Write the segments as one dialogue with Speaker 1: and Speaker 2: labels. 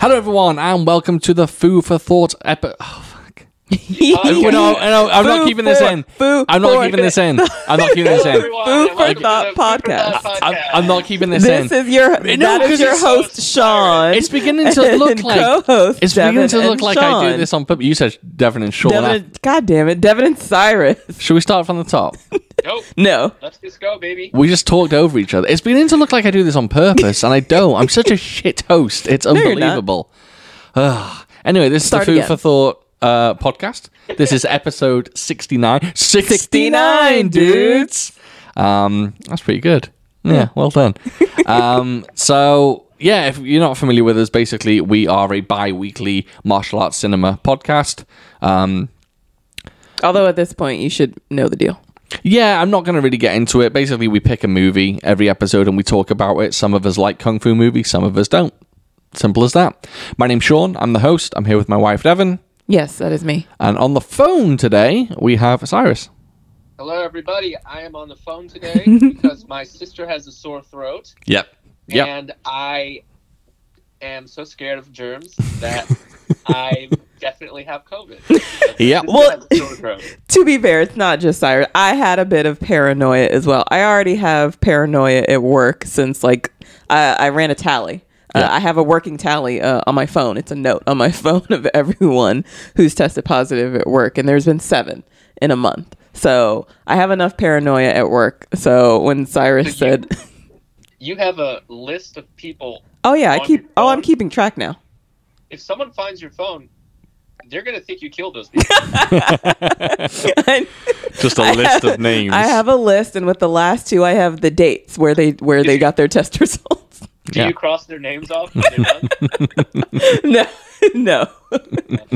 Speaker 1: Hello, everyone, and welcome to the Foo for Thought episode. Oh, fuck. I, no, no, I'm not
Speaker 2: Foo
Speaker 1: keeping this
Speaker 2: for-
Speaker 1: in.
Speaker 2: foo
Speaker 1: I'm not
Speaker 2: for-
Speaker 1: keeping this in. I'm not keeping this in.
Speaker 3: Everyone,
Speaker 2: Food for
Speaker 3: welcome
Speaker 2: Thought
Speaker 3: to the Food for
Speaker 2: podcast.
Speaker 3: Thought
Speaker 1: I'm, I'm not keeping this,
Speaker 2: This
Speaker 1: in.
Speaker 2: is your
Speaker 1: No,
Speaker 2: that
Speaker 1: 'cause
Speaker 2: is your
Speaker 1: it's-
Speaker 2: host Sean.
Speaker 1: it's beginning to look
Speaker 2: and
Speaker 1: like
Speaker 2: co-host
Speaker 1: it's beginning
Speaker 2: Devin
Speaker 1: to look
Speaker 2: and
Speaker 1: like I do
Speaker 2: Sean.
Speaker 1: this on purpose. You said Devin and Sean.
Speaker 2: Devin, and- God damn it, Devin and Cyrus.
Speaker 1: Should we start from the top?
Speaker 3: Nope.
Speaker 2: No,
Speaker 3: Let's just go, baby.
Speaker 1: We just talked over each other. It's beginning to look like I do this on purpose, and I don't. I'm such a shit host. It's
Speaker 2: you're not.
Speaker 1: unbelievable. Ugh. Anyway, this
Speaker 2: Start
Speaker 1: is the Food
Speaker 2: again.
Speaker 1: for Thought uh, podcast. This is episode 69. 69, dudes! Um, that's pretty good. Yeah, well done. um, so, yeah, if you're not familiar with us, basically, we are a bi weekly martial arts cinema podcast. Um,
Speaker 2: although at this point you should know the deal.
Speaker 1: yeah, I'm not going to really get into it. Basically, we pick a movie every episode and we talk about it. Some of us like kung fu movies, some of us don't. Simple as that. My name's Sean. I'm the host. I'm here with my wife, Devon.
Speaker 2: Yes, that is me.
Speaker 1: And on the phone today, we have Cyrus.
Speaker 3: Hello, everybody. I am on the phone today because my sister has a sore throat,
Speaker 1: Yep. Yep.
Speaker 3: and I am so scared of germs that I definitely have COVID.
Speaker 1: Yep.
Speaker 3: Sister has a sore throat.
Speaker 2: To be fair, it's not just Cyrus. I had a bit of paranoia as well. I already have paranoia at work since like I, I ran a tally. Uh,
Speaker 1: Yeah.
Speaker 2: I have a working tally uh, on my phone. It's a note on my phone of everyone who's tested positive at work, and there's been seven in a month. So I have enough paranoia at work. So when Cyrus
Speaker 3: So you-
Speaker 2: said,
Speaker 3: You have a list of people.
Speaker 2: "Oh yeah, I
Speaker 3: on
Speaker 2: keep
Speaker 3: your
Speaker 2: oh
Speaker 3: phone?
Speaker 2: I'm keeping track now."
Speaker 3: If someone finds your phone, they're gonna think you killed those people.
Speaker 2: I
Speaker 1: Just a list of names.
Speaker 2: I have a list, and with the last two, I have the dates where they where they got their test results.
Speaker 3: Do
Speaker 1: Yeah.
Speaker 3: you cross their names off? when they're done?
Speaker 2: no, no.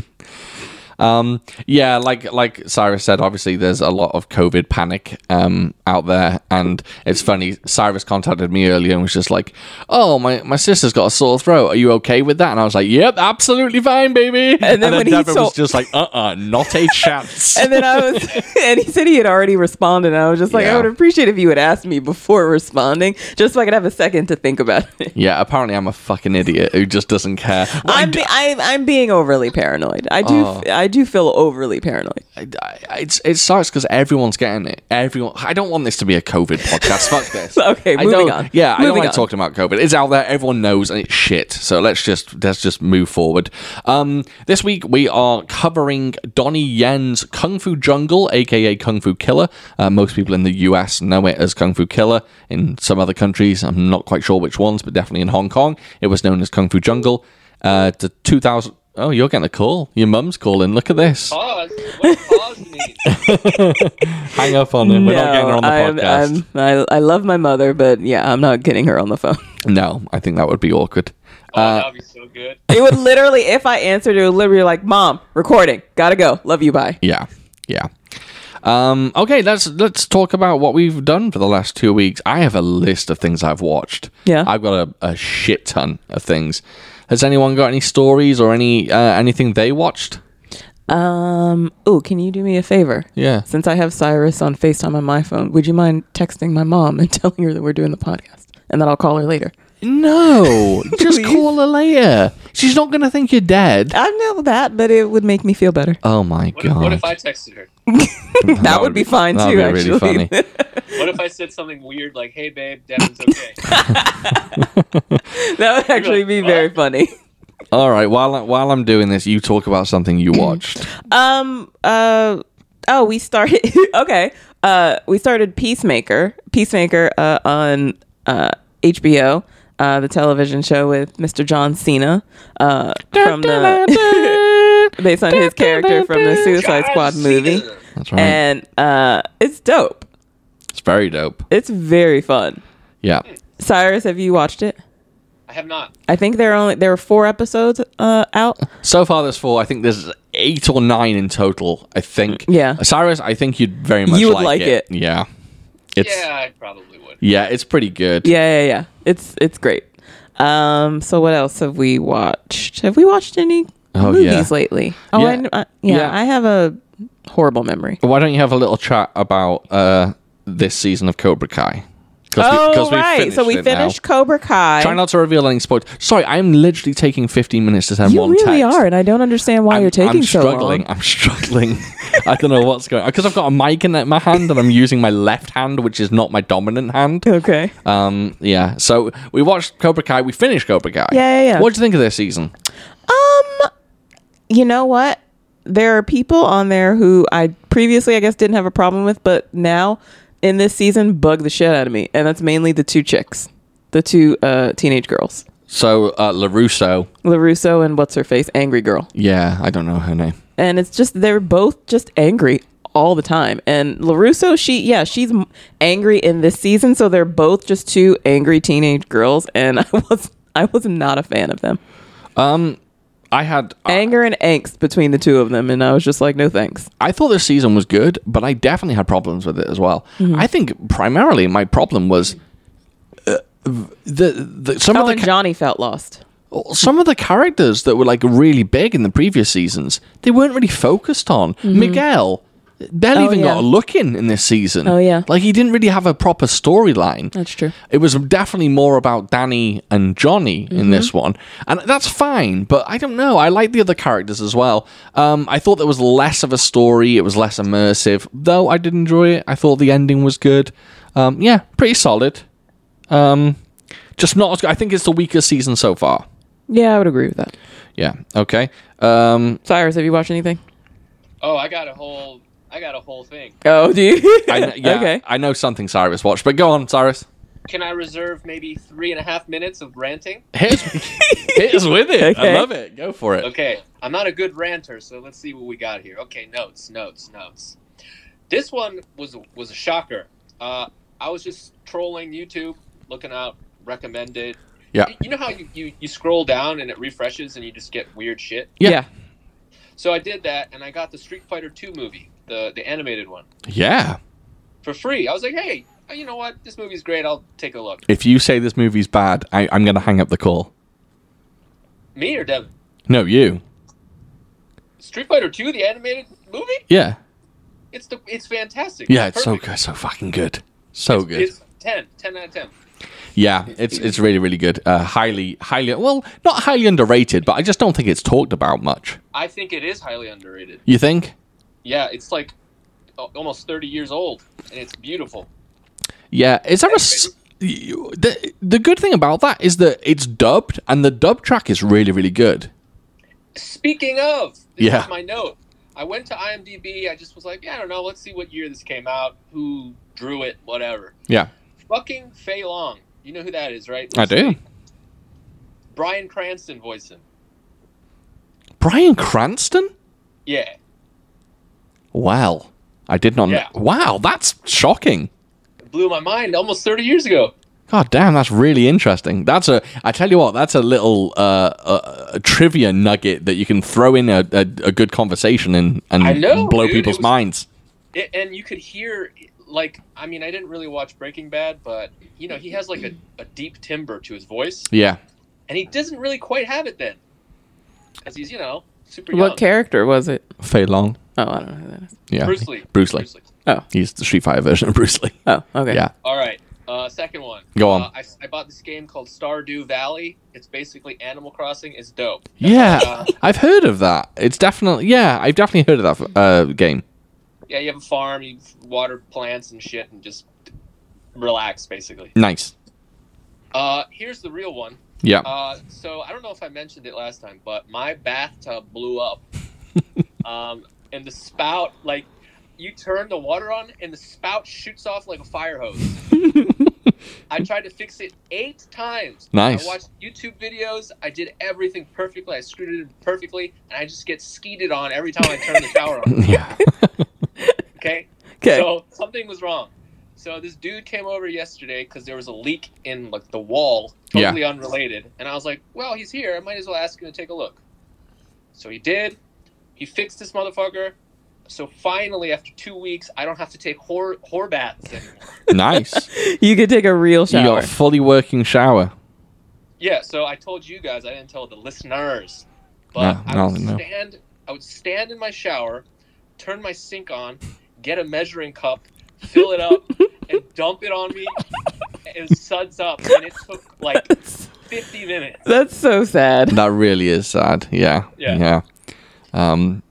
Speaker 1: Um, yeah, like like Cyrus said, obviously there's a lot of COVID panic um, out there, and it's funny. Cyrus contacted me earlier and was just like, "Oh, my, my sister's got a sore throat. Are you okay with that?" And I was like, "Yep, absolutely fine, baby." And
Speaker 2: then when he
Speaker 1: Devin was
Speaker 2: told-
Speaker 1: just like, "Uh, uh not a chance."
Speaker 2: And then I was, and he said he had already responded. And I was just like,
Speaker 1: Yeah.
Speaker 2: I would appreciate if you would ask me before responding, just so I could have a second to think about it.
Speaker 1: yeah, apparently I'm a fucking idiot who just doesn't care. Well, I
Speaker 2: I'm,
Speaker 1: d-
Speaker 2: be- I'm I'm being overly paranoid. I do f- I do feel overly paranoid.
Speaker 1: I- I- it's it sucks because everyone's getting it. Everyone, I don't want this to be a COVID podcast. Fuck this.
Speaker 2: Okay,
Speaker 1: I
Speaker 2: moving
Speaker 1: don't-
Speaker 2: on.
Speaker 1: Yeah, I don't
Speaker 2: Moving
Speaker 1: like
Speaker 2: on.
Speaker 1: talking about COVID. It's out there. Everyone knows, and it's shit. So let's just let's just move forward. Um, this week we are covering Donnie Yen's Kung Fu Jungle, aka Kung Fu Killer. Uh, most people in the U.S. know it as Kung Fu Killer. In some other countries, I'm not quite sure which ones, but definitely in Hong Kong, it was known as Kung Fu Jungle. Uh, to 2000. Oh, you're getting a call. Your mum's calling. Look at this.
Speaker 3: Pause. What does pause mean?
Speaker 1: Uh, Hang up on him. We're not getting her on the
Speaker 2: I'm-
Speaker 1: podcast.
Speaker 2: I'm, I I love my mother, but yeah, I'm not getting her on the phone.
Speaker 1: No, I think that would be awkward.
Speaker 3: Oh, that'd be so good.
Speaker 2: It would literally, if I answered, it would literally be like, "Mom, recording, gotta go. Love you, bye."
Speaker 1: Yeah, yeah. Um, okay, let's let's talk about what we've done for the last two weeks. I have a list of things I've watched.
Speaker 2: Yeah.
Speaker 1: I've got a, a shit ton of things. Has anyone got any stories or any uh, anything they watched?
Speaker 2: Um. Oh, can you do me a favor?
Speaker 1: Yeah.
Speaker 2: Since I have Cyrus on FaceTime on my phone, would you mind texting my mom and telling her that we're doing the podcast, and then I'll call her later?
Speaker 1: No, just
Speaker 2: Please.
Speaker 1: call her later. She's not gonna think you're dead.
Speaker 2: I know that, but it would make me feel better.
Speaker 1: Oh my
Speaker 3: What if,
Speaker 1: god!
Speaker 3: what if I texted her?
Speaker 2: That, would be fine
Speaker 1: that
Speaker 2: too.
Speaker 1: would be really
Speaker 2: actually,
Speaker 1: funny.
Speaker 3: What if I said something weird like, "Hey, babe, Devin's okay."
Speaker 2: that would actually be very
Speaker 3: What?
Speaker 2: funny.
Speaker 1: All right, while I- while I'm doing this, you talk about something you watched.
Speaker 2: Um. Uh. Oh, we started. okay. Uh, we started Peacemaker. Peacemaker uh, on uh, HBO, uh, the television show with Mr. John Cena uh, from the based on his character from the Suicide Squad movie,
Speaker 1: That's right.
Speaker 2: and uh, it's dope.
Speaker 1: it's very dope.
Speaker 2: It's very fun.
Speaker 1: Yeah.
Speaker 2: Cyrus, have you watched it?
Speaker 3: I have not.
Speaker 2: I think there are only there are four episodes uh, out.
Speaker 1: So far, there's four. I think there's eight or nine in total. I think.
Speaker 2: Yeah.
Speaker 1: Cyrus, I think you'd very much
Speaker 2: You would
Speaker 1: like,
Speaker 2: like
Speaker 1: it.
Speaker 2: it.
Speaker 1: Yeah. It's
Speaker 3: Yeah,
Speaker 1: yeah.
Speaker 3: I probably would.
Speaker 1: it's pretty good.
Speaker 2: Yeah, yeah, yeah. It's it's great. Um, so what else have we watched? Have we watched any
Speaker 1: Oh,
Speaker 2: movies
Speaker 1: yeah.
Speaker 2: lately? Oh,
Speaker 1: Yeah.
Speaker 2: I kn- I- yeah,
Speaker 1: Yeah.
Speaker 2: I have a horrible memory.
Speaker 1: Why don't you have a little chat about uh, this season of Cobra Kai? 'Cause we- 'cause
Speaker 2: Oh,
Speaker 1: we
Speaker 2: right. So we
Speaker 1: it now.
Speaker 2: finished Cobra Kai.
Speaker 1: Try not to reveal any spoilers. Sorry, I'm literally taking 15 minutes to send
Speaker 2: you
Speaker 1: one
Speaker 2: really
Speaker 1: text.
Speaker 2: are, and I don't understand why
Speaker 1: I'm,
Speaker 2: you're taking
Speaker 1: I'm
Speaker 2: so
Speaker 1: struggling.
Speaker 2: long.
Speaker 1: I'm struggling. I don't know what's going on because I've got a mic in my hand and I'm using my left hand, which is not my dominant hand.
Speaker 2: Okay.
Speaker 1: Um, yeah. So we watched Cobra Kai. We finished Cobra Kai.
Speaker 2: Yeah, yeah, yeah.
Speaker 1: What do you think of this season?
Speaker 2: Um, you know what? There are people on there who I previously, I guess, didn't have a problem with, but now in this season, bug the shit out of me, and that's mainly the two chicks, the two uh, teenage girls,
Speaker 1: So uh, Larusso.
Speaker 2: Larusso and what's her face, angry girl,
Speaker 1: Yeah, I don't know her name.
Speaker 2: and it's just they're both just angry all the time. And Larusso, she yeah, she's m- angry in this season, so they're both just two angry teenage girls, and I was I was not a fan of them.
Speaker 1: I had. I,
Speaker 2: Anger and angst between the two of them, and I was just like, no thanks.
Speaker 1: I thought this season was good, but I definitely had problems with it as well.
Speaker 2: Mm-hmm.
Speaker 1: I think primarily my problem was. Uh, the, the some
Speaker 2: Oh,
Speaker 1: of the
Speaker 2: and Johnny felt lost.
Speaker 1: some of the characters that were like really big in the previous seasons, they weren't really focused on. Miguel barely
Speaker 2: Mm-hmm. Oh,
Speaker 1: even
Speaker 2: yeah.
Speaker 1: got a look in in this season.
Speaker 2: Oh, yeah. Oh,
Speaker 1: like he didn't really have a proper storyline.
Speaker 2: That's true.
Speaker 1: It was definitely more about Danny and Johnny
Speaker 2: Mm-hmm.
Speaker 1: in this one, and that's fine. But I don't know. I like the other characters as well. Um, I thought there was less of a story. It was less immersive, though. I did enjoy it. I thought the ending was good. Um, yeah, pretty solid. Um, just not as good. I think it's the weakest season so far.
Speaker 2: Yeah, I would agree with that.
Speaker 1: Yeah. Okay. Um,
Speaker 2: Cyrus, have you watched anything?
Speaker 3: Oh, I got a whole, I got a whole thing.
Speaker 2: Oh, do you?
Speaker 1: I, kn- yeah,
Speaker 2: Okay.
Speaker 1: I know something Cyrus watched, but go on, Cyrus.
Speaker 3: Can I reserve maybe three and a half minutes of ranting?
Speaker 1: Hit, hit us with it.
Speaker 2: Okay.
Speaker 1: I love it. Go for it.
Speaker 3: Okay, I'm not a good ranter, so let's see what we got here. Okay, notes, notes, notes. This one was was a shocker. Uh, I was just trolling YouTube, looking out recommended.
Speaker 1: Yeah.
Speaker 3: You, you know how you, you, you scroll down and it refreshes and you just get weird shit.
Speaker 1: Yeah.
Speaker 3: So I did that and I got the Street Fighter Two movie, the the animated one,
Speaker 1: Yeah.
Speaker 3: for free. I was like, hey, oh, you know what? This movie's great. I'll take a look.
Speaker 1: If you say this movie's bad, I, I'm going to hang up the call.
Speaker 3: Me or Devin?
Speaker 1: No, you.
Speaker 3: Street Fighter Two, the animated movie.
Speaker 1: Yeah.
Speaker 3: It's the it's fantastic.
Speaker 1: Yeah. It's so
Speaker 3: perfect.
Speaker 1: good. So fucking good. So good.
Speaker 3: It's 10, 10 out of ten.
Speaker 1: yeah. It's it's really really good. Uh, highly highly well not highly underrated, but I just don't think it's talked about much.
Speaker 3: I think it is highly underrated.
Speaker 1: You think?
Speaker 3: Yeah, it's like a- almost 30 years old, and it's beautiful.
Speaker 1: Yeah, is there a s- you- the the good thing about that is that it's dubbed and the dub track is really really good.
Speaker 3: Speaking of, this
Speaker 1: Yeah.
Speaker 3: is my note. I went to IMDb. I just was like, yeah, I don't know. Let's see what year this came out, who drew it, whatever.
Speaker 1: Yeah,
Speaker 3: Fucking Fei Long. You know who that is, right?
Speaker 1: I do.
Speaker 3: Brian Cranston voiced him.
Speaker 1: Brian Cranston?
Speaker 3: Yeah.
Speaker 1: Wow, I did not.
Speaker 3: Yeah.
Speaker 1: know. Wow, that's shocking.
Speaker 3: It blew my mind almost 30 years ago.
Speaker 1: God damn, that's really interesting. That's a. I tell you what, that's a little uh, uh, a trivia nugget that you can throw in a, a, a good conversation and
Speaker 3: I
Speaker 1: and
Speaker 3: know,
Speaker 1: blow
Speaker 3: dude, it
Speaker 1: people's
Speaker 3: was-
Speaker 1: minds.
Speaker 3: It, and you could hear, like, I mean, I didn't really watch Breaking Bad, but, you know, he has, like, a, a deep timbre to his voice.
Speaker 1: Yeah.
Speaker 3: and he doesn't really quite have it then, because he's you know super young.
Speaker 2: What character was it?
Speaker 1: Fei Long.
Speaker 2: Oh, I don't know who that is.
Speaker 1: Yeah.
Speaker 3: Bruce Lee.
Speaker 1: Bruce Lee.
Speaker 2: Oh,
Speaker 1: He's the Street Fighter version of Bruce Lee.
Speaker 2: oh, okay.
Speaker 1: Yeah.
Speaker 3: All right. Uh, second one.
Speaker 1: Go on.
Speaker 3: Uh, I, I bought this game called Stardew Valley. It's basically Animal Crossing. It's dope.
Speaker 1: Yeah,
Speaker 3: Uh,
Speaker 1: I've heard of that. It's definitely yeah, I've definitely heard of that uh, game.
Speaker 3: yeah, you have a farm, you water plants and shit, and just relax basically.
Speaker 1: Nice.
Speaker 3: Uh, here's the real one.
Speaker 1: Yeah.
Speaker 3: Uh, so I don't know if I mentioned it last time, but my bathtub blew up, um, and the spout like you turn the water on, and the spout shoots off like a fire hose. I tried to fix it eight times.
Speaker 1: Nice.
Speaker 3: I watched YouTube videos. I did everything perfectly. I screwed it perfectly, and I just get skeeted on every time I turn the shower on.
Speaker 1: yeah.
Speaker 3: Okay.
Speaker 2: Okay.
Speaker 3: So something was wrong. So this dude came over yesterday because there was a leak in like the wall, totally unrelated. And I was like, "Well, he's here. I might as well ask him to take a look." So he did. He fixed this motherfucker. So finally, after two weeks, I don't have to take whore, whore baths anymore.
Speaker 1: nice.
Speaker 2: you could take a real
Speaker 1: You
Speaker 2: shower.
Speaker 1: got a fully working shower.
Speaker 3: yeah. So I told you guys. I didn't tell the listeners.
Speaker 1: No,
Speaker 3: But I
Speaker 1: no,
Speaker 3: would
Speaker 1: no.
Speaker 3: stand. I would stand in my shower, turn my sink on, get a measuring cup, fill it up, and dump it on me. is suds up, and it took like 50 minutes.
Speaker 2: That's so sad.
Speaker 1: That really is sad. Yeah.
Speaker 3: Yeah.
Speaker 1: Yeah. Um,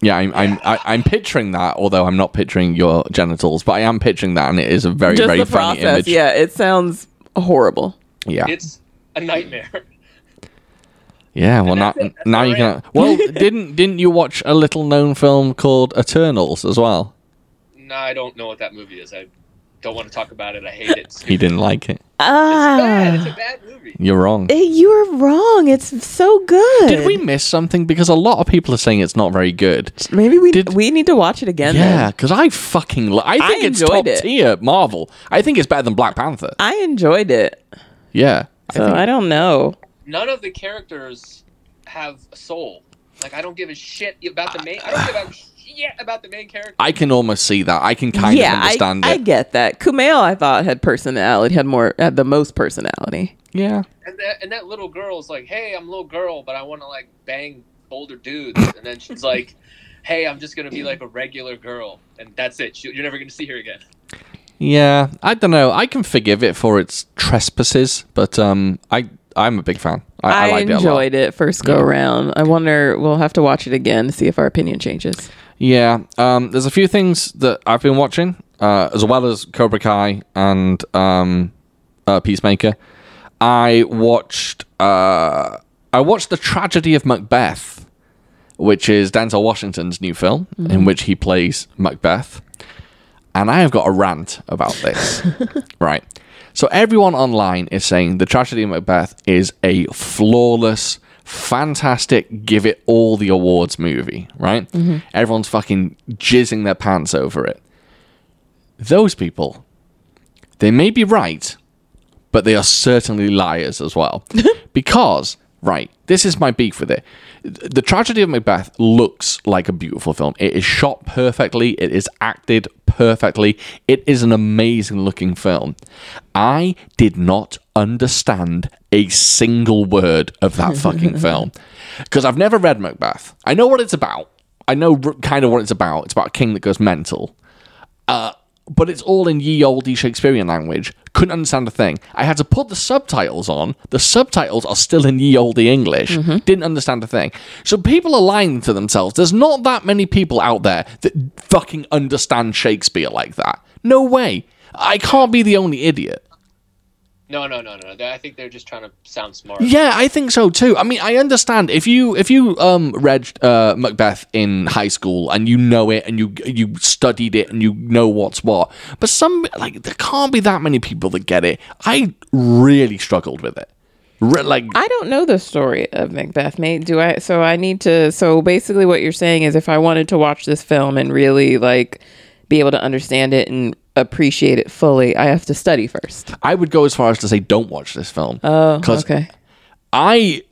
Speaker 1: yeah, I'm I'm I- I'm picturing that, although I'm not picturing your genitals, but I am picturing that, and it is a very
Speaker 2: Just
Speaker 1: very
Speaker 2: the
Speaker 1: funny
Speaker 2: process.
Speaker 1: image.
Speaker 2: Yeah, it sounds horrible.
Speaker 1: yeah,
Speaker 3: It's a nightmare.
Speaker 1: yeah. Well,
Speaker 3: and
Speaker 1: now
Speaker 3: that's it. That's
Speaker 1: now
Speaker 3: all
Speaker 1: you
Speaker 3: I
Speaker 1: can. Well, didn't didn't you watch a little known film called Eternals as well?
Speaker 3: No, I don't know what that movie is. I don't want to talk about it. I hate it. It's
Speaker 1: You didn't like it.
Speaker 3: bad. It's
Speaker 2: Ah,
Speaker 3: a bad movie.
Speaker 1: You're wrong.
Speaker 2: Eh, you were wrong. It's so good.
Speaker 1: Did we miss something? Because a lot of people are saying it's not very good.
Speaker 2: Maybe we
Speaker 1: Did-
Speaker 2: we need to watch it again.
Speaker 1: Yeah,
Speaker 2: then.
Speaker 1: because I fucking lo- I think it's top
Speaker 2: enjoyed it.
Speaker 1: tier Marvel. I think it's better than Black Panther.
Speaker 2: I enjoyed it.
Speaker 1: Yeah.
Speaker 2: So I don't know.
Speaker 3: None of the characters have a soul. Like I don't give a shit about the main. I don't give a shit about the main character.
Speaker 1: I can almost see that. I can kind
Speaker 2: yeah,
Speaker 1: of understand
Speaker 2: I, I
Speaker 1: it.
Speaker 2: get that. Kumail, I thought had personality, had more, had the most personality.
Speaker 1: yeah.
Speaker 3: And that, and that little girl's like, "Hey, I'm a little girl, but I want to like bang older dudes." And then she's like, "Hey, I'm just gonna be like a regular girl, and that's it. You- You're never gonna see her again."
Speaker 1: Yeah. I don't know. I can forgive it for its trespasses, but um, I I'm a big fan. I, I, liked it a lot.
Speaker 2: enjoyed it, first go round. I wonder we'll have to watch it again to see if our opinion changes.
Speaker 1: Yeah. Um, there's a few things that I've been watching, uh, as well as Cobra Kai and um, uh, Peacemaker. I watched uh, I watched the tragedy of Macbeth, which is Denzel Washington's new film
Speaker 2: Mm-hmm.
Speaker 1: in which he plays Macbeth. And I have got a rant about this. right. So everyone online is saying the tragedy of Macbeth is a flawless, fantastic, give it all the awards movie, right? Everyone's fucking jizzing their pants over it. Those people, they may be right, but they are certainly liars as well. because, right, this is my beef with it. Th- The Tragedy of Macbeth looks like a beautiful film. It is shot perfectly, it is acted perfectly, it is an amazing looking film. I did not understand a single word of that fucking film because I've never read Macbeth. I know what it's about, I know r- kind of what it's about. It's about a king that goes mental but it's all in ye olde Shakespearean language. Couldn't understand a thing. I had to put the subtitles on. The subtitles are still in ye olde English. Didn't understand a thing. So people are lying to themselves. There's not that many people out there that fucking understand Shakespeare like that. No way. I can't be the only idiot.
Speaker 3: No, no, no, no. no. I think they're just trying to sound smart.
Speaker 1: Yeah, I think so too. I mean, I understand if you if you um read uh, Macbeth in high school and you know it and you you studied it and you know what's what. But some like there can't be that many people that get it. I really struggled with it. Re- like
Speaker 2: I don't know the story of Macbeth, mate. Do I? So I need to. So basically, what you're saying is, if I wanted to watch this film and really like be able to understand it and appreciate it fully, I have to study first.
Speaker 1: I would go as far as to say don't watch this film.
Speaker 2: Oh,
Speaker 1: 'Cause
Speaker 2: okay.
Speaker 1: I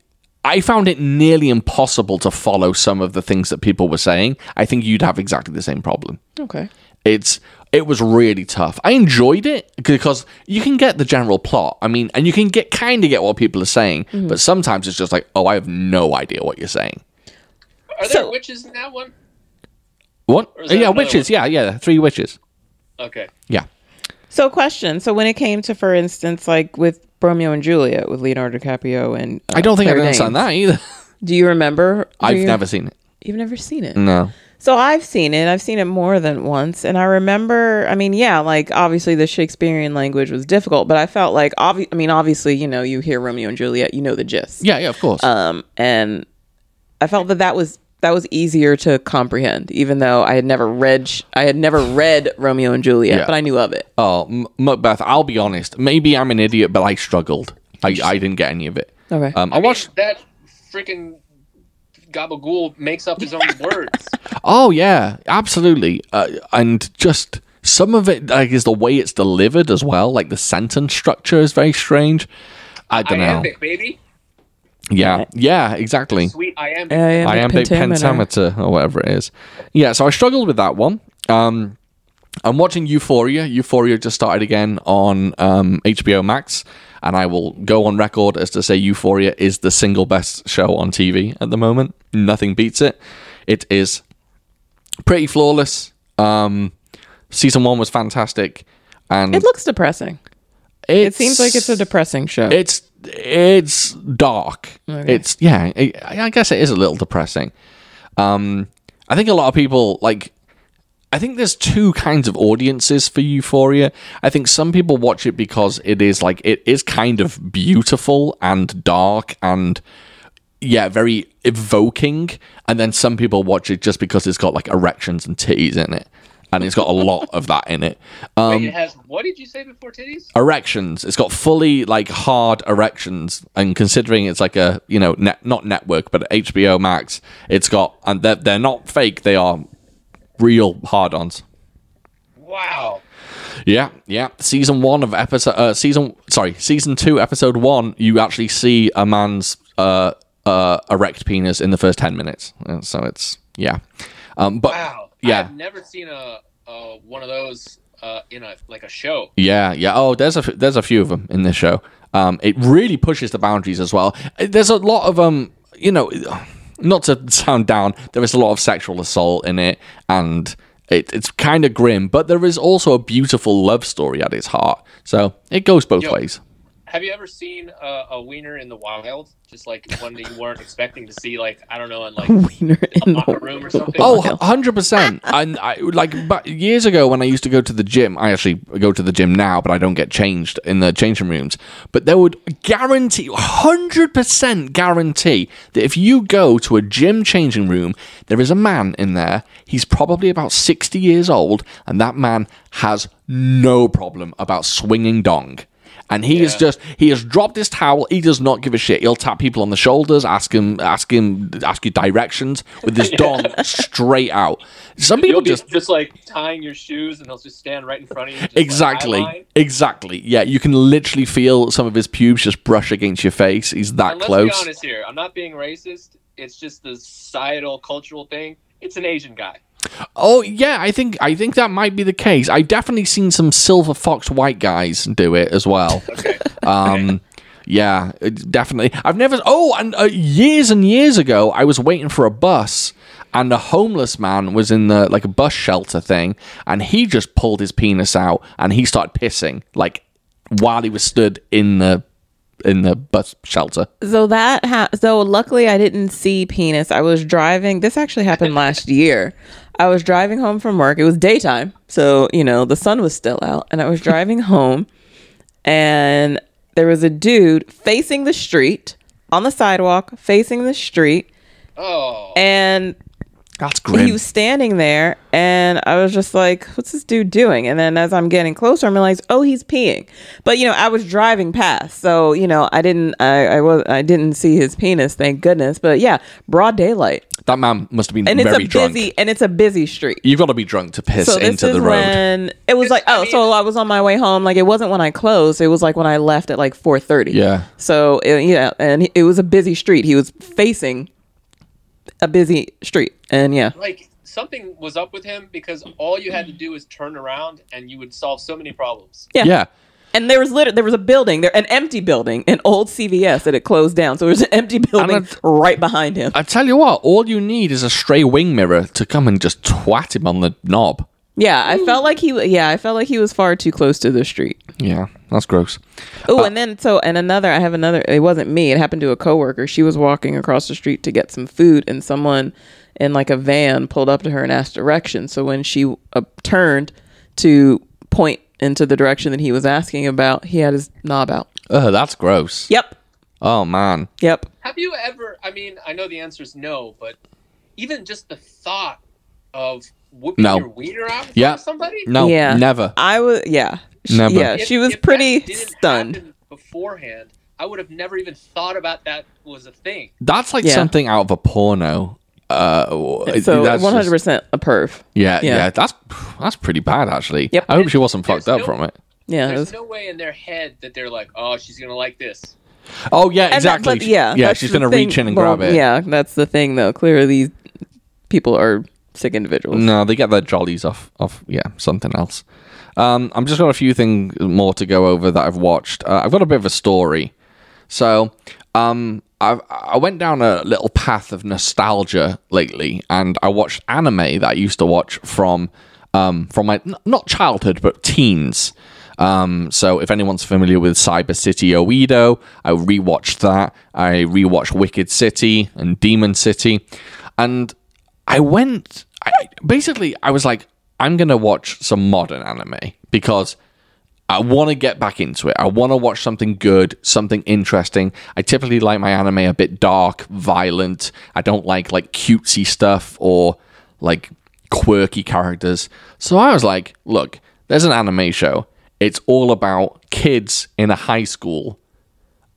Speaker 1: I found it nearly impossible to follow some of the things that people were saying. I think you'd have exactly the same problem.
Speaker 2: Okay.
Speaker 1: it's it was really tough. I enjoyed it because you can get the general plot. I mean, and you can get kind of get what people are saying, but sometimes it's just like, oh, I have no idea what you're saying.
Speaker 3: Are there
Speaker 2: So-
Speaker 3: witches in that one?
Speaker 1: What?
Speaker 3: is that
Speaker 1: Yeah,
Speaker 3: another
Speaker 1: witches. Yeah, yeah, three witches.
Speaker 3: Okay.
Speaker 1: Yeah,
Speaker 2: So, question. So, when it came to, for instance, like with Romeo and Juliet with Leonardo DiCaprio and uh,
Speaker 1: I don't think I
Speaker 2: Claire
Speaker 1: understand
Speaker 2: Danes,
Speaker 1: that either.
Speaker 2: Do you remember? Do
Speaker 1: I've
Speaker 2: you-
Speaker 1: never seen it.
Speaker 2: You've never seen it.
Speaker 1: No.
Speaker 2: So I've seen it. I've seen it more than once. And I remember, I mean, yeah, like obviously the Shakespearean language was difficult, but I felt like, obvi- I mean, obviously, you know, you hear Romeo and Juliet, you know the gist.
Speaker 1: Yeah, yeah, of course.
Speaker 2: Um, and I felt that that was that was easier to comprehend, even though I had never read sh- I had never read Romeo and Juliet,
Speaker 1: Yeah.
Speaker 2: but I knew of it.
Speaker 1: oh, M- Macbeth. I'll be honest. Maybe I'm an idiot, but I struggled. I, I didn't get any of it.
Speaker 2: Okay.
Speaker 1: Um, I watched.
Speaker 3: That freaking gabagool makes up his own words.
Speaker 1: Oh yeah, absolutely. Uh, and just some of it like is the way it's delivered as well. Like the sentence structure is very strange. I
Speaker 3: I
Speaker 1: don't know.
Speaker 3: am it, baby.
Speaker 1: Yeah, yeah, exactly.
Speaker 3: Sweet, I am. it.
Speaker 2: Iambic
Speaker 1: Iambic pentameter or whatever it is. Yeah, so I struggled with that one. Um, I'm watching Euphoria. Euphoria just started again on um, HBO Max, and I will go on record as to say Euphoria is the single best show on TV at the moment. Nothing beats it. It is pretty flawless. Um, season one was fantastic, and
Speaker 2: It looks depressing. It seems like it's a depressing show.
Speaker 1: it's it's dark.
Speaker 2: Okay.
Speaker 1: It's yeah. It, I I guess it is a little depressing. Um, I think a lot of people like. I think there's two kinds of audiences for Euphoria. I think some people watch it because it is like it is kind of beautiful and dark and yeah, very evoking. And then some people watch it just because it's got like erections and titties in it, and it's got a lot of that in it. Um,
Speaker 3: it has what did you say before titties?
Speaker 1: erections. It's got fully like hard erections, and considering it's like a you know net, not network but HBO Max, it's got and they're they're not fake. They are real hard-ons.
Speaker 3: Wow.
Speaker 1: Yeah, yeah. Season one of episode uh, season sorry season two episode one, you actually see a man's uh, uh, erect penis in the first ten minutes. Uh, So it's yeah, um, but
Speaker 3: Wow.
Speaker 1: yeah.
Speaker 3: I've never seen a, a one of those uh, in a like a show.
Speaker 1: Yeah, yeah. Oh, there's a f- there's a few of them in this show. Um, it really pushes the boundaries as well. Uh, There's a lot of um, you know, not to sound down. There is a lot of sexual assault in it, and it, it's kind of grim. But there is also a beautiful love story at its heart. So it goes both
Speaker 3: Yo.
Speaker 1: ways.
Speaker 3: Have you ever seen a, a wiener in the wild? Just like one that you weren't expecting to see, like I don't know, in like
Speaker 2: Wiener in
Speaker 3: locker
Speaker 2: the
Speaker 3: room or something.
Speaker 1: Oh, 100 percent. And I like but years ago when I used to go to the gym. I actually go to the gym now, but I don't get changed in the changing rooms. But there would guarantee, hundred percent guarantee that if you go to a gym changing room, there is a man in there. He's probably about 60 years old, and that man has no problem about swinging dong. And he is just he has dropped his towel. He does not give a shit. He'll tap people on the shoulders, ask him, ask him, ask you directions with his dong straight out. Some people
Speaker 3: You'll be
Speaker 1: just
Speaker 3: just, like tying your shoes, and they'll just stand right in front of you. just, like,
Speaker 1: exactly,
Speaker 3: eyeline.
Speaker 1: exactly. Yeah, you can literally feel some of his pubes just brush against your face. He's that
Speaker 3: And let's
Speaker 1: close.
Speaker 3: be honest here. I'm not being racist. It's just the societal cultural thing. It's an Asian guy.
Speaker 1: Oh yeah, I think I think that might be the case. I definitely seen some silver fox white guys do it as well. Um, yeah, it- definitely. I've never. Oh, and uh, years and years ago, I was waiting for a bus, and a homeless man was in the like a bus shelter thing, and he just pulled his penis out and he started pissing like while he was stood in the in the bus shelter.
Speaker 2: So that ha- so luckily I didn't see penis. I was driving. This actually happened last year. I was driving home from work. It was daytime, so you know the sun was still out, and I was driving home, and there was a dude facing the street on the sidewalk, facing the street,
Speaker 3: Oh,
Speaker 2: and
Speaker 1: That's grim.
Speaker 2: he was standing there and I was just like, what's this dude doing? And then as I'm getting closer, I'm realized, oh, he's peeing. But you know, I was driving past. So, you know, I didn't I, I was I didn't see his penis, thank goodness. But yeah, broad daylight.
Speaker 1: that man must have been
Speaker 2: And it's
Speaker 1: very
Speaker 2: a
Speaker 1: drunk.
Speaker 2: busy and it's a busy street.
Speaker 1: You've got to be drunk to piss
Speaker 2: So this
Speaker 1: into
Speaker 2: is
Speaker 1: the road.
Speaker 2: when it was like
Speaker 3: I
Speaker 2: oh so
Speaker 3: mean-
Speaker 2: I was on my way home like it wasn't when I closed it was like when I left at like four thirty
Speaker 1: Yeah.
Speaker 2: so uh, yeah and it was a busy street he was facing a busy street and yeah
Speaker 3: like something was up with him because all you had to do was turn around, and you would solve so many problems.
Speaker 2: yeah
Speaker 1: yeah.
Speaker 2: And there was literally there was a building there, an empty building, an old CVS that had closed down. So there was an empty building
Speaker 1: I'd-
Speaker 2: right behind him.
Speaker 1: I tell you what, all you need is a stray wing mirror to come and just twat him on the knob.
Speaker 2: yeah, I felt like he. w- Yeah, I felt like he was far too close to the street.
Speaker 1: Yeah, that's gross.
Speaker 2: Oh, and then so and another. I have another. It wasn't me. It happened to a coworker. She was walking across the street to get some food, and someone in like a van pulled up to her and asked directions. So when she uh, turned to point into the direction that he was asking about, he had his knob out.
Speaker 1: Ugh, that's gross.
Speaker 2: Yep.
Speaker 1: Oh man.
Speaker 2: Yep.
Speaker 3: Have you ever? I mean, I know the answer is no, but even just the thought of whooping
Speaker 1: No.
Speaker 3: your wiener out in front
Speaker 1: Yeah.
Speaker 3: of somebody.
Speaker 1: No,
Speaker 2: Yeah.
Speaker 1: never.
Speaker 2: I was. Yeah. She-
Speaker 1: Never.
Speaker 2: Yeah.
Speaker 3: If-
Speaker 2: She was
Speaker 3: if that
Speaker 2: pretty
Speaker 3: didn't
Speaker 2: stunned.
Speaker 3: happen Beforehand, I would have never even thought about that was a thing.
Speaker 1: That's like
Speaker 2: Yeah.
Speaker 1: something out of a porno. Uh, it-
Speaker 2: So
Speaker 1: that's
Speaker 2: one hundred
Speaker 1: just-
Speaker 2: percent a perv.
Speaker 1: Yeah, yeah,
Speaker 2: Yeah.
Speaker 1: that's that's pretty bad actually.
Speaker 2: Yep.
Speaker 1: I hope she wasn't
Speaker 3: There's
Speaker 1: fucked up
Speaker 3: no-
Speaker 1: from it.
Speaker 2: Yeah. it
Speaker 3: There's
Speaker 2: was-
Speaker 3: no way in their head that they're like, "Oh, she's gonna like this."
Speaker 1: Oh yeah,
Speaker 2: and that-
Speaker 1: exactly.
Speaker 2: but yeah.
Speaker 1: yeah,
Speaker 2: that's
Speaker 1: she's
Speaker 2: the
Speaker 1: gonna
Speaker 2: thing-
Speaker 1: reach in and
Speaker 2: well,
Speaker 1: grab it.
Speaker 2: Yeah, that's the thing though. Clearly, these people are sick individuals.
Speaker 1: No, they get their jollies off off yeah something else. Um, I'm just got a few things more to go over that I've watched. Uh, I've got a bit of a story, so um, I I went down a little path of nostalgia lately, and I watched anime that I used to watch from um, from my n- not childhood but teens. Um, so if anyone's familiar with Cyber City Oedo, I rewatched that. I rewatched Wicked City and Demon City, and I went. I, I- basically, I was like, I'm gonna watch some modern anime because I want to get back into it. I want to watch something good, something interesting. I typically like my anime a bit dark, violent. I don't like like cutesy stuff or like quirky characters. So I was like, look, there's an anime show. It's all about kids in a high school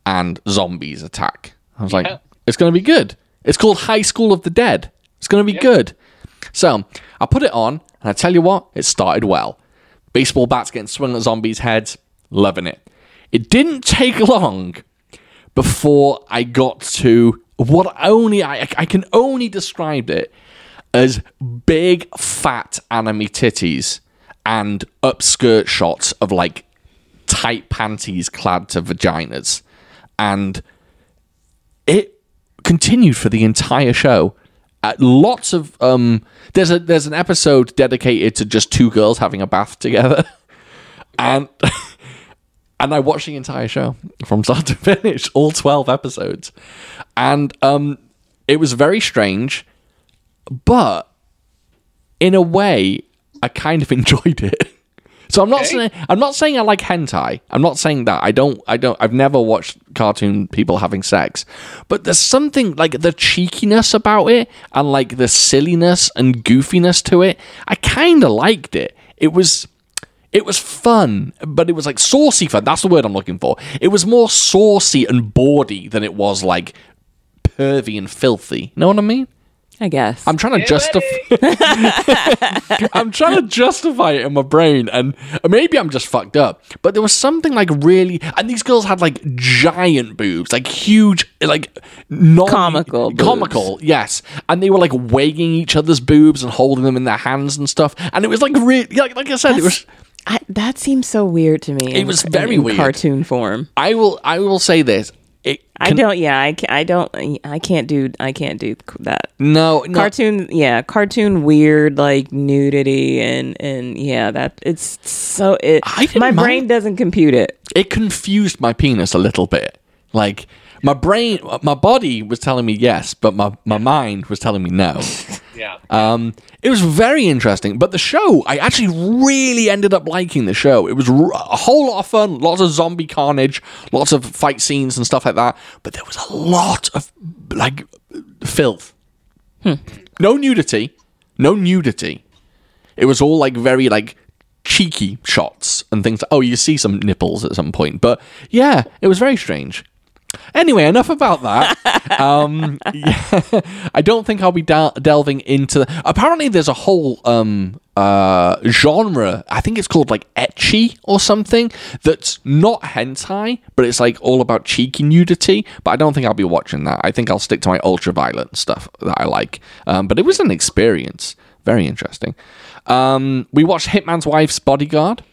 Speaker 1: and zombies attack. I was like,
Speaker 3: Yeah.
Speaker 1: it's going to be good. It's called High School of the Dead. It's going to be good. So I put it on, and I tell you what, it started well. Baseball bats getting swung at zombies' heads, loving it. It didn't take long before I got to what only I, I can only describe it as big fat anime titties and upskirt shots of like tight panties clad to vaginas. And it continued for the entire show. Uh, lots of um, there's a there's an episode dedicated to just two girls having a bath together, and and I watched the entire show from start to finish, all twelve episodes, and um, it was very strange, but in a way, I kind of enjoyed it. So I'm not
Speaker 3: Okay.
Speaker 1: saying I'm not saying I like hentai. I'm not saying that. I don't I don't I've never watched cartoon people having sex. But there's something like the cheekiness about it and like the silliness and goofiness to it. I kind of liked it. It was it was fun, but it was like saucy fun. That's the word I'm looking for. It was more saucy and bawdy than it was like pervy and filthy. You know what I mean?
Speaker 2: I guess.
Speaker 1: I'm trying to justify. I'm trying to justify it in my brain, and maybe I'm just fucked up. But there was something like really, and these girls had like giant boobs, like huge, like non-
Speaker 2: Comical boobs.
Speaker 1: comical, yes. And they were like weighing each other's boobs and holding them in their hands and stuff. And it was like really, like, like I said, it was.
Speaker 2: I, that seems so weird to me. It
Speaker 1: was very
Speaker 2: in
Speaker 1: weird.
Speaker 2: Cartoon form.
Speaker 1: I will, I will say this. It
Speaker 2: I don't. Yeah, I, ca- I don't. I can't do. I can't do that.
Speaker 1: no, no
Speaker 2: Cartoon. Yeah, cartoon weird like nudity and and yeah. That it's so. It.
Speaker 1: I didn't
Speaker 2: my brain
Speaker 1: mind-
Speaker 2: doesn't compute it.
Speaker 1: it confused my penis a little bit. Like my brain, my body was telling me yes, but my, my mind was telling me no.
Speaker 3: Yeah.
Speaker 2: Uh,
Speaker 1: Um, it was very interesting, but the show I actually really ended up liking the show. It was r- a whole lot of fun, lots of zombie carnage, lots of fight scenes and stuff like that. But there was a lot of like filth, no nudity, no nudity. It was all like very like cheeky shots and things. Oh, you see some nipples at some point, but yeah, it was very strange. Anyway, enough about that. um, yeah, I don't think I'll be del- delving into. Apparently, there's a whole um, uh, genre. I think it's called like etchy or something. That's not hentai, but it's like all about cheeky nudity. But I don't think I'll be watching that. I think I'll stick to my ultraviolet stuff that I like. Um, but it was an experience. Very interesting. Um, we watched Hitman's Wife's Bodyguard.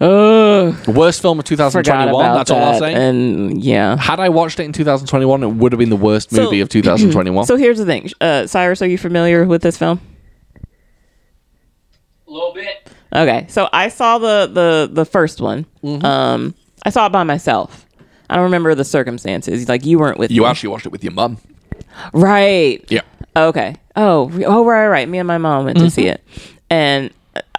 Speaker 2: Ugh.
Speaker 1: Worst film of
Speaker 2: Forgot
Speaker 1: 2021.
Speaker 2: about
Speaker 1: That's all I'll
Speaker 2: that.
Speaker 1: say.
Speaker 2: And yeah.
Speaker 1: Had I watched it in 2021, it would have been the worst
Speaker 2: So-
Speaker 1: movie of 2021.
Speaker 2: So here's the thing, uh, Cyrus. Are you familiar with this film?
Speaker 3: A little bit.
Speaker 2: Okay, so I saw the the the first one.
Speaker 1: Mm-hmm.
Speaker 2: Um, I saw it by myself. I don't remember the circumstances. Like you weren't with
Speaker 1: you
Speaker 2: me.
Speaker 1: actually watched it with your mum.
Speaker 2: right?
Speaker 1: Yeah.
Speaker 2: Okay. Oh, re- oh, right, right, right. Me and my mom went to see
Speaker 1: Mm-hmm.
Speaker 2: it, and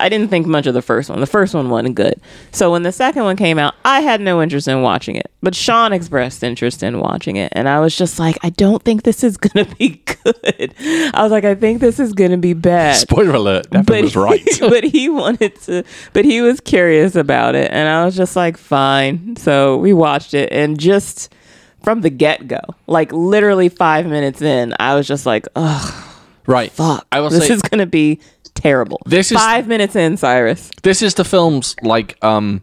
Speaker 2: I didn't think much of the first one. The first one wasn't good. So when the second one came out, I had no interest in watching it. But Sean expressed interest in watching it, and I was just like, I don't think this is gonna be good. I was like, I think this is gonna be bad.
Speaker 1: Spoiler alert. Devin was right.
Speaker 2: but he wanted to, but he was curious about it. And I was just like, fine. So we watched it. And just from the get go, like literally five minutes in, I was just like, oh,
Speaker 1: right.
Speaker 2: fuck.
Speaker 1: I will
Speaker 2: this
Speaker 1: say
Speaker 2: is going to be terrible.
Speaker 1: This is-
Speaker 2: five minutes in, Cyrus.
Speaker 1: this is the film's like um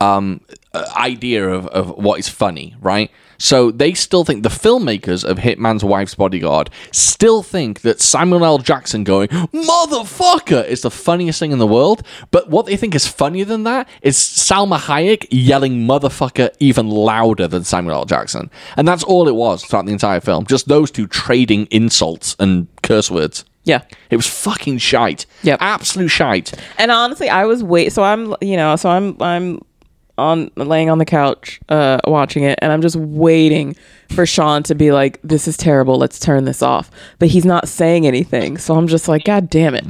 Speaker 1: um uh, idea of, of what is funny, right? So they still think the filmmakers of Hitman's Wife's Bodyguard still think that Samuel L. Jackson going "motherfucker" is the funniest thing in the world. But what they think is funnier than that is Salma Hayek yelling "motherfucker" even louder than Samuel L. Jackson, and that's all it was throughout the entire film. Just those two trading insults and curse words.
Speaker 2: Yeah.
Speaker 1: It was fucking shite.
Speaker 2: Yep.
Speaker 1: Absolute shite.
Speaker 2: And honestly, I was wait. So I'm, you know, so I'm, I'm on laying on the couch, uh, watching it, and I'm just waiting for Sean to be like, "This is terrible. Let's turn this off." But he's not saying anything, so I'm just like, "God damn it!"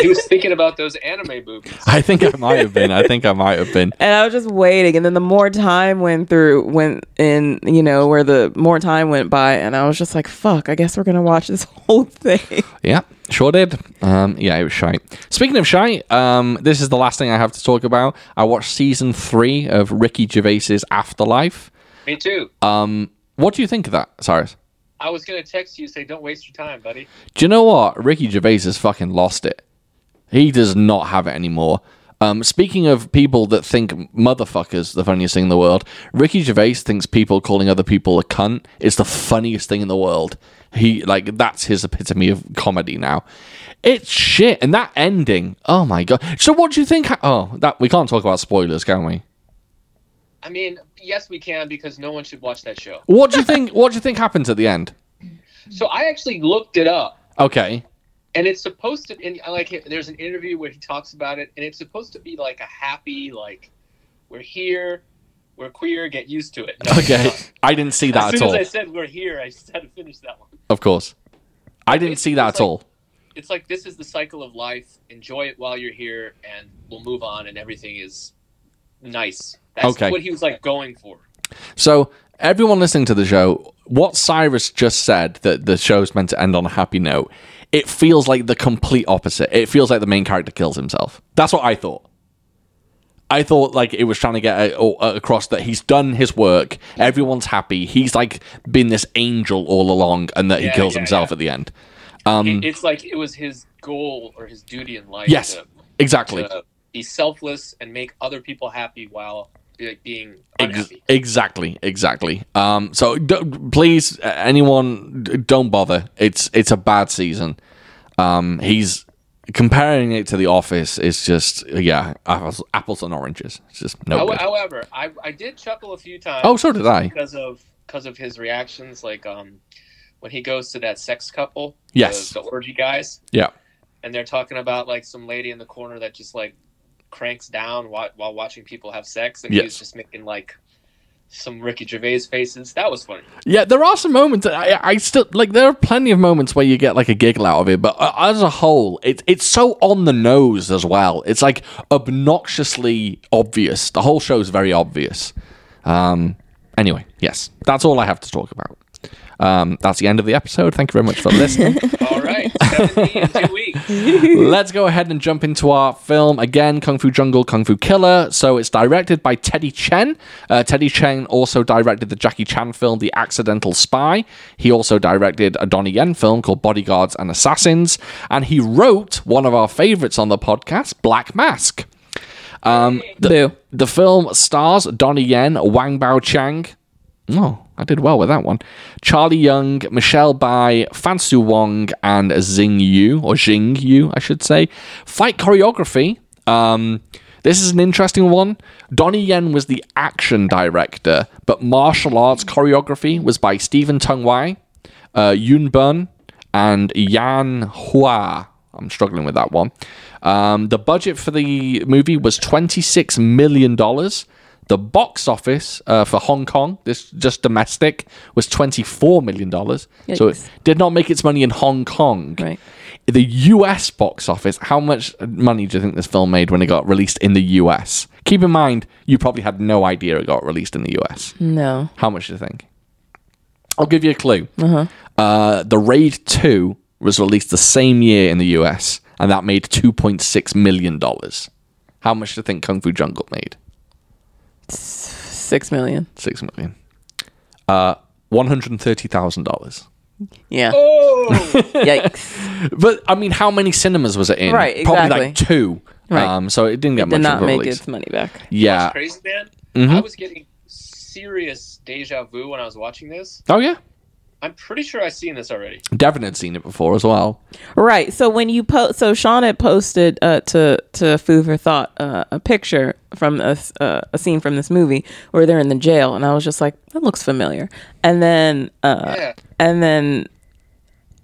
Speaker 3: he was thinking about those anime movies.
Speaker 1: I think I might have been. I think I might have been.
Speaker 2: And I was just waiting, and then the more time went through, went in, you know, where the more time went by, and I was just like, "Fuck! I guess we're gonna watch this whole thing."
Speaker 1: Yeah, sure did. Um, yeah, it was shite. Speaking of shite, um, this is the last thing I have to talk about. I watched season three of Ricky Gervais's Afterlife.
Speaker 3: Me too.
Speaker 2: Uh,
Speaker 1: What do you think of that, Cyrus?
Speaker 3: I was gonna text you say don't waste your time, buddy.
Speaker 1: Do you know what? Ricky Gervais has fucking lost it. He does not have it anymore. Um, speaking of people that think motherfuckers the funniest thing in the world, Ricky Gervais thinks people calling other people a cunt is the funniest thing in the world. He like that's his epitome of comedy now. It's shit, and that ending. Oh my god! So what do you think? ha- oh, that we can't talk about spoilers, can we?
Speaker 3: I mean, yes, we can because no one should watch that show.
Speaker 1: What do you think? what do you think happens at the end?
Speaker 3: So I actually looked it up,
Speaker 1: Okay.
Speaker 3: and it's supposed to. And I like, it- there's an interview where he talks about it, and it's supposed to be like a happy, like, we're here, we're queer, get used to it. No,
Speaker 1: Okay. I didn't see
Speaker 3: As
Speaker 1: that at
Speaker 3: soon as
Speaker 1: all.
Speaker 3: I said we're here, I just had to finish that one.
Speaker 1: Of course. I didn't see that
Speaker 3: It's
Speaker 1: at all.
Speaker 3: It's like this is the cycle of life. Enjoy it while you're here, and we'll move on, and everything is nice. That's
Speaker 1: Okay.
Speaker 3: what he was like going for.
Speaker 1: So, everyone listening to the show, what Cyrus just said that the show's meant to end on a happy note, it feels like the complete opposite. It feels like the main character kills himself. That's what I thought. I thought like it was trying to get uh, o- uh, across that he's done his work, everyone's happy, he's like been this angel all along, and that he
Speaker 3: Yeah,
Speaker 1: kills
Speaker 3: yeah,
Speaker 1: himself
Speaker 3: yeah.
Speaker 1: at the end. Um,
Speaker 3: It- it's like it was his goal or his duty in life.
Speaker 1: Yes,
Speaker 3: to-
Speaker 1: exactly.
Speaker 3: to be selfless and make other people happy while like, being
Speaker 1: Ex-
Speaker 3: unhappy.
Speaker 1: exactly, exactly. Um, so d- please, uh, anyone, d- don't bother. It's it's a bad season. Um, he's comparing it to The Office. It's just yeah, apples, apples and oranges. It's just no.
Speaker 3: How-
Speaker 1: good.
Speaker 3: However, I, I did chuckle a few times.
Speaker 1: oh, so did I.
Speaker 3: because of because of his reactions, like um when he goes to that sex couple,
Speaker 1: Yes.
Speaker 3: the, the orgy guys,
Speaker 1: Yeah,
Speaker 3: and they're talking about like some lady in the corner that just like cranks down while, while watching people have sex, and
Speaker 1: Yes.
Speaker 3: he's just making like some Ricky Gervais faces. That was funny.
Speaker 1: yeah. There are some moments that I, I still like. There are plenty of moments where you get like a giggle out of it, but uh, as a whole, it's it's so on the nose as well. It's like obnoxiously obvious. The whole show's very obvious. Um, anyway, yes, that's all I have to talk about. Um, that's the end of the episode. Thank you very much for listening.
Speaker 3: All right, 70 in two weeks.
Speaker 1: Let's go ahead and jump into our film again Kung Fu Jungle, Kung Fu Killer. So it's directed by Teddy Chen. Uh, Teddy Chen also directed the Jackie Chan film, The Accidental Spy. He also directed a Donnie Yen film called Bodyguards and Assassins. And he wrote one of our favorites on the podcast, Black Mask. Um, the,
Speaker 2: Boo.
Speaker 1: the film stars Donnie Yen, Wang Bao Chang. Oh, I did well with that one. Charlie Young, Michelle Bai, Fansu Wong, and Xing Yu, or Xing Yu, I should say. Fight choreography. Um, this is an interesting one. Donnie Yen was the action director, but martial arts choreography was by Stephen Tung Wai, uh, Yun Bun, and Yan Hua. I'm struggling with that one. Um, the budget for the movie was $26 million. The box office uh, for Hong Kong, this just domestic, was $24 million. So it
Speaker 2: Yikes.
Speaker 1: did not make its money in Hong Kong.
Speaker 2: Right.
Speaker 1: The US box office, how much money do you think this film made when it got released in the US? Keep in mind, you probably had no idea it got released in the US.
Speaker 2: No.
Speaker 1: How much do you think? I'll give you a clue. Uh-huh. the Raid 2 was released the same year in the US, and that made $2.6 million. How much do you think Kung Fu Jungle made?
Speaker 2: Six million.
Speaker 1: $6 million. Uh, $130,000.
Speaker 2: Yeah.
Speaker 3: Oh,
Speaker 2: Yikes.
Speaker 1: But, I mean, how many cinemas was it in?
Speaker 2: Right,
Speaker 1: Probably like
Speaker 2: exactly.
Speaker 1: two.
Speaker 2: Right.
Speaker 1: Um, so it didn't get much
Speaker 2: Did not
Speaker 1: of a
Speaker 2: make
Speaker 1: release.
Speaker 2: its money back.
Speaker 1: Yeah.
Speaker 3: crazy man!
Speaker 1: Mm-hmm.
Speaker 3: I was getting serious deja vu when I was watching this.
Speaker 1: Oh, yeah.
Speaker 3: I'm pretty sure I've seen this already.
Speaker 1: Devin had seen it before as well.
Speaker 2: Right. So when you post, so Sean had posted uh, to to Food for Thought uh, a picture from a, s- uh, a scene from this movie where they're in the jail, and I was just like, that looks familiar. And then uh,
Speaker 3: Yeah.
Speaker 2: and then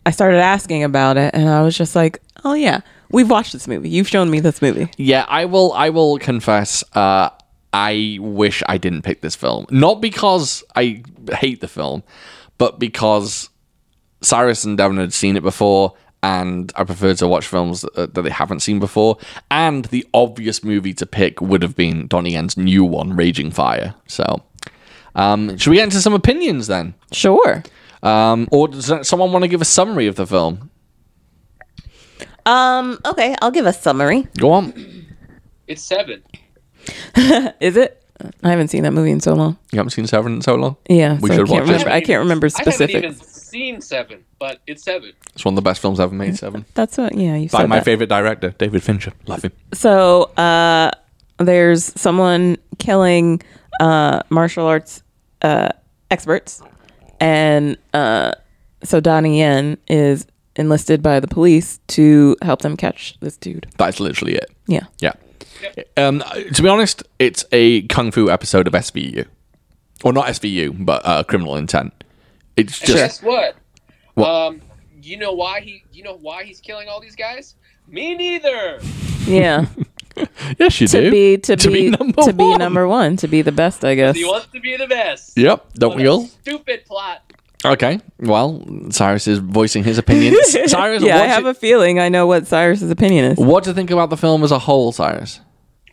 Speaker 2: I started asking about it, and I was just like, "Oh yeah, we've watched this movie. You've shown me this movie."
Speaker 1: Yeah, I will. I will confess. Uh, I wish I didn't pick this film, not because I hate the film, but because Cyrus and Devon had seen it before, and I prefer to watch films that, that they haven't seen before. And the obvious movie to pick would have been Donnie Yen's new one, Raging Fire. So, um, should we get into some opinions then?
Speaker 2: Sure.
Speaker 1: Um, or does someone want to give a summary of the film?
Speaker 2: Um. Okay, I'll give a summary.
Speaker 1: Go on.
Speaker 3: It's seven.
Speaker 2: Is it? I haven't seen that movie in so long.
Speaker 1: You haven't seen Seven in so long?
Speaker 2: Yeah,
Speaker 1: We
Speaker 2: so
Speaker 1: should
Speaker 2: I can't
Speaker 1: watch it.
Speaker 2: remember. I can't remember
Speaker 3: I haven't
Speaker 2: specifics.
Speaker 3: even seen seven, but it's seven.
Speaker 1: It's one of the best films ever made, Seven.
Speaker 2: That's what. Yeah, you
Speaker 1: By
Speaker 2: said
Speaker 1: my
Speaker 2: that.
Speaker 1: favorite director, David Fincher. Love him.
Speaker 2: So uh, there's someone killing uh, martial arts uh, experts, and uh, so Donnie Yen is enlisted by the police to help them catch this dude.
Speaker 1: That's literally it.
Speaker 2: Yeah,
Speaker 1: Yeah. Um, to be honest, it's a kung fu episode of SVU, or not SVU, but uh, Criminal Intent. It's
Speaker 3: And
Speaker 1: just
Speaker 3: guess what?
Speaker 1: What?
Speaker 3: Um, you know why he? You know why he's killing all these guys? Me neither.
Speaker 2: yeah.
Speaker 1: yes, you
Speaker 2: to
Speaker 1: do.
Speaker 2: be to, be,
Speaker 1: number
Speaker 2: to be
Speaker 1: one.
Speaker 2: number one, to be the best, I guess.
Speaker 3: He wants to be the best.
Speaker 1: Yep, don't
Speaker 3: What
Speaker 1: we
Speaker 3: a
Speaker 1: all?
Speaker 3: Stupid plot.
Speaker 1: Okay, well, Cyrus is voicing his opinion. Cyrus,
Speaker 2: yeah,
Speaker 1: what,
Speaker 2: I have
Speaker 1: do,
Speaker 2: a feeling I know what Cyrus's opinion is.
Speaker 1: what do you think about the film as a whole, Cyrus?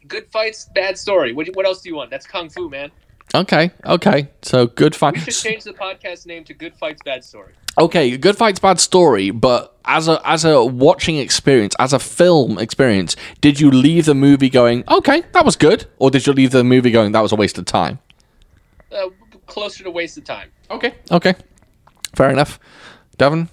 Speaker 3: Good fights, bad story. What, what else do you want? That's kung fu, man.
Speaker 1: Okay, okay, so good
Speaker 3: We
Speaker 1: fight.
Speaker 3: should change the podcast name to Good Fights, Bad Story.
Speaker 1: Okay, good fight's bad story, but as a as a watching experience, as a film experience, did you leave the movie going, okay, that was good, or did you leave the movie going, that was a waste of time?
Speaker 3: Uh, closer to waste of time.
Speaker 1: Okay. Okay. Fair enough. Devon?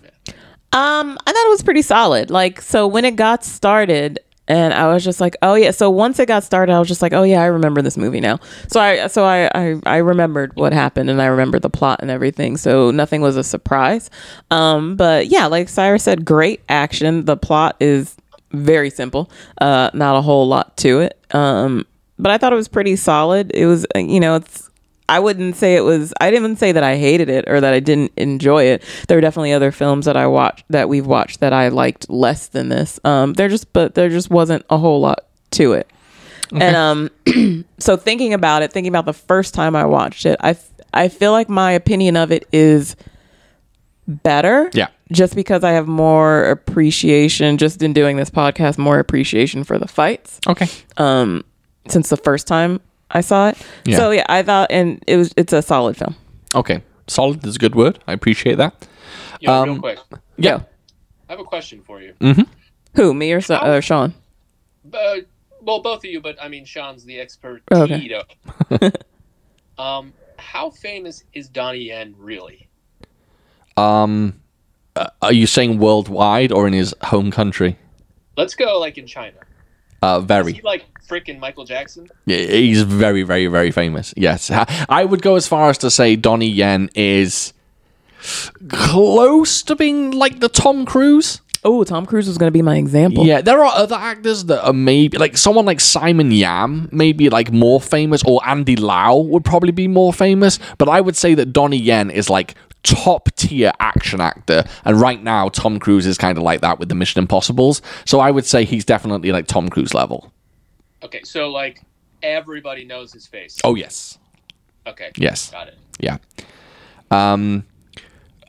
Speaker 2: Um, I thought it was pretty solid. Like, so when it got started, and I was just like, oh yeah. So once it got started, I was just like, oh yeah, I remember this movie now. So I, so I, I, I remembered what happened, and I remembered the plot and everything. So nothing was a surprise. Um, but yeah, like Cyrus said, great action. The plot is very simple. Uh, not a whole lot to it. Um, but I thought it was pretty solid. It was, uh, you know, it's I wouldn't say it was. I didn't say that I hated it or that I didn't enjoy it. There are definitely other films that I watched that we've watched that I liked less than this. Um, there just, but there just wasn't a whole lot to it. And um, so thinking about it, thinking about the first time I watched it, I f- I feel like my opinion of it is better.
Speaker 1: Yeah.
Speaker 2: Just because I have more appreciation, just in doing this podcast, more appreciation for the fights
Speaker 1: Okay.
Speaker 2: um, since the first time I saw it.
Speaker 1: Yeah.
Speaker 2: So yeah, I thought, and it was it's a solid film.
Speaker 1: Okay. Solid is a good word. I appreciate that.
Speaker 3: Yo,
Speaker 1: Um,
Speaker 3: real quick.
Speaker 1: Yeah.
Speaker 3: I have a question for you.
Speaker 2: Who me or, so, or Sean?
Speaker 3: Uh, well, both of you, but I mean, Sean's the expert.
Speaker 2: Oh, Okay.
Speaker 3: Tito. um, how famous is Donnie Yen really?
Speaker 1: Um uh, are you saying worldwide or in his home country?
Speaker 3: Let's go like in China.
Speaker 1: Uh
Speaker 3: Is he
Speaker 1: very.
Speaker 3: like freaking Michael Jackson?
Speaker 1: Yeah, He's very very very famous. Yes. I I would go as far as to say Donnie Yen is close to being like the Tom Cruise.
Speaker 2: Oh, Tom Cruise was going to be my example.
Speaker 1: Yeah, there are other actors that are maybe like someone like Simon Yam, maybe like more famous, or Andy Lau would probably be more famous. But I would say that Donnie Yen is like top tier action actor, and right now Tom Cruise is kind of like that with the Mission Impossible's. So I would say he's definitely like Tom Cruise level.
Speaker 3: Okay, so like everybody knows his face.
Speaker 1: Oh yes,
Speaker 3: Okay.
Speaker 1: yes.
Speaker 3: Got it.
Speaker 1: Yeah. Um,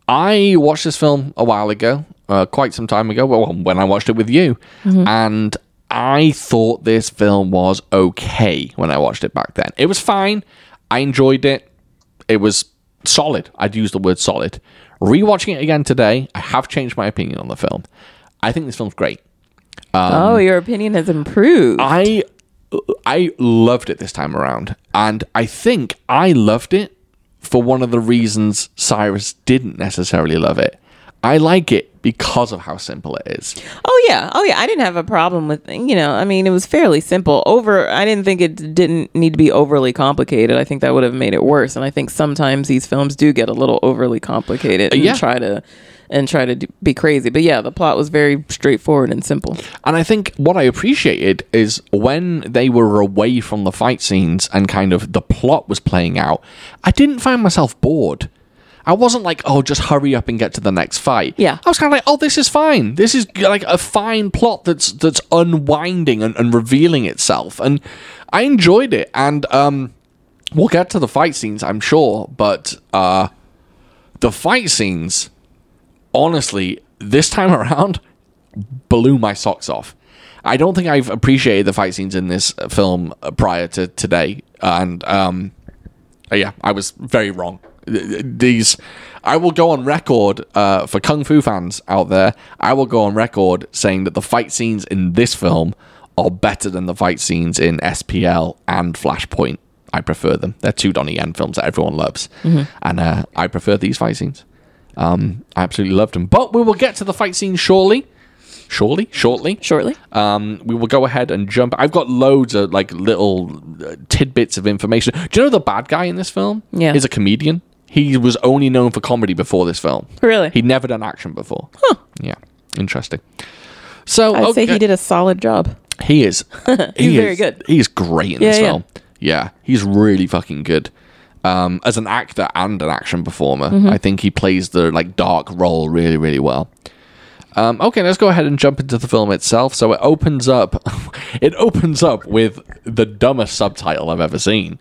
Speaker 1: I watched this film a while ago, uh, quite some time ago. Well, when I watched it with you, and I thought this film was okay when I watched it back then. It was fine. I enjoyed it. It was solid. I'd use the word solid. Rewatching it again today, I have changed my opinion on the film. I think this film's great.
Speaker 2: oh, your opinion has improved.
Speaker 1: Um, I I loved it this time around, and I think I loved it for one of the reasons Cyrus didn't necessarily love it. I like it because of how simple it is.
Speaker 2: oh yeah, oh yeah. I didn't have a problem with you know. I mean, it was fairly simple. Over, I didn't think it didn't need to be overly complicated. I think that would have made it worse. And I think sometimes these films do get a little overly complicated and
Speaker 1: Uh, yeah.
Speaker 2: try to and try to do, be crazy. But yeah, the plot was very straightforward and simple.
Speaker 1: And I think what I appreciated is when they were away from the fight scenes and kind of the plot was playing out, I didn't find myself bored. I wasn't like, oh, just hurry up and get to the next fight.
Speaker 2: Yeah.
Speaker 1: I was kind of like, oh, this is fine. This is like a fine plot that's that's unwinding and, and revealing itself, and I enjoyed it. And um, we'll get to the fight scenes, I'm sure, but uh, the fight scenes, honestly, this time around, blew my socks off. I don't think I've appreciated the fight scenes in this uh, film prior to today, and um, uh, yeah, I was very wrong. Th- th- These, I will go on record uh, for kung fu fans out there. I will go on record saying that the fight scenes in this film are better than the fight scenes in SPL and Flashpoint. I prefer them. They're two Donnie Yen films that everyone loves, and uh, I prefer these fight scenes. Um, I absolutely loved them. But we will get to the fight scenes shortly. Surely, shortly,
Speaker 2: Shortly.
Speaker 1: um, we will go ahead and jump. I've got loads of like little uh, tidbits of information. Do you know the bad guy in this film?
Speaker 2: Yeah.
Speaker 1: is a comedian. He was only known for comedy before this film.
Speaker 2: Really?
Speaker 1: he'd never done action before. Huh. Yeah, interesting. So
Speaker 2: I'd say
Speaker 1: okay.
Speaker 2: he did a solid job.
Speaker 1: He is.
Speaker 2: He's
Speaker 1: he
Speaker 2: very
Speaker 1: is-
Speaker 2: good.
Speaker 1: He is great in
Speaker 2: Yeah,
Speaker 1: this
Speaker 2: yeah.
Speaker 1: film. Yeah, he's really fucking good. Um, as an actor and an action performer,
Speaker 2: Mm-hmm.
Speaker 1: I think he plays the like dark role really, really well. Um, okay, let's go ahead and jump into the film itself. So it opens up, it opens up with the dumbest subtitle I've ever seen.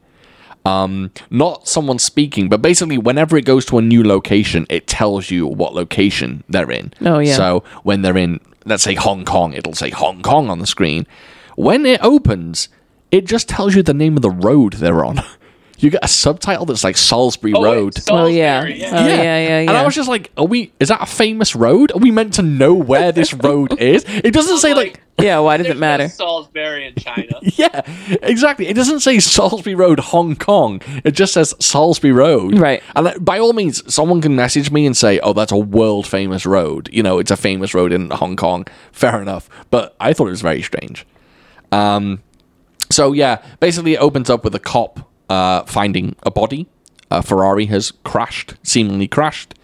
Speaker 1: Um, not someone speaking, but basically, whenever it goes to a new location, it tells you what location they're in.
Speaker 2: Oh, yeah.
Speaker 1: So when they're in, let's say Hong Kong, it'll say Hong Kong on the screen. When it opens, it just tells you the name of the road they're on. You get a subtitle that's like Salisbury
Speaker 3: Oh,
Speaker 1: Road.
Speaker 3: it's
Speaker 2: Oh yeah. Oh
Speaker 3: Salisbury,
Speaker 2: yeah, yeah, yeah.
Speaker 1: And I was just like, "Are we? Is that a famous road? Are we meant to know where this road is? It doesn't say like,
Speaker 2: yeah, why does
Speaker 3: There's
Speaker 2: it
Speaker 3: no
Speaker 2: matter?
Speaker 3: Salisbury in China.
Speaker 1: yeah, exactly. It doesn't say Salisbury Road, Hong Kong. It just says Salisbury Road,
Speaker 2: Right.
Speaker 1: And like, by all means, someone can message me and say, "Oh, that's a world famous road. You know, it's a famous road in Hong Kong." Fair enough, but I thought it was very strange. So yeah, basically it opens up with a cop uh, finding a body. A Ferrari has crashed, seemingly crashed,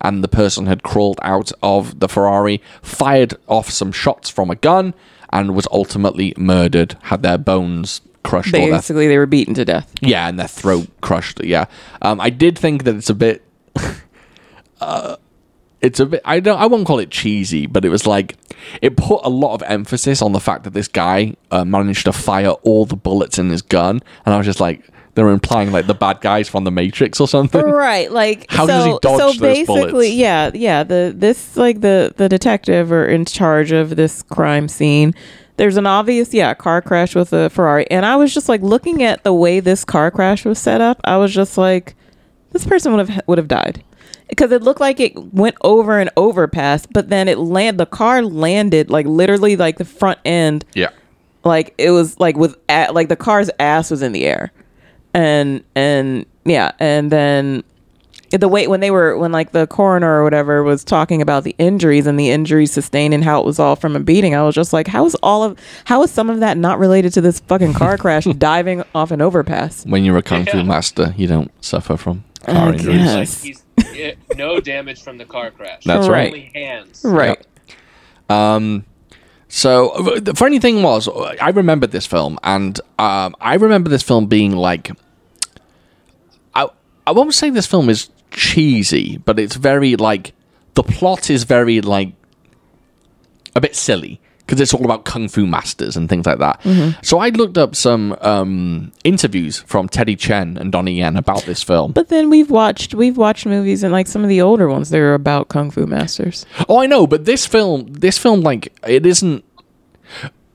Speaker 1: and the person had crawled out of the Ferrari, fired off some shots from a gun, and was ultimately murdered. Had their bones crushed or their
Speaker 2: Basically, they were beaten to death.
Speaker 1: yeah, and their throat crushed. Yeah, um, I did think that it's a bit. uh, it's a bit. I don't. I won't call it cheesy, but it was like it put a lot of emphasis on the fact that this guy uh, managed to fire all the bullets in his gun, and I was just like, they were implying like the bad guys from the Matrix or something.
Speaker 2: right like
Speaker 1: How
Speaker 2: so,
Speaker 1: does he dodge
Speaker 2: so
Speaker 1: those
Speaker 2: basically
Speaker 1: bullets?
Speaker 2: yeah yeah the this like the the detective or in charge of this crime scene there's an obvious yeah car crash with a ferrari and i was just like looking at the way this car crash was set up i was just like this person would have would have died because it looked like it went over an overpass but then it land the car landed like literally like the front end
Speaker 1: Yeah.
Speaker 2: like it was like with a like the car's ass was in the air and and yeah and then the way when they were when like the coroner or whatever was talking about the injuries and the injuries sustained and how it was all from a beating i was just like how is all of how is some of that not related to this fucking car crash diving off an overpass
Speaker 1: When you're a kung fu
Speaker 3: Yeah.
Speaker 1: master, you don't suffer from car
Speaker 2: I
Speaker 1: injuries.
Speaker 2: guess.
Speaker 3: Like
Speaker 2: Yes.
Speaker 3: he's it, no damage from the car crash.
Speaker 1: That's
Speaker 2: right.
Speaker 3: Only hands.
Speaker 2: right
Speaker 1: So uh, the funny thing was, uh, I remembered this film, and um, I remember this film being like, I I won't say this film is cheesy, but it's very like the plot is very like a bit silly because it's all about kung fu masters and things like that. So I looked up some um, interviews from Teddy Chen and Donnie Yen about this film.
Speaker 2: but then we've watched we've watched movies and like some of the older ones that are about kung fu masters
Speaker 1: Oh, I know, but this film, this film, like, it isn't.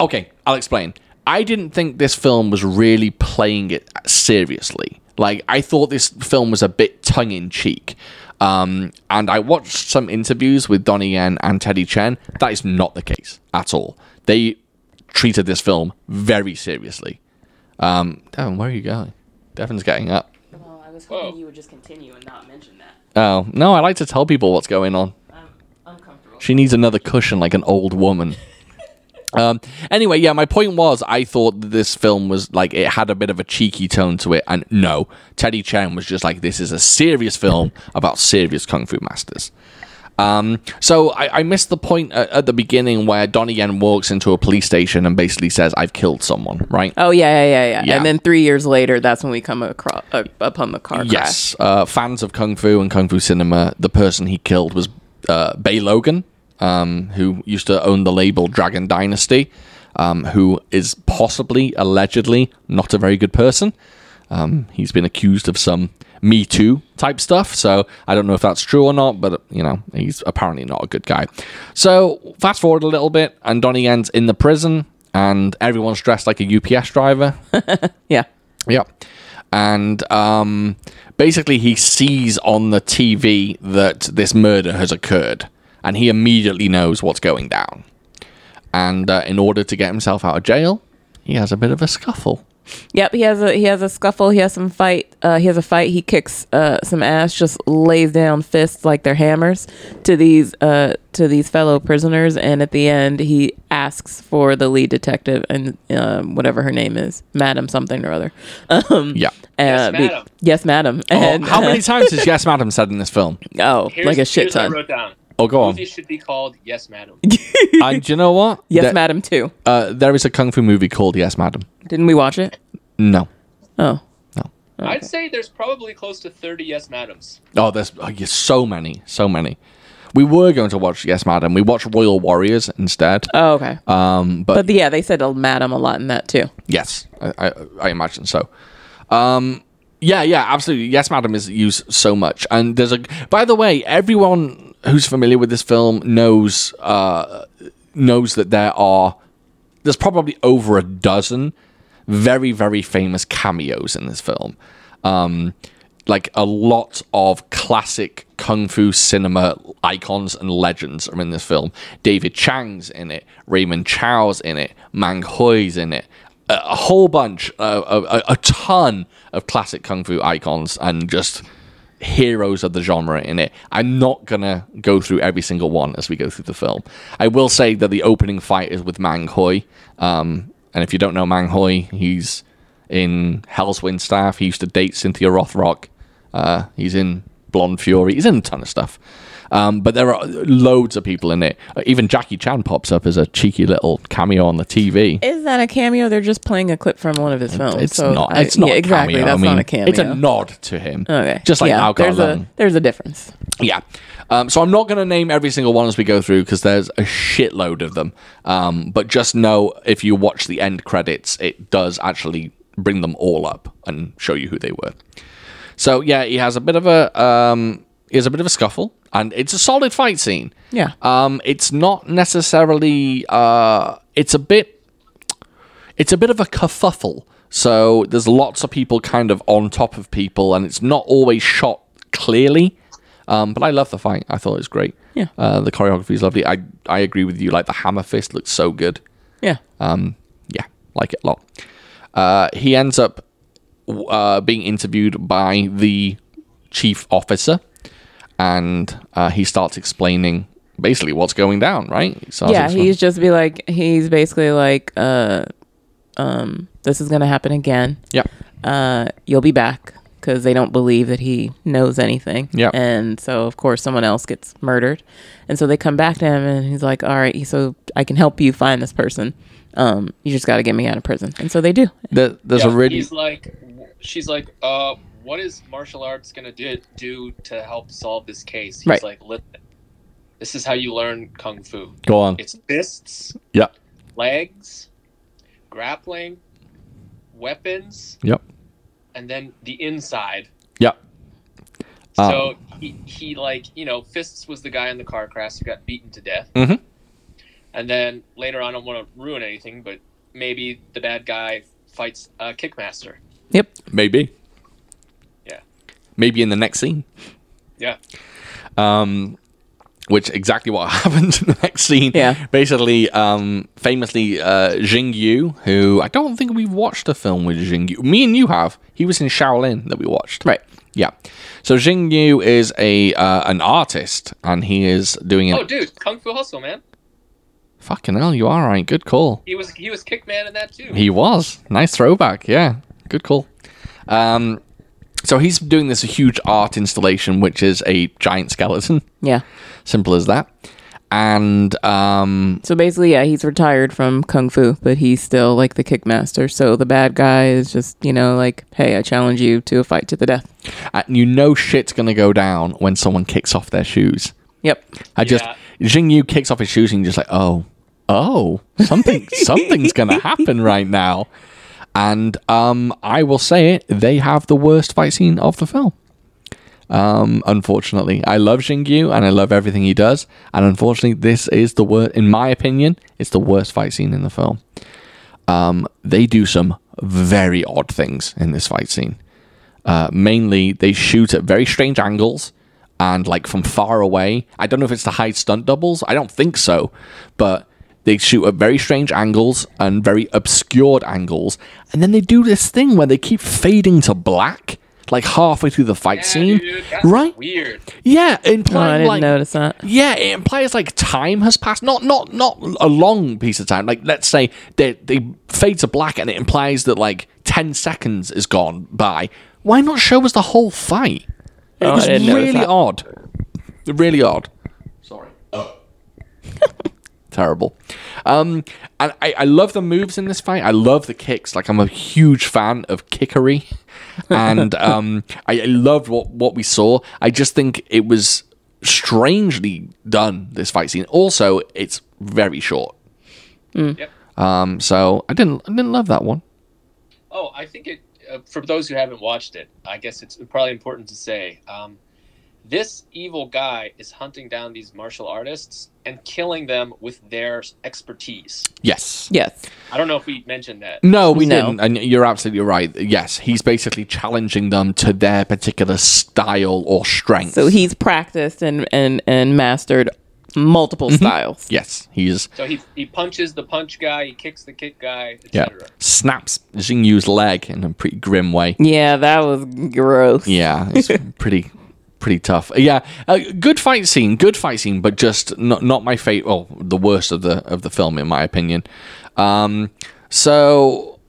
Speaker 1: Okay, I'll explain. I didn't think this film was really playing it seriously. Like, I thought this film was a bit tongue in cheek. Um, and I watched some interviews with Donnie Yen and Teddy Chen. That is not the case at all. They treated this film very seriously. Um, Devin, where are you going? Devin's getting up.
Speaker 4: Well, I was
Speaker 3: hoping Whoa. you
Speaker 4: would just continue and not mention that.
Speaker 1: Oh, no, I like to tell people what's going on.
Speaker 4: I'm uncomfortable.
Speaker 1: She needs another cushion like an old woman. um, anyway, yeah, my point was I thought that this film was like it had a bit of a cheeky tone to it, and no, Teddy Chen was just like this is a serious film about serious kung fu masters. Um, so I, I missed the point at, at the beginning where Donnie Yen walks into a police station and basically says, "I've killed someone." Right?
Speaker 2: Oh yeah, yeah, yeah, yeah.
Speaker 1: Yeah.
Speaker 2: And then three years later, that's when we come across uh, upon the car crash.
Speaker 1: Yes. Uh, fans of Kung Fu and Kung Fu cinema, the person he killed was uh, Bay Logan, um, who used to own the label Dragon Dynasty, um, who is possibly, allegedly, not a very good person. Um, he's been accused of some Me Too type stuff, so I don't know if that's true or not, but, you know, he's apparently not a good guy. So, fast forward a little bit, and Donnie Yen's in the prison, and everyone's dressed like a UPS driver.
Speaker 2: Yeah.
Speaker 1: Yeah. And um, basically, he sees on the TV that this murder has occurred, and he immediately knows what's going down. And uh, in order to get himself out of jail, he has a bit of a scuffle.
Speaker 2: Yep. He has a he has a scuffle. He has some fight. Uh, he has a fight. He kicks uh, some ass. Just lays down fists like they're hammers to these uh, to these fellow prisoners. And at the end, he asks for the lead detective and um, whatever her name is, Madam something or other. Um,
Speaker 1: Yeah.
Speaker 3: Yes,
Speaker 2: be-
Speaker 3: madam.
Speaker 2: yes, madam. And uh,
Speaker 1: oh, how many times is Yes Madam said in this film?
Speaker 2: oh,
Speaker 3: Here's,
Speaker 2: like a shit
Speaker 3: here's what I
Speaker 2: ton.
Speaker 3: wrote down.
Speaker 1: Oh, go on.
Speaker 3: Movie should be called Yes, Madam.
Speaker 1: And do you know what?
Speaker 2: Yes,
Speaker 1: There-
Speaker 2: madam. Too.
Speaker 1: Uh, there is a kung fu movie called Yes Madam.
Speaker 2: Didn't we watch it?
Speaker 1: No.
Speaker 2: Oh.
Speaker 3: I'd say there's probably close to 30 Yes, Madams.
Speaker 1: Oh, there's oh, yes, so many, so many. We were going to watch Yes Madam. We watched Royal Warriors instead.
Speaker 2: Oh, okay.
Speaker 1: Um, but
Speaker 2: But yeah, they said uh, madam a lot in that too.
Speaker 1: Yes, I, I, I imagine so. Um, yeah, yeah, absolutely. Yes, madam is used so much, and there's a. By the way, everyone who's familiar with this film knows uh, knows that there are there's probably over a dozen very very famous cameos in this film. Um, like a lot of classic kung fu cinema icons and legends are in this film. David Chang's in it, Raymond Chow's in it, Mang Hoi's in it. A a whole bunch, uh, a, a, a ton of classic kung fu icons and just heroes of the genre in it. I'm not gonna go through every single one as we go through the film. I will say that the opening fight is with Mang Hoi, um, and if you don't know Mang Hoi, he's in Hell's Wind Staff. He used to date Cynthia Rothrock. Uh, he's in Blonde Fury. He's in a ton of stuff. Um, but there are loads of people in it. Uh, Even Jackie Chan pops up as a cheeky little cameo on the TV.
Speaker 2: Is that a cameo? They're just playing a clip from one of his films.
Speaker 1: It's
Speaker 2: so
Speaker 1: not.
Speaker 2: I-
Speaker 1: It's not
Speaker 2: yeah,
Speaker 1: a
Speaker 2: exactly.
Speaker 1: cameo.
Speaker 2: That's
Speaker 1: I mean,
Speaker 2: not a cameo.
Speaker 1: It's a nod to him.
Speaker 2: okay.
Speaker 1: Just like
Speaker 2: yeah,
Speaker 1: Al
Speaker 2: there's
Speaker 1: Long.
Speaker 2: a there's a difference.
Speaker 1: Yeah. Um, so I'm not going to name every single one as we go through because there's a shitload of them. Um, but just know if you watch the end credits, it does actually bring them all up and show you who they were. So yeah, he has a bit of a um, he has a bit of a scuffle, and it's a solid fight scene.
Speaker 2: Yeah.
Speaker 1: Um, it's not necessarily. Uh, it's a bit. It's a bit of a kerfuffle. So there's lots of people kind of on top of people, and it's not always shot clearly. Um, but I love the fight. I thought it was great.
Speaker 2: Yeah.
Speaker 1: Uh, the choreography is lovely. I I agree with you. Like the hammer fist looks so good.
Speaker 2: Yeah.
Speaker 1: Um, yeah, like it a lot. Uh, he ends up w- uh, being interviewed by the chief officer, and uh, he starts explaining basically what's going down. Right? He starts
Speaker 2: yeah.
Speaker 1: explaining-
Speaker 2: He's just be like he's basically like uh um this is gonna happen again.
Speaker 1: yeah,
Speaker 2: Uh you'll be back because they don't believe that he knows anything.
Speaker 1: Yeah.
Speaker 2: And so of course someone else gets murdered, and so they come back to him and he's like, all right, so I can help you find this person. Um, you just got to get me out of prison, and so they do.
Speaker 1: There- there's
Speaker 3: Yeah,
Speaker 1: a really
Speaker 3: He's like, she's like, uh, what is martial arts gonna do, do to help solve this case? He's
Speaker 2: Right.
Speaker 3: like, listen, this is how you learn kung fu.
Speaker 1: go on.
Speaker 3: It's fists,
Speaker 1: Yeah.
Speaker 3: legs, grappling, weapons,
Speaker 1: Yep.
Speaker 3: and then the inside.
Speaker 1: Yep. Ah.
Speaker 3: So he, he like you know fists was the guy in the car crash who got beaten to death.
Speaker 1: Mhm.
Speaker 3: And then later on, I don't want to ruin anything, but maybe the bad guy fights uh, Kickmaster.
Speaker 2: Yep.
Speaker 1: Maybe.
Speaker 3: Yeah.
Speaker 1: Maybe in the next scene.
Speaker 3: Yeah.
Speaker 1: um, which exactly what happened in the next scene.
Speaker 2: Yeah.
Speaker 1: Basically, um, famously, uh, Jing Yu, who I don't think we've watched a film with Jing Yu. Me and you have. He was in Shaolin that we watched.
Speaker 2: Right.
Speaker 1: Yeah. So Jing Yu is a uh, an artist, and he is doing an
Speaker 3: Oh, dude, Kung Fu Hustle, man.
Speaker 1: fucking hell. You are right. Good call.
Speaker 3: He was he was Kickman in that too.
Speaker 1: He was nice throwback. Yeah, good call. Um, So he's doing this huge art installation, which is a giant skeleton.
Speaker 2: Yeah.
Speaker 1: Simple as that. And um,
Speaker 2: So basically, yeah, he's retired from kung fu, but he's still like the kickmaster. So the bad guy is just, you know, like, hey, I challenge you to a fight to the death.
Speaker 1: and uh, you know shit's gonna go down when someone kicks off their shoes.
Speaker 2: Yep.
Speaker 1: I just Jing Yu kicks off his shoes and you're just like, oh, oh, something, something's gonna happen right now. And um, I will say it, they have the worst fight scene of the film. Um, unfortunately, I love Jing Yu and I love everything he does, and unfortunately, this is the worst. In my opinion, it's the worst fight scene in the film. Um, they do some very odd things in this fight scene. Uh, mainly, they shoot at very strange angles and like from far away. I don't know if it's to hide stunt doubles. I don't think so, but they shoot at very strange angles and very obscured angles, and then they do this thing where they keep fading to black, like halfway through the fight
Speaker 3: Yeah,
Speaker 1: scene,
Speaker 3: dude, that's
Speaker 1: right?
Speaker 3: Weird.
Speaker 1: Yeah,
Speaker 2: Oh, I
Speaker 1: implying
Speaker 2: didn't
Speaker 1: like
Speaker 2: notice that.
Speaker 1: yeah, it implies like time has passed. Not not not a long piece of time. Like let's say they they fade to black, and it implies that like ten seconds is gone by. Why not show us the whole fight? It
Speaker 2: Oh, I
Speaker 1: was
Speaker 2: didn't notice
Speaker 1: really
Speaker 2: that.
Speaker 1: odd. Really odd. Sorry. Terrible. Um, and I, I love the moves in this fight. I love the kicks. Like I'm a huge fan of kickery, and um, I, I loved what what we saw. I just think it was strangely done. This fight scene. Also, it's very short.
Speaker 3: Yep.
Speaker 1: Um, so I didn't I didn't love that one.
Speaker 3: Oh, I think it. Uh, for those who haven't watched it, I guess it's probably important to say um, this evil guy is hunting down these martial artists and killing them with their expertise.
Speaker 1: Yes.
Speaker 2: Yes.
Speaker 3: I don't know if we mentioned that.
Speaker 1: No, we
Speaker 2: No.
Speaker 1: didn't. And you're absolutely right. Yes, he's basically challenging them to their particular style or strength.
Speaker 2: So he's practiced and and and mastered multiple styles.
Speaker 1: yes, he's
Speaker 3: So he he punches the punch guy, he kicks the kick guy,
Speaker 1: yeah
Speaker 3: etc.
Speaker 1: snaps Xing Yu's leg in a pretty grim way.
Speaker 2: Yeah, that was gross.
Speaker 1: Yeah, it's pretty pretty tough. Uh, Yeah, a good fight scene, good fight scene, but just not not my fate. Well, the worst of the of the film, in my opinion. Um, so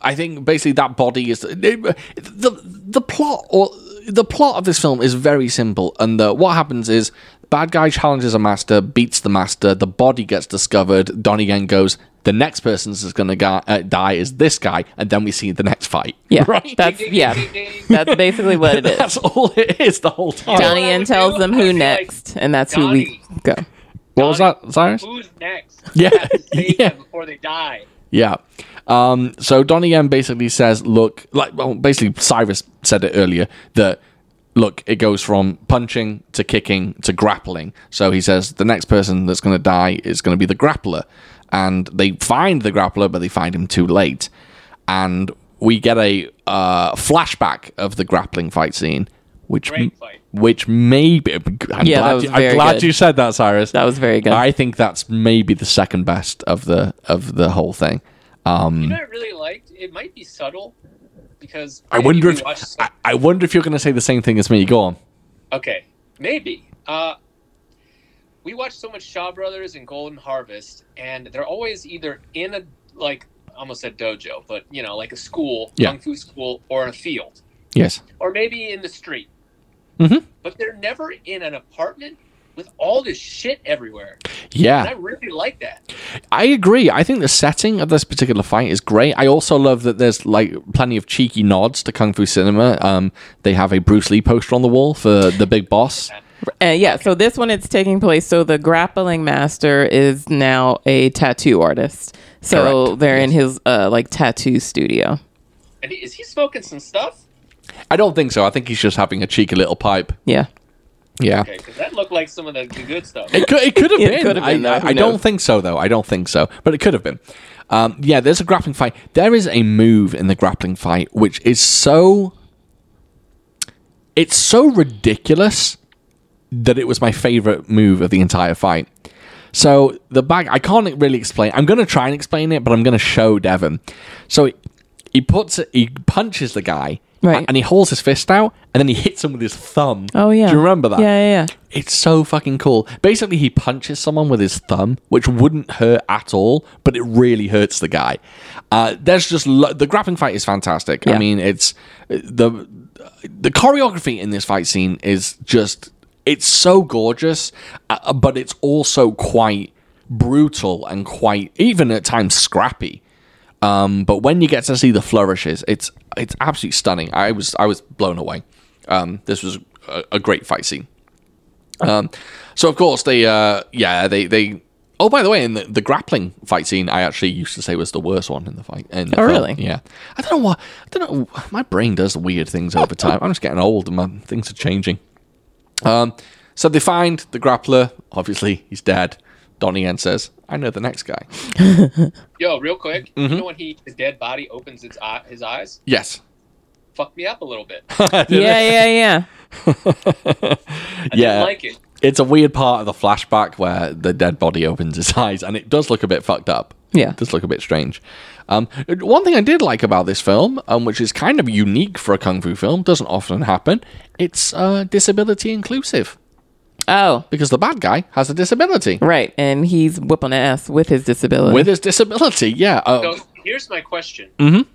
Speaker 1: I think basically that body is uh, the the plot or the plot of this film is very simple, and the, what happens is bad guy challenges a master, beats the master, the body gets discovered. Donnie Yen goes. The next person that's going to uh, die is this guy, and then we see the next fight.
Speaker 2: Yeah.
Speaker 1: right.
Speaker 2: That's
Speaker 3: Ding, ding,
Speaker 2: yeah.
Speaker 3: ding, ding, ding.
Speaker 2: That's basically what it is.
Speaker 1: That's all it is the whole time.
Speaker 2: Donnie
Speaker 3: I
Speaker 2: Yen
Speaker 3: would
Speaker 2: tells
Speaker 3: do?
Speaker 2: them
Speaker 3: I
Speaker 2: who
Speaker 3: feel like
Speaker 2: next, and that's who we go.
Speaker 1: what was that, Cyrus?
Speaker 3: Who's next?
Speaker 1: Yeah,
Speaker 3: You have to save
Speaker 1: yeah.
Speaker 3: them before they die.
Speaker 1: Yeah. Um, so Donnie Yen basically says, look, like, well, basically Cyrus said it earlier that, look, it goes from punching to kicking to grappling. So he says the next person that's going to die is going to be the grappler. And they find the grappler, but they find him too late. And we get a uh, flashback of the grappling fight scene, which
Speaker 3: Great fight.
Speaker 1: which maybe I'm
Speaker 2: Yeah, that
Speaker 1: glad,
Speaker 2: was
Speaker 1: you, I'm
Speaker 2: very
Speaker 1: glad
Speaker 2: good.
Speaker 1: you said that, Cyrus.
Speaker 2: That was very good.
Speaker 1: I think that's maybe the second best of the of the whole thing.
Speaker 3: You know, what I really liked. It might be subtle because
Speaker 1: I
Speaker 3: maybe
Speaker 1: wonder
Speaker 3: we
Speaker 1: if
Speaker 3: watched-
Speaker 1: I, I wonder if you're going to say the same thing as me. Go on.
Speaker 3: Okay, maybe. Uh, we watch so much Shaw Brothers and Golden Harvest, and they're always either in a like I almost said dojo, but you know, like a school,
Speaker 1: Yeah.
Speaker 3: kung fu school, or in a field,
Speaker 1: Yes.
Speaker 3: or maybe in the street.
Speaker 1: Mhm.
Speaker 3: But they're never in an apartment with all this shit everywhere, and I
Speaker 1: Yeah,
Speaker 3: really like that.
Speaker 1: I agree. I think the setting of this particular fight is great. I also love that there's like plenty of cheeky nods to kung fu cinema. Um, they have a Bruce Lee poster on the wall for the big boss.
Speaker 2: Uh, yeah, so this one it's taking place. So the grappling master is now a tattoo artist. So
Speaker 1: Correct.
Speaker 2: they're in his uh, like tattoo studio.
Speaker 3: And he, is he smoking some stuff?
Speaker 1: I don't think so. I think he's just having a cheeky little pipe.
Speaker 2: Yeah.
Speaker 1: Yeah.
Speaker 3: Okay, because that looked like some of the, the good stuff.
Speaker 1: It could, it could have
Speaker 2: Yeah, it
Speaker 1: been.
Speaker 2: could have been,
Speaker 1: I, I-
Speaker 2: though. Who
Speaker 1: I don't
Speaker 2: knows?
Speaker 1: think so, though. I don't think so. But it could have been. Um, yeah, there's a grappling fight. There is a move in the grappling fight which is so. It's so ridiculous that it was my favorite move of the entire fight. So the bag, I can't really explain. I'm going to try and explain it, but I'm going to show Devon. So he, he puts, he punches the guy.
Speaker 2: Right.
Speaker 1: And he holds his fist out and then he hits him with his thumb.
Speaker 2: oh yeah.
Speaker 1: Do you remember that?
Speaker 2: Yeah, yeah, yeah.
Speaker 1: It's so fucking cool. Basically, he punches someone with his thumb, which wouldn't hurt at all, but it really hurts the guy. Uh, there's just lo- the grappling fight is fantastic. I
Speaker 2: Yeah.
Speaker 1: mean, it's the the choreography in this fight scene is just it's so gorgeous, uh, but it's also quite brutal and quite even at times scrappy. Um, but when you get to see the flourishes, it's it's absolutely stunning. I was I was blown away. Um, this was a, a great fight scene. Um, so of course they, uh, yeah, they, they. Oh, by the way, in the, the grappling fight scene, I actually used to say was the worst one in the fight. In the
Speaker 2: Oh,
Speaker 1: film.
Speaker 2: really?
Speaker 1: Yeah. I don't know why. I don't know. My brain does weird things over time. I'm just getting old, and my things are changing. Um, so they find the grappler. Obviously, he's dead. Donnie Yen says, "I know the next guy."
Speaker 3: Yo, real quick,
Speaker 1: Mm-hmm.
Speaker 3: you know when he the dead body opens its eye, his eyes,
Speaker 1: Yes.
Speaker 3: fucked me up a little bit.
Speaker 2: Yeah, yeah, yeah.
Speaker 3: I
Speaker 1: yeah.
Speaker 3: didn't like it.
Speaker 1: it's a weird part of the flashback where the dead body opens its eyes and it does look a bit fucked up.
Speaker 2: Yeah.
Speaker 1: It does look a bit strange. Um, one thing I did like about this film, um, which is kind of unique for a kung fu film, doesn't often happen, it's uh, disability inclusive
Speaker 2: Oh,
Speaker 1: because the bad guy has a disability.
Speaker 2: right. And he's whipping ass with his disability.
Speaker 1: With his disability, yeah. Uh,
Speaker 3: So here's my question.
Speaker 1: Mhm.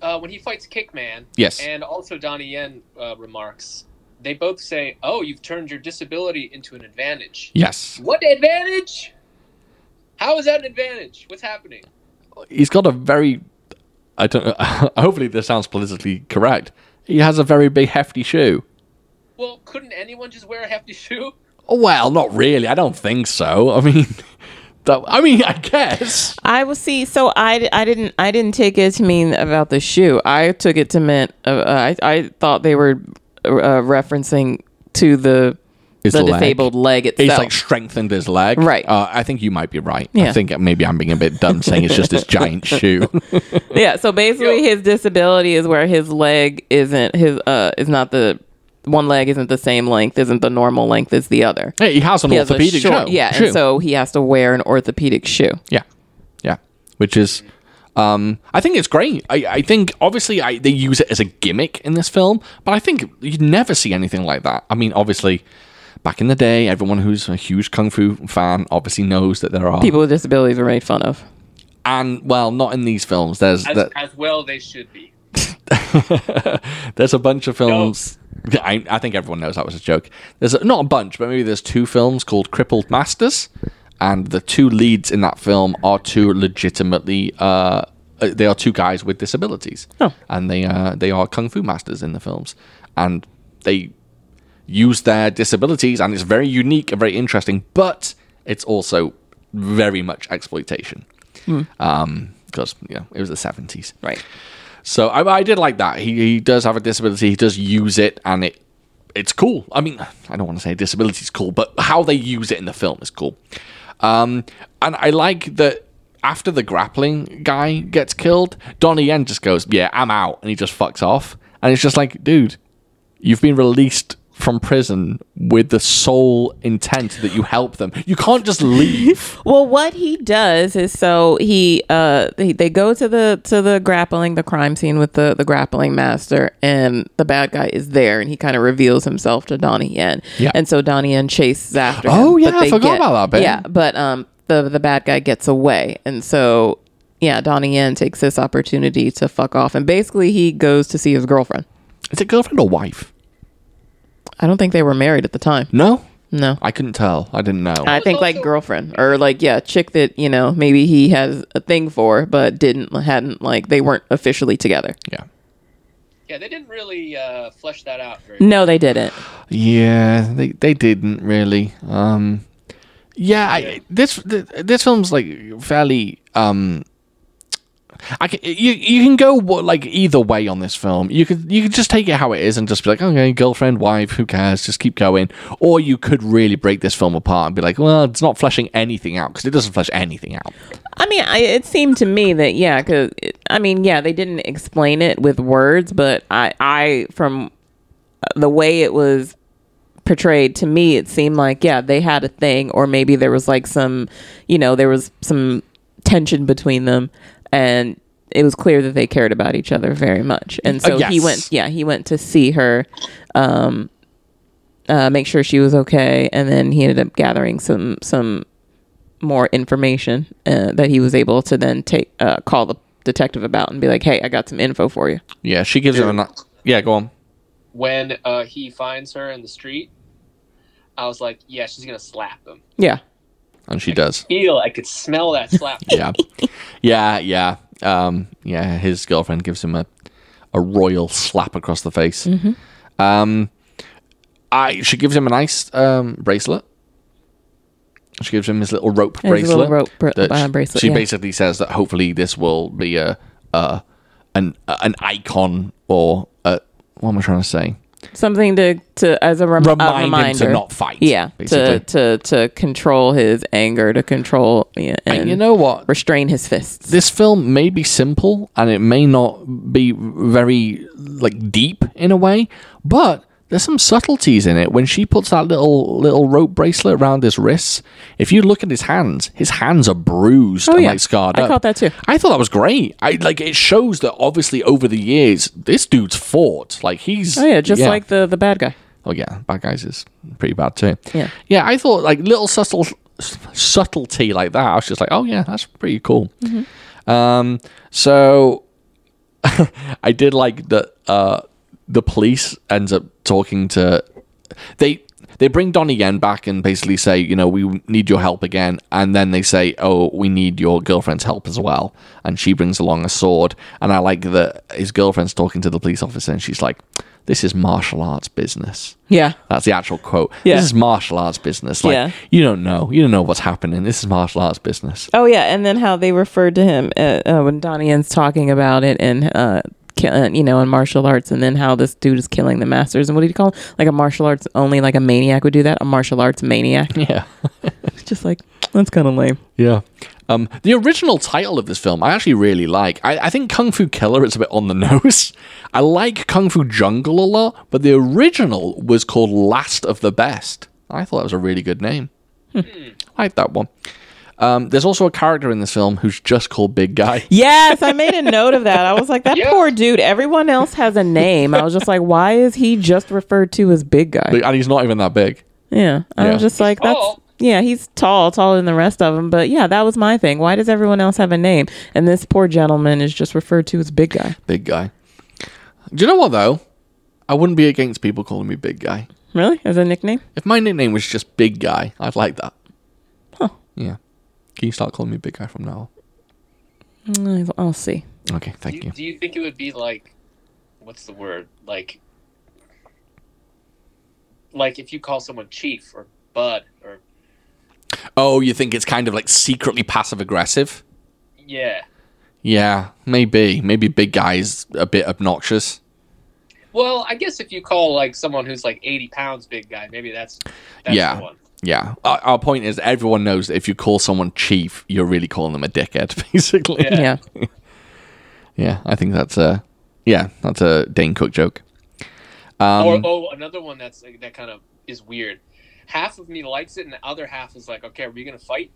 Speaker 3: Uh, when he fights Kickman,
Speaker 1: Yes.
Speaker 3: and also Donnie Yen uh, remarks, they both say, "Oh, you've turned your disability into an advantage."
Speaker 1: yes.
Speaker 3: What advantage? How is that an advantage? What's happening?
Speaker 1: He's got a very, I don't know, hopefully this sounds politically correct. He has a very big, hefty shoe.
Speaker 3: Well, couldn't anyone just wear a hefty shoe?
Speaker 1: Oh, Well, not really. I don't think so. I mean, that, I mean, I guess.
Speaker 2: I will see. So I, I didn't I didn't take it to mean about the shoe. I took it to meant uh, uh, I I thought they were uh, referencing to the
Speaker 1: His
Speaker 2: the
Speaker 1: leg.
Speaker 2: disabled leg
Speaker 1: He's
Speaker 2: itself.
Speaker 1: like strengthened his leg.
Speaker 2: Right.
Speaker 1: Uh, I think you might be right. I
Speaker 2: Yeah.
Speaker 1: think maybe I'm being a bit dumb saying it's just this giant shoe.
Speaker 2: yeah. So basically,
Speaker 3: Yo.
Speaker 2: his disability is where his leg isn't his uh is not the one leg isn't the same length isn't the normal length as the other.
Speaker 1: hey, he has an
Speaker 2: He has a
Speaker 1: orthopedic
Speaker 2: short-
Speaker 1: shoe.
Speaker 2: Yeah,
Speaker 1: shoe.
Speaker 2: and so he has to wear an orthopedic shoe.
Speaker 1: yeah, yeah, which is. Um, I think it's great. I, I think obviously I, they use it as a gimmick in this film, but I think you'd never see anything like that. I mean, obviously, back in the day, everyone who's a huge kung fu fan obviously knows that there are
Speaker 2: People with disabilities are made fun of.
Speaker 1: and well, not in these films. There's
Speaker 3: As,
Speaker 1: that,
Speaker 3: as well, they should be.
Speaker 1: there's a bunch of films. I, I think everyone knows that was a joke. There's a, not a bunch, but maybe there's two films called Crippled Masters, and the two leads in that film are two legitimately. Uh, uh, they are two guys with disabilities,
Speaker 2: Oh.
Speaker 1: and they uh, they are kung fu masters in the films, and they use their disabilities, and it's very unique and very interesting, but it's also very much exploitation. Um, because you know, it was the seventies,
Speaker 2: Right.
Speaker 1: so I, I did like that. He he does have a disability. He does use it, and it it's cool. I mean, I don't want to say disability is cool, but how they use it in the film is cool. Um, and I like that after the grappling guy gets killed, Donnie Yen just goes, "Yeah, I'm out," and he just fucks off. And it's just like, dude, you've been released from prison with the sole intent that you help them. You can't just leave.
Speaker 2: Well, what he does is so he uh they, they go to the to the grappling the crime scene with the the grappling master and the bad guy is there and he kind of reveals himself to Donnie Yen.
Speaker 1: Yeah.
Speaker 2: And so Donnie Yen chases after him.
Speaker 1: Oh, yeah,
Speaker 2: but
Speaker 1: I
Speaker 2: they
Speaker 1: forgot about that bit.
Speaker 2: Yeah, but um the the bad guy gets away and so yeah, Donnie Yen takes this opportunity to fuck off and basically he goes to see his girlfriend.
Speaker 1: Is it girlfriend or wife?
Speaker 2: I don't think they were married at the time.
Speaker 1: No,
Speaker 2: No.
Speaker 1: I couldn't tell. I didn't know.
Speaker 2: I think like girlfriend or like yeah, chick that you know maybe he has a thing for, but didn't hadn't like they weren't officially together.
Speaker 1: yeah.
Speaker 3: Yeah, they didn't really uh, flesh that out very
Speaker 2: No, they didn't.
Speaker 1: Yeah, they they didn't really. Um, yeah, I, this th- this film's like fairly. Um, I can, you you can go wha- like either way on this film. You could you could just take it how it is and just be like, okay, girlfriend, wife, who cares? Just keep going. Or you could really break this film apart and be like, well, it's not fleshing anything out because it doesn't flesh anything out.
Speaker 2: I mean, I, it seemed to me that yeah, because I mean yeah, they didn't explain it with words, but I I from uh, the way it was portrayed to me, it seemed like yeah, they had a thing, or maybe there was like some you know there was some tension between them, and it was clear that they cared about each other very much, and
Speaker 1: Uh,
Speaker 2: so he
Speaker 1: yes.
Speaker 2: went. Yeah, he went to see her, um, uh, make sure she was okay, and then he ended up gathering some some more information uh, that he was able to then take uh, call the detective about and be like, "Hey, I got some info for you."
Speaker 1: Yeah, she gives him a. kno- Yeah, go on.
Speaker 3: When uh, he finds her in the street, I was like, yeah, she's gonna slap him.
Speaker 2: Yeah,
Speaker 1: And she does.
Speaker 3: Feel I could smell that slap.
Speaker 1: Yeah, yeah, yeah. Um, yeah. His girlfriend gives him a a royal slap across the face.
Speaker 2: Mm-hmm.
Speaker 1: Um, I she gives him a nice um bracelet. She gives him his little rope
Speaker 2: His
Speaker 1: bracelet.
Speaker 2: little rope bra-
Speaker 1: that
Speaker 2: uh,
Speaker 1: sh-
Speaker 2: bracelet,
Speaker 1: She
Speaker 2: yeah.
Speaker 1: basically says that hopefully this will be a uh an an icon or a, what am I trying to say?
Speaker 2: something to to as a, rem- a
Speaker 1: Remind him to
Speaker 2: reminder
Speaker 1: not fight,
Speaker 2: Yeah,
Speaker 1: basically.
Speaker 2: to to to control his anger, to control yeah, and,
Speaker 1: And you know what?
Speaker 2: restrain his fists.
Speaker 1: this film may be simple and it may not be very like deep in a way, but there's some subtleties in it. When she puts that little little rope bracelet around his wrists, if you look at his hands, his hands are bruised and
Speaker 2: Oh, yeah.
Speaker 1: like scarred
Speaker 2: I
Speaker 1: up.
Speaker 2: caught that too.
Speaker 1: I thought that was great. I like it shows that obviously over the years this dude's fought. Like he's
Speaker 2: oh yeah, just like the the bad guy.
Speaker 1: Oh yeah, bad guys is pretty bad too.
Speaker 2: Yeah.
Speaker 1: yeah. I thought like little subtle subtlety like that. I was just like, oh yeah, that's pretty cool. Um, so I did like that. Uh, the police ends up talking to they. They bring Donnie Yen back and basically say, you know, we need your help again. And then they say, oh, we need your girlfriend's help as well. And she brings along a sword. And I like that his girlfriend's talking to the police officer and she's like, this is martial arts business.
Speaker 2: Yeah,
Speaker 1: That's the actual quote.
Speaker 2: Yeah.
Speaker 1: This is martial arts business. Like
Speaker 2: Yeah.
Speaker 1: you don't know. You don't know what's happening. This is martial arts business.
Speaker 2: Oh yeah, and then how they referred to him uh, uh, when Donnie Yen's talking about it and uh, ki- uh, you know in martial arts, and then how this dude is killing the masters and what did he call him? Like a martial arts only like a maniac would do that. A martial arts maniac.
Speaker 1: Yeah.
Speaker 2: just like that's kind of lame.
Speaker 1: Yeah. Um, the original title of this film, I actually really like. I, I think Kung Fu Killer is a bit on the nose. I like Kung Fu Jungle a lot, but the original was called Last of the Best. I thought that was a really good name.
Speaker 2: Hmm.
Speaker 1: Hmm. I like that one. Um, there's also a character in this film who's just called Big Guy.
Speaker 2: Yes, I made a note of that. I was like, that
Speaker 3: Yeah.
Speaker 2: poor dude. Everyone else has a name. I was just like, why is he just referred to as big guy?
Speaker 1: And he's not even that big.
Speaker 2: Yeah, I
Speaker 1: Yeah.
Speaker 2: was just like, that's
Speaker 3: tall.
Speaker 2: yeah, he's tall, taller than the rest of them. But yeah, that was my thing. Why does everyone else have a name? And this poor gentleman is just referred to as big guy.
Speaker 1: Big Guy. Do you know what, though? I wouldn't be against people calling me Big Guy.
Speaker 2: Really, as a nickname?
Speaker 1: If my nickname was just Big Guy, I'd like that.
Speaker 2: Huh.
Speaker 1: Yeah. Can you start calling me Big Guy from now
Speaker 2: Mm, I'll see.
Speaker 1: on? Okay,
Speaker 3: Do
Speaker 1: thank
Speaker 3: you,
Speaker 1: you.
Speaker 3: do you think it would be like, what's the word? Like, like if you call someone chief or bud or
Speaker 1: Oh, you think it's kind of like secretly passive aggressive?
Speaker 3: yeah.
Speaker 1: Yeah, maybe. Maybe Big Guy is a bit obnoxious.
Speaker 3: Well, I guess if you call like someone who's like eighty pounds big guy, maybe that's, that's
Speaker 1: Yeah.
Speaker 3: the one.
Speaker 1: Yeah. Our, our point is, everyone knows that if you call someone chief, you're really calling them a dickhead, basically.
Speaker 3: Yeah.
Speaker 2: Yeah.
Speaker 1: Yeah, I think that's a. Yeah, that's a Dane Cook joke. Um,
Speaker 3: or oh, another one that's like, that kind of is weird. Half of me likes it, and the other half is like, okay, are we gonna fight?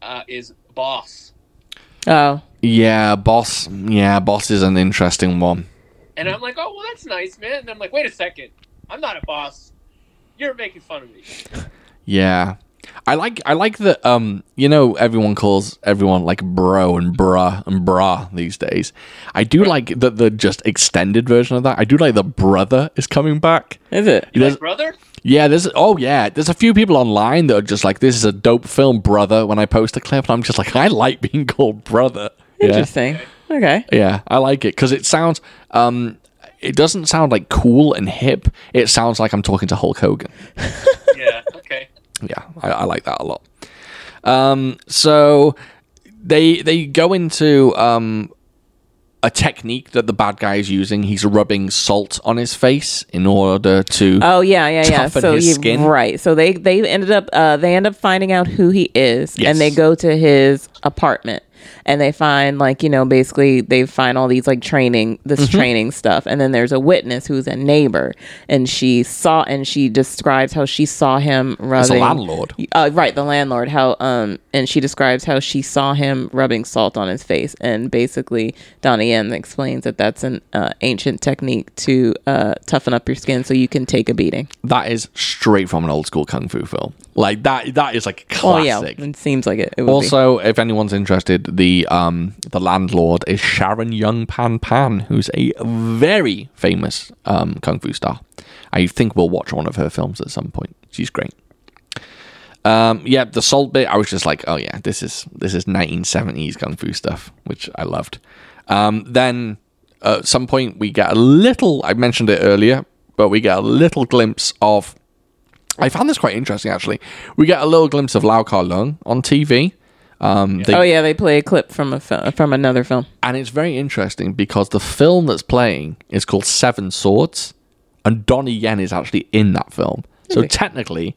Speaker 3: Uh, is boss,
Speaker 2: Oh,
Speaker 1: Yeah, boss. Yeah, boss is an interesting one.
Speaker 3: and I'm like, oh well, that's nice, man. And I'm like, wait a second, I'm not a boss. You're making fun of me.
Speaker 1: Yeah. I like I like that um you know everyone calls everyone like bro and bruh and brah these days. I do like that the just extended version of that. I do like the brother is coming back.
Speaker 2: is it?
Speaker 1: There's-
Speaker 3: Like, brother,
Speaker 1: yeah, there's oh yeah, there's a few people online that are just like this is a dope film, brother. When I post a clip, and I'm just like I like being called brother. Yeah.
Speaker 2: Interesting. Okay.
Speaker 1: Yeah, I like it because it sounds um it doesn't sound like cool and hip. It sounds like I'm talking to Hulk Hogan.
Speaker 3: yeah, okay.
Speaker 1: yeah, I, I like that a lot. Um, so they they go into um, a technique that the bad guy is using. He's rubbing salt on his face in order to.
Speaker 2: Oh yeah, yeah, yeah.
Speaker 1: toughen
Speaker 2: So
Speaker 1: his
Speaker 2: you
Speaker 1: skin.
Speaker 2: right. So they they ended up uh, they end up finding out who he is,
Speaker 1: Yes.
Speaker 2: and they go to his apartment. and they find like you know basically they find all these like training this
Speaker 1: Mm-hmm.
Speaker 2: training stuff and then there's a witness who's a neighbor and she saw and she describes how she saw him
Speaker 1: As a
Speaker 2: rubbing
Speaker 1: landlord.
Speaker 2: uh, right the landlord how um and she describes how she saw him rubbing salt on his face and basically donnie yen explains that that's an uh, ancient technique to uh, toughen up your skin so you can take a beating
Speaker 1: That is straight from an old school kung fu film. Like that. That is like classic.
Speaker 2: oh yeah it seems like it, it would be.
Speaker 1: Also, if anyone's interested, the um the landlord is Sharon Young Pan Pan, who's a very famous um kung fu star. I think we'll watch one of her films at some point. She's great. Um, yeah, the salt bit, I was just like, oh yeah, this is this is 1970s kung fu stuff, which I loved. Um, then uh, at some point we get a little. I mentioned it earlier, but we get a little glimpse of I found this quite interesting actually. We get a little glimpse of Lau Kar Lung on TV. Um, they-
Speaker 2: oh yeah they play a clip from a fil- from another film
Speaker 1: And it's very interesting because the film that's playing is called Seven Swords, and Donnie Yen is actually in that film. So
Speaker 2: Really?
Speaker 1: technically,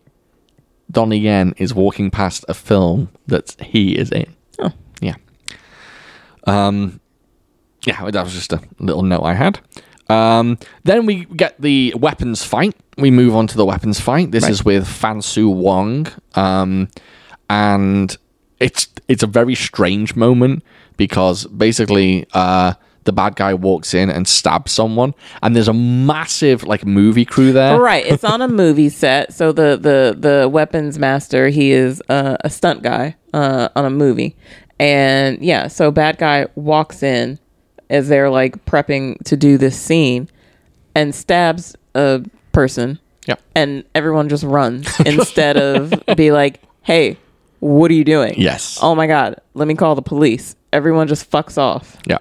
Speaker 1: Donnie Yen is walking past a film that he is in.
Speaker 2: Oh.
Speaker 1: Yeah. Um, yeah, that was just a little note I had. Um, then we get the weapons fight. We move on to the weapons fight. This is with Fansu Wong, um, and it's it's a very strange moment because basically uh, the bad guy walks in and stabs someone, and there's a massive like movie crew there.
Speaker 2: right it's on a movie set so the the the weapons master he is uh, a stunt guy uh, on a movie and yeah so bad guy walks in as they're like prepping to do this scene and stabs a person
Speaker 1: Yeah.
Speaker 2: and everyone just runs instead of be like hey what are you doing
Speaker 1: Yes.
Speaker 2: oh my god let me call the police everyone just fucks off
Speaker 1: Yeah.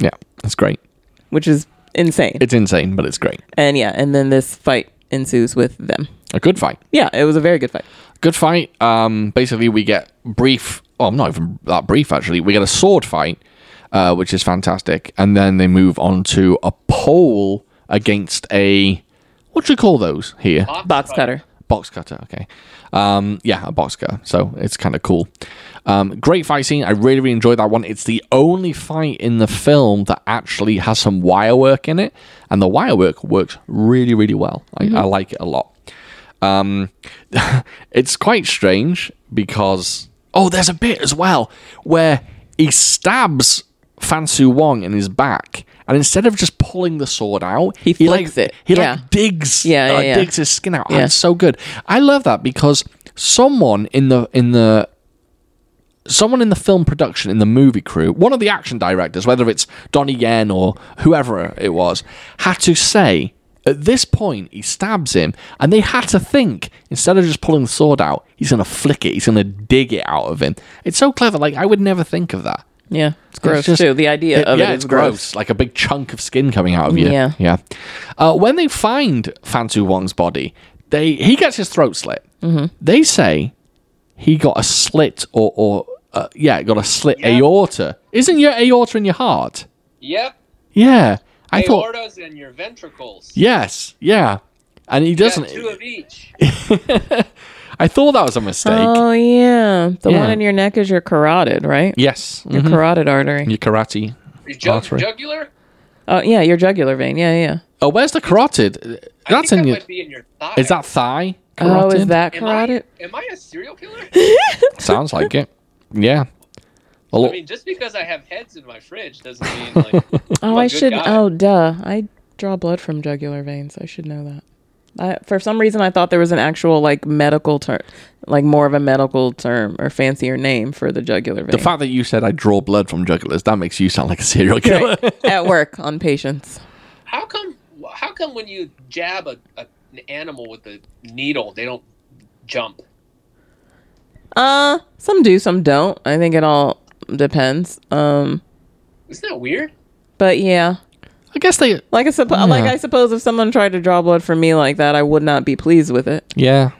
Speaker 1: Yeah. That's great.
Speaker 2: which is insane
Speaker 1: It's insane, but it's great.
Speaker 2: and yeah and then this fight ensues with them
Speaker 1: A good fight.
Speaker 2: yeah it was a very good fight
Speaker 1: good fight. Um, basically, we get brief. Oh, I'm not even that brief actually. We get a sword fight, uh, which is fantastic, and then they move on to a pole against a what do you call those here?
Speaker 2: box cutter
Speaker 1: Box cutter. Okay. Um, yeah, a box cutter. So it's kind of cool. Um, great fight scene. I really, really enjoyed that one. It's the only fight in the film that actually has some wire work in it, and the wire work works really, really well. I, I
Speaker 2: Mm-hmm.
Speaker 1: like it a lot. Um, it's quite strange because oh, there's a bit as well where he stabs Fansu Wong in his back, and instead of just pulling the sword out,
Speaker 2: He
Speaker 1: like,
Speaker 2: flicks it.
Speaker 1: He
Speaker 2: Yeah.
Speaker 1: like digs,
Speaker 2: Yeah,
Speaker 1: uh,
Speaker 2: yeah, yeah.
Speaker 1: digs his skin out. and
Speaker 2: Yeah.
Speaker 1: it's so good. I love that because someone in the in the someone in the film production in the movie crew, one of the action directors, whether it's Donnie Yen or whoever it was, had to say at this point he stabs him, and they had to think instead of just pulling the sword out, he's gonna flick it, he's gonna dig it out of him. It's so clever. Like I would never think of that.
Speaker 2: Yeah, it's
Speaker 1: It's
Speaker 2: gross
Speaker 1: just-
Speaker 2: too. The idea of
Speaker 1: yeah,
Speaker 2: it
Speaker 1: it's
Speaker 2: is gross.
Speaker 1: like a big chunk of skin coming out of you.
Speaker 2: Yeah.
Speaker 1: yeah. Uh, when they find Fansu Wong's body, they he gets his throat slit.
Speaker 2: Mm-hmm.
Speaker 1: They say he got a slit or or uh, yeah, got a slit aorta. Isn't your aorta in your heart?
Speaker 3: Yep.
Speaker 1: Yeah, I thought
Speaker 3: Aortas and your ventricles.
Speaker 1: yes, yeah, and he
Speaker 3: Yeah,
Speaker 1: doesn't.
Speaker 3: two of each.
Speaker 1: I thought that was a mistake.
Speaker 2: Oh yeah, the
Speaker 1: Yeah.
Speaker 2: one in your neck is your carotid, right?
Speaker 1: yes,
Speaker 2: Your
Speaker 1: mhm.
Speaker 2: carotid artery.
Speaker 1: your karate.
Speaker 3: Your jug-
Speaker 1: Artery.
Speaker 3: jugular.
Speaker 2: Oh yeah, your jugular vein. Yeah, yeah.
Speaker 1: Oh, where's the carotid?
Speaker 3: I
Speaker 1: That's
Speaker 3: think
Speaker 1: in
Speaker 3: that
Speaker 1: your.
Speaker 3: might be in your thigh.
Speaker 1: Is that thigh?
Speaker 2: Oh, is
Speaker 1: Carotid?
Speaker 2: that
Speaker 3: Am I,
Speaker 2: carotid?
Speaker 3: am I a serial killer?
Speaker 1: Sounds like it. Yeah. A
Speaker 3: I
Speaker 1: lot-
Speaker 3: mean, just because I have heads in my fridge doesn't mean like.
Speaker 2: Oh,
Speaker 3: I'm a
Speaker 2: I
Speaker 3: good
Speaker 2: should.
Speaker 3: guy.
Speaker 2: Oh, duh. I draw blood from jugular veins. I should know that. I, for some reason, I thought there was an actual like medical term, like more of a medical term or fancier name for the jugular vein.
Speaker 1: the fact that you said I draw blood from jugglers, that makes you sound like a serial killer.
Speaker 2: Right. At work on patients.
Speaker 3: How come? How come when you jab a, a an animal with a needle, they don't jump?
Speaker 2: Uh, some do, some don't. I think it all depends. Um,
Speaker 3: Isn't that weird?
Speaker 2: but yeah.
Speaker 1: I guess they.
Speaker 2: Like I suppo- like
Speaker 1: Yeah.
Speaker 2: I suppose if someone tried to draw blood from me like that, I would not be pleased with it.
Speaker 1: Yeah.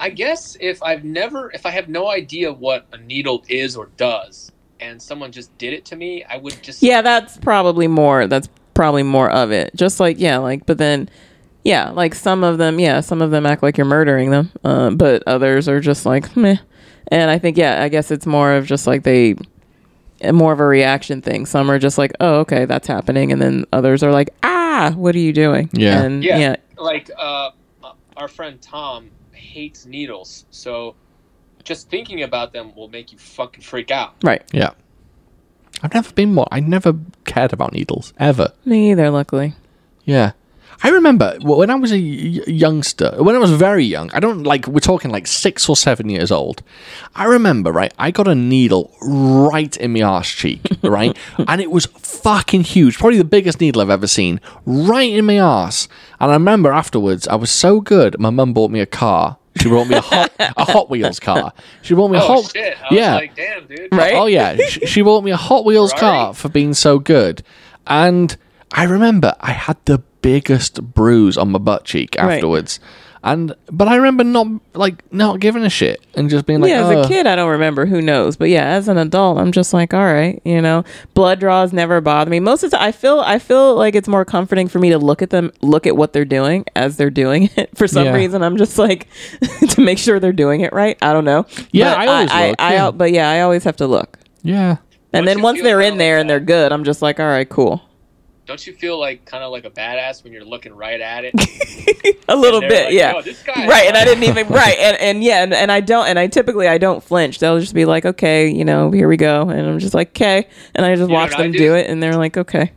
Speaker 3: I guess if I've never, if I have no idea what a needle is or does, and someone just did it to me, I would just
Speaker 2: Yeah, that's probably more. That's probably more of it. Just like yeah, like but then yeah, um, like some of them, yeah, some of them act like you're murdering them, uh, but others are just like meh. And I think, yeah, I guess it's more of just like they, eh, more of a reaction thing. Some are just like, oh, okay, that's happening. And then others are like, ah, what are you doing?
Speaker 1: Yeah.
Speaker 2: And
Speaker 3: Yeah.
Speaker 2: yeah.
Speaker 3: Like uh, our friend Tom hates needles, so just thinking about them will make you fucking freak out.
Speaker 2: Right.
Speaker 1: Yeah. I've never been more. I never cared about needles ever.
Speaker 2: Me either, luckily.
Speaker 1: Yeah. I remember w- when I was a y- youngster, when I was very young, I don't like, we're talking like six or seven years old. I remember, right, I got a needle right in my arse cheek, right? and it was fucking huge, probably the biggest needle I've ever seen, right in my arse. And I remember afterwards, I was so good, my mum bought me a car. She bought me a Hot, a hot Wheels car. She bought me a
Speaker 3: Oh
Speaker 1: Hot
Speaker 3: shit! I
Speaker 1: yeah.
Speaker 3: was like, damn, dude.
Speaker 2: Right?
Speaker 1: Oh yeah, she, she bought me a Hot Wheels car
Speaker 3: Right?
Speaker 1: for being so good, and I remember I had the biggest bruise on my butt cheek
Speaker 2: Right.
Speaker 1: afterwards, and but I remember not like not giving a shit and just being like,
Speaker 2: yeah, as
Speaker 1: "Oh."
Speaker 2: a kid, I don't remember. Who knows? But yeah, as an adult, I'm just like, all right, you know, blood draws never bother me. Most of the time, I feel I feel like it's more comforting for me to look at them, look at what they're doing as they're doing it. For some
Speaker 1: Yeah.
Speaker 2: reason, I'm just like to make sure they're doing it right. I don't know.
Speaker 1: Yeah,
Speaker 2: But
Speaker 1: I always
Speaker 2: I,
Speaker 1: look,
Speaker 2: I,
Speaker 1: yeah.
Speaker 2: al- but yeah, I always have to look.
Speaker 1: yeah,
Speaker 2: And
Speaker 3: Once
Speaker 2: then
Speaker 3: you
Speaker 2: once
Speaker 3: feel
Speaker 2: they're
Speaker 3: kinda
Speaker 2: in there
Speaker 3: like
Speaker 2: and they're
Speaker 3: that-
Speaker 2: good, I'm just like, all right, cool.
Speaker 3: Don't you feel like kind of like a badass when you're looking right at it?
Speaker 2: A little
Speaker 3: And they're
Speaker 2: bit,
Speaker 3: like,
Speaker 2: yeah.
Speaker 3: "Yo, this guy is
Speaker 2: right, and I
Speaker 3: like-"
Speaker 2: didn't even right, and and yeah, and, and I don't, and I typically I don't flinch. They'll just be like, okay, you know, here we go, and I'm just like, okay, and I just
Speaker 3: know
Speaker 2: watch
Speaker 3: what I
Speaker 2: them
Speaker 3: do?
Speaker 2: do it, and they're like, okay,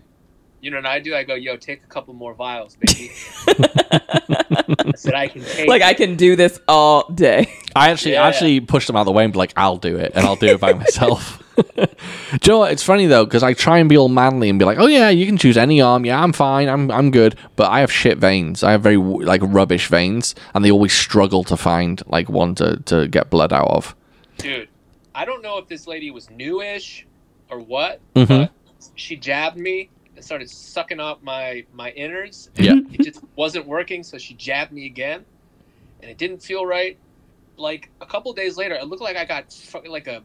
Speaker 3: You know what I do? I go, yo, take a couple more vials, baby. I said I can take.
Speaker 2: like I
Speaker 3: it."
Speaker 2: can do this all day.
Speaker 1: I actually I
Speaker 3: Yeah.
Speaker 1: actually pushed them out of the way and be like, I'll do it, and I'll do it by myself. do you know what? It's funny though because I try and be all manly and be like, "Oh yeah, you can choose any arm. Yeah, I'm fine. I'm I'm good." But I have shit veins. I have very w- like rubbish veins, and they always struggle to find like one to to get blood out of.
Speaker 3: dude. I don't know if this lady was newish or what,
Speaker 1: Mhm.
Speaker 3: but she jabbed me and started sucking up my my innards. and
Speaker 1: Yeah.
Speaker 3: it just wasn't working, so she jabbed me again, and it didn't feel right. Like a couple days later, it looked like I got fucking like a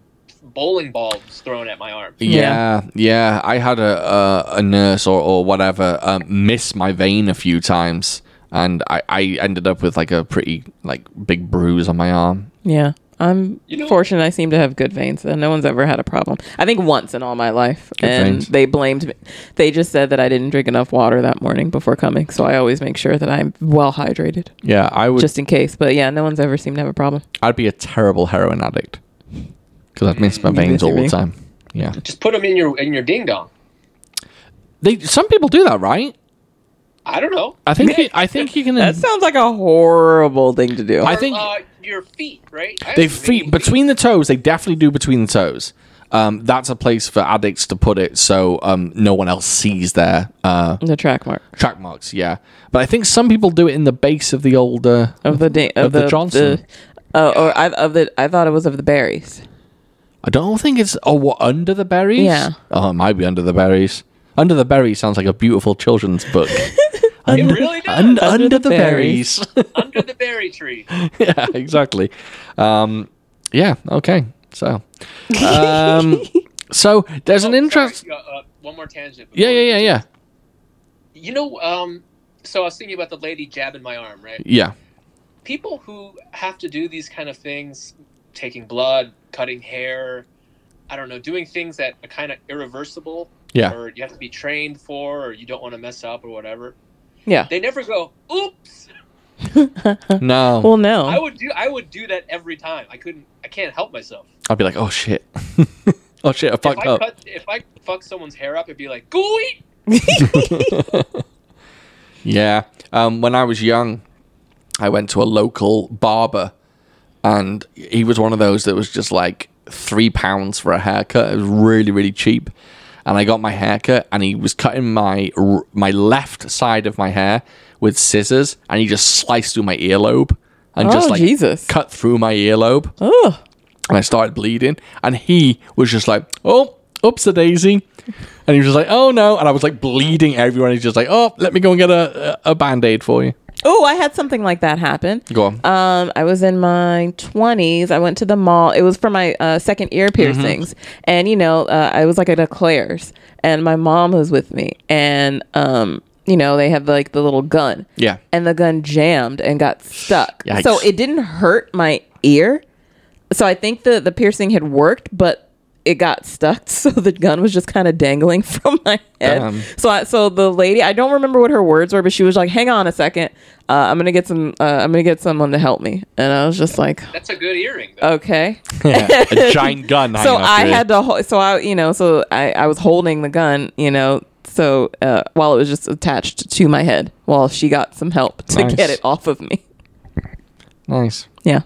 Speaker 3: bowling ball was thrown at my arm.
Speaker 1: Yeah, yeah. I had a a, a nurse or, or whatever um, miss my vein a few times, and I, I ended up with like a pretty like big bruise on my arm.
Speaker 2: Yeah, I'm
Speaker 3: You know-
Speaker 2: fortunate. I seem to have good veins. though. No one's ever had a problem. I think once in all my life,
Speaker 1: Good
Speaker 2: and
Speaker 1: veins.
Speaker 2: they blamed me. They just said that I didn't drink enough water that morning before coming, so I always make sure that I'm well hydrated
Speaker 1: Yeah, I would.
Speaker 2: just in case. But yeah, no one's ever seemed to have a problem.
Speaker 1: I'd be a terrible heroin addict because I'd miss my veins all the
Speaker 2: basically.
Speaker 1: time. Yeah,
Speaker 3: Just put them in your in your ding dong.
Speaker 1: they some people do that, right?
Speaker 3: I don't know.
Speaker 1: I think you, I think you can.
Speaker 2: That sounds like a horrible thing to do.
Speaker 1: I
Speaker 3: Or,
Speaker 1: think-
Speaker 3: uh, your feet, right? I
Speaker 1: They
Speaker 3: haven't seen
Speaker 1: feet
Speaker 3: any
Speaker 1: between the toes. They definitely do between the toes. Um, that's a place for addicts to put it, so um, no one else sees their uh,
Speaker 2: the track mark
Speaker 1: track marks. Yeah, but I think some people do it in the base of the older.
Speaker 2: of the da- of,
Speaker 1: Of the Johnson.
Speaker 2: the- oh, or I, of the I thought it was of the berries.
Speaker 1: I don't think it's oh what under the berries.
Speaker 2: Yeah.
Speaker 1: Oh, it might be under the berries. Under the berries sounds like a beautiful children's book.
Speaker 3: It really does.
Speaker 1: Un- under, the
Speaker 2: the
Speaker 1: berries.
Speaker 2: berries.
Speaker 3: under the berry tree.
Speaker 1: yeah, exactly. Um, yeah. Okay. So. Um, so there's an
Speaker 3: Oh,
Speaker 1: interest.
Speaker 3: sorry, uh, uh, one more tangent.
Speaker 1: Yeah,
Speaker 3: before we
Speaker 1: yeah, yeah, yeah,
Speaker 3: You know, um, so I was thinking about the lady jabbing my arm, right?
Speaker 1: yeah.
Speaker 3: People who have to do these kind of things, taking blood, cutting hair, I don't know, doing things that are kind of irreversible,
Speaker 1: Yeah.
Speaker 3: or you have to be trained for, or you don't want to mess up, or whatever.
Speaker 2: Yeah.
Speaker 3: They never go, "Oops."
Speaker 1: No,
Speaker 2: Well,
Speaker 3: I
Speaker 2: no.
Speaker 3: would do, I would do that every time. I couldn't, I can't help myself.
Speaker 1: I'd be like, oh shit, oh shit, I
Speaker 3: If
Speaker 1: fucked
Speaker 3: I
Speaker 1: up.
Speaker 3: cut, if I fuck someone's hair up, it'd be like, "Gooey."
Speaker 1: Yeah. Um, when I was young, I went to a local barber, and he was one of those that was just like three pounds for a haircut. It was really, really cheap. And I got my haircut, and he was cutting my r- my left side of my hair with scissors, and he just sliced through my earlobe and just
Speaker 2: Oh,
Speaker 1: like
Speaker 2: Jesus.
Speaker 1: cut through my earlobe
Speaker 2: Ugh.
Speaker 1: and I started bleeding. And he was just like, "Oh, oops a daisy," and he was just like, "Oh no!" And I was like bleeding everywhere. And he's just like, "Oh, let me go and get a a band aid for you."
Speaker 2: Oh, I had something like that happen.
Speaker 1: Go on.
Speaker 2: Um, I was in my 20s. I went to the mall. It was for my uh, second ear
Speaker 1: Mm-hmm.
Speaker 2: piercings. And, you know, uh, I was like at a Claire's, and my mom was with me. And, um, you know, they have like the little gun.
Speaker 1: Yeah.
Speaker 2: And the gun jammed and got stuck.
Speaker 1: Yikes.
Speaker 2: So it didn't hurt my ear. so I think the the piercing had worked, but it got stuck, so the gun was just kind of dangling from my head.
Speaker 1: Damn.
Speaker 2: So I, so the lady, I don't remember what her words were, but she was like, "Hang on a second, uh, I'm gonna get some, uh, I'm gonna get someone to help me," and I was just like,
Speaker 3: That's a good earring, though.
Speaker 2: "Okay."
Speaker 1: Yeah, a giant gun. hanging
Speaker 2: so
Speaker 1: off
Speaker 2: I
Speaker 1: your-
Speaker 2: had to, ho- so I, you know, so I, I was holding the gun, you know, so uh, while it was just attached to my head, while she got some help to
Speaker 1: Nice.
Speaker 2: get it off of me.
Speaker 1: nice.
Speaker 2: Yeah,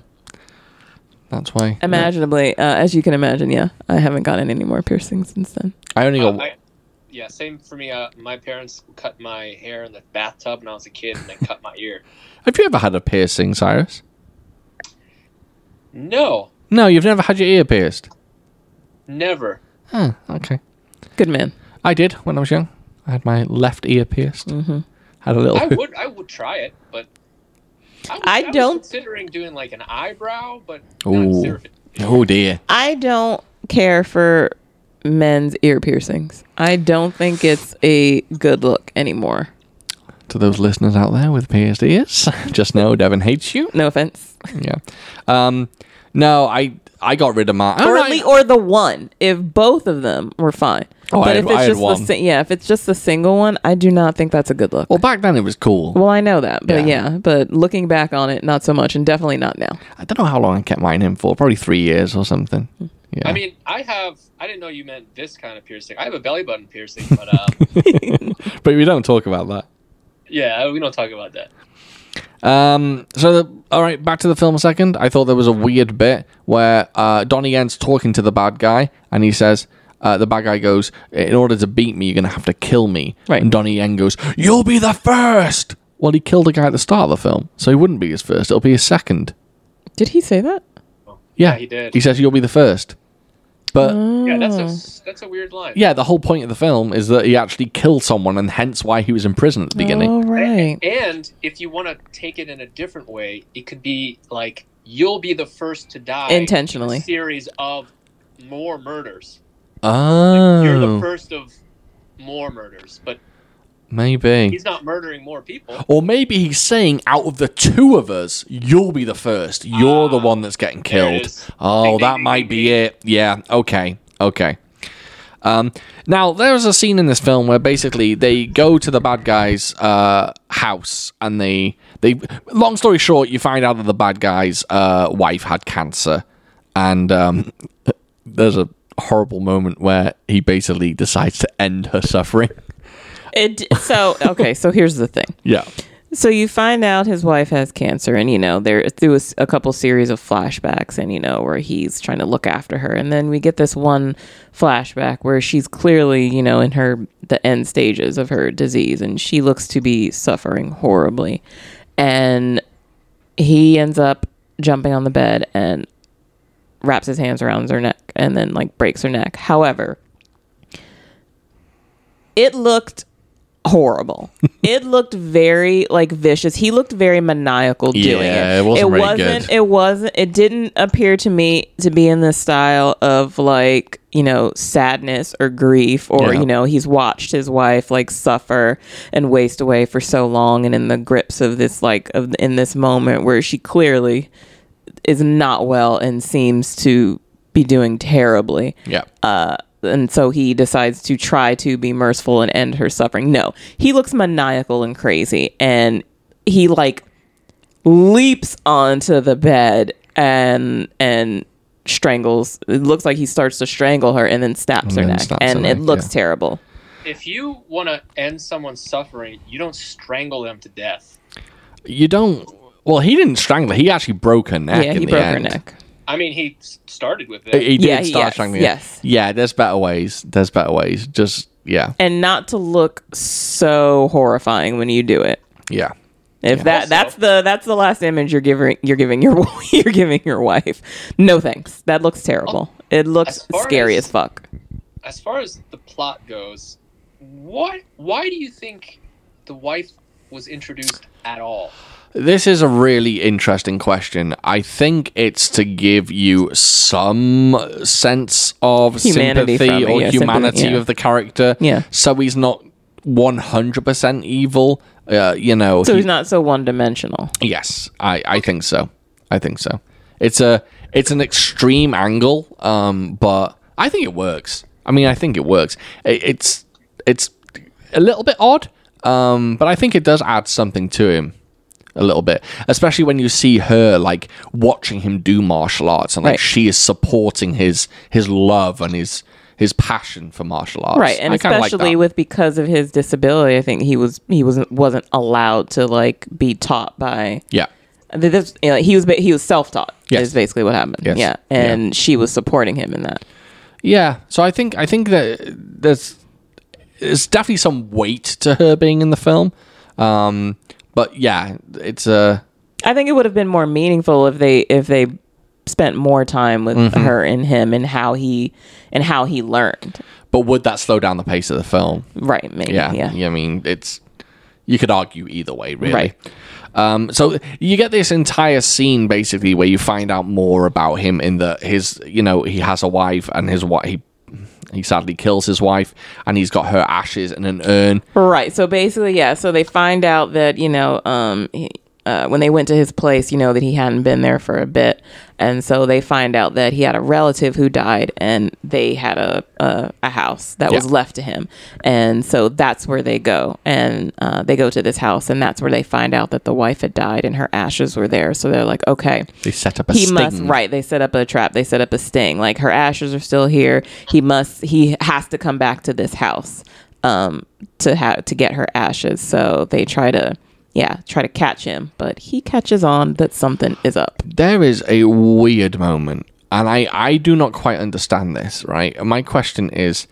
Speaker 1: That's why.
Speaker 2: imaginably, uh, as you can imagine, yeah, I haven't gotten any more piercings since then.
Speaker 1: I only
Speaker 3: Uh,
Speaker 1: got.
Speaker 3: I- yeah, same for me. Uh, my parents cut my hair in the bathtub when I was a kid, and then cut my ear.
Speaker 1: have you ever had a piercing, Cyrus?
Speaker 3: No,
Speaker 1: No, you've never had your ear pierced.
Speaker 3: never.
Speaker 1: Huh, Oh, okay.
Speaker 2: Good man.
Speaker 1: I did when I was young. I had my left ear pierced. Mm-hmm. Had a little.
Speaker 3: I would, I would try it, but I, was,
Speaker 2: I
Speaker 3: was
Speaker 2: don't-
Speaker 3: considering doing like an eyebrow, but not
Speaker 1: Ooh.
Speaker 3: serious.
Speaker 1: Oh dear.
Speaker 2: I don't care for men's ear piercings. I don't think it's a good look anymore.
Speaker 1: To those listeners out there with pierced ears, just know Devin hates you.
Speaker 2: No offense.
Speaker 1: Yeah. Um. No, I I got rid of my.
Speaker 2: Or,
Speaker 1: Oh, I-
Speaker 2: at least, or the one. If both of them were fine.
Speaker 1: Oh, I
Speaker 2: but
Speaker 1: had-
Speaker 2: if it's
Speaker 1: I had
Speaker 2: just
Speaker 1: one.
Speaker 2: the si- yeah, if it's just the single one, I do not think that's a good look.
Speaker 1: well,
Speaker 2: Well,
Speaker 1: back then it was cool.
Speaker 2: I know that, but
Speaker 1: Yeah.
Speaker 2: yeah. but looking back on it, not so much, and definitely not now.
Speaker 1: I don't know how long I kept mine in for. Probably three years or something. Yeah.
Speaker 3: I mean, I have. I didn't know you meant this kind of piercing. I have a belly button piercing, but uh,
Speaker 1: but we don't talk about that.
Speaker 3: yeah, we don't talk about that.
Speaker 1: Um, so, the, all right, back to the film a second. I thought there was a weird bit where uh, Donnie Yen's talking to the bad guy, and he says, uh, the bad guy goes, in order to beat me, you're going to have to kill me.
Speaker 2: Right.
Speaker 1: And Donnie Yen goes, you'll be the first! Well, he killed a guy at the start of the film, so he wouldn't be his first. It'll be his second.
Speaker 2: Did he say that?
Speaker 1: Yeah,
Speaker 3: Yeah, he did.
Speaker 1: He says, you'll be the first. But,
Speaker 2: Uh.
Speaker 3: Uh, Yeah, that's
Speaker 2: Hmm.
Speaker 3: a
Speaker 2: Oh,
Speaker 3: s- that's a weird line.
Speaker 1: yeah, the whole point of the film is that he actually killed someone, and hence why he was in prison at the beginning.
Speaker 2: All right.
Speaker 3: And if you want to take it in a different way, it could be like you'll be the first to die
Speaker 2: Intentionally.
Speaker 3: in a series of more murders.
Speaker 1: Oh,
Speaker 3: You're the first of more murders, but
Speaker 1: maybe.
Speaker 3: he's not murdering more people.
Speaker 1: Or maybe he's saying, out of the two of us, you'll be the first. You're the one that's getting
Speaker 3: Ah, there it
Speaker 1: killed.
Speaker 3: is.
Speaker 1: Oh,
Speaker 3: Ding, ding,
Speaker 1: that
Speaker 3: ding,
Speaker 1: might
Speaker 3: ding,
Speaker 1: be it. Yeah. Okay. Okay. Um, now there's a scene in this film where basically they go to the bad guy's uh, house and they they. Long story short, you find out that the bad guy's uh, wife had cancer, and um, there's a horrible moment where he basically decides to end her suffering.
Speaker 2: It, so okay, so here's the thing.
Speaker 1: Yeah.
Speaker 2: So you find out his wife has cancer, and you know there through a, s- a couple series of flashbacks, and you know where he's trying to look after her, and then we get this one flashback where she's clearly you know in her the end stages of her disease, and she looks to be suffering horribly, and he ends up jumping on the bed and wraps his hands around her neck and then like breaks her neck. However, it looked horrible. it looked very like vicious. He looked very maniacal doing
Speaker 1: Yeah,
Speaker 2: it.
Speaker 1: it wasn't very good.
Speaker 2: It wasn't. It didn't appear to me to be in the style of like you know sadness or grief or
Speaker 1: Yeah.
Speaker 2: you know he's watched his wife like suffer and waste away for so long and in the grips of this like of in this moment where she clearly is not well and seems to be doing terribly
Speaker 1: Yeah.
Speaker 2: uh, and so he decides to try to be merciful and end her suffering. No, he looks maniacal and crazy, and he like leaps onto the bed and and strangles. It looks like he starts to strangle her and then snaps her
Speaker 1: then
Speaker 2: neck,
Speaker 1: snaps her
Speaker 2: and
Speaker 1: neck,
Speaker 2: it looks
Speaker 1: yeah.
Speaker 2: terrible.
Speaker 3: If you want to end someone's suffering, you don't strangle them to death.
Speaker 1: you don't. Well, he didn't strangle. her. He actually broke her neck.
Speaker 2: yeah,
Speaker 1: in
Speaker 2: he
Speaker 1: the
Speaker 2: broke
Speaker 1: end.
Speaker 2: her neck.
Speaker 3: I mean, he s- started with
Speaker 1: He,
Speaker 3: it.
Speaker 1: he did
Speaker 2: Yeah, he-
Speaker 1: start
Speaker 2: yes,
Speaker 1: strangling. her.
Speaker 2: yes.
Speaker 1: Yeah, there's better ways. There's better ways. Just yeah,
Speaker 2: And not to look so horrifying when you do it.
Speaker 1: yeah.
Speaker 2: If that
Speaker 3: Also-
Speaker 2: that's the that's the last image you're giving you're giving your you're giving your wife. No thanks. That looks terrible.
Speaker 1: Oh,
Speaker 2: It
Speaker 3: As
Speaker 2: looks
Speaker 3: far
Speaker 2: scary
Speaker 3: as-
Speaker 2: as fuck.
Speaker 3: as far as the plot goes, what? Why do you think the wife was introduced at all?
Speaker 1: This is a really interesting question. I think it's to give you some sense of
Speaker 2: Humanity
Speaker 1: sympathy
Speaker 2: from it,
Speaker 1: or
Speaker 2: yeah, sympathy,
Speaker 1: humanity
Speaker 2: yeah.
Speaker 1: of the character.
Speaker 2: Yeah.
Speaker 1: So he's not 100% evil. Uh, you know.
Speaker 2: So
Speaker 1: he-
Speaker 2: he's not so one dimensional.
Speaker 1: Yes, I, I think so. I think so. It's a It's an extreme angle, um, but I think it works. I mean, I think it works. It, it's it's a little bit odd, um, but I think it does add something to him a little bit, especially when you see her like watching him do martial arts and like
Speaker 2: Right.
Speaker 1: she is supporting his his love and his his passion for martial arts.
Speaker 2: right and
Speaker 1: I kinda like
Speaker 2: especially
Speaker 1: that.
Speaker 2: with because of his disability i think he was he wasn't wasn't allowed to like be taught by
Speaker 1: yeah.
Speaker 2: th- this you know, he was ba- he was self-taught
Speaker 1: Yes.
Speaker 2: is basically what happened
Speaker 1: Yes.
Speaker 2: yeah
Speaker 1: Yeah.
Speaker 2: and she was supporting him in that
Speaker 1: Yeah, so I think I think that there's there's definitely some weight to her being in the film, um, but yeah, it's uh, a
Speaker 2: i think it would have been more meaningful if they if they spent more time with
Speaker 1: Mm-hmm.
Speaker 2: her and him and how he and how he learned
Speaker 1: but would that slow down the pace of the film?
Speaker 2: right maybe
Speaker 1: Yeah,
Speaker 2: yeah,
Speaker 1: yeah. I mean, it's you could argue either way, really.
Speaker 2: Right.
Speaker 1: Um, so you get this entire scene basically where you find out more about him in that his you know he has a wife and his wife he he sadly kills his wife and he's got her ashes in an urn.
Speaker 2: Right. So basically, yeah. So they find out that you know, um, he, uh, when they went to his place, you know that he hadn't been there for a bit, and so they find out that he had a relative who died, and they had a a, a house that was
Speaker 1: Yeah.
Speaker 2: left to him, and so that's where they go, and uh, they go to this house, and that's where they find out that the wife had died, and her ashes were there. So they're like, okay,
Speaker 1: They set up a
Speaker 2: he
Speaker 1: sting.
Speaker 2: must right they set up a trap they set up a sting like her ashes are still here he must he has to come back to this house um to have to get her ashes so they try to yeah try to catch him but he catches on that something is up
Speaker 1: there is a weird moment and i i do not quite understand this right And my question is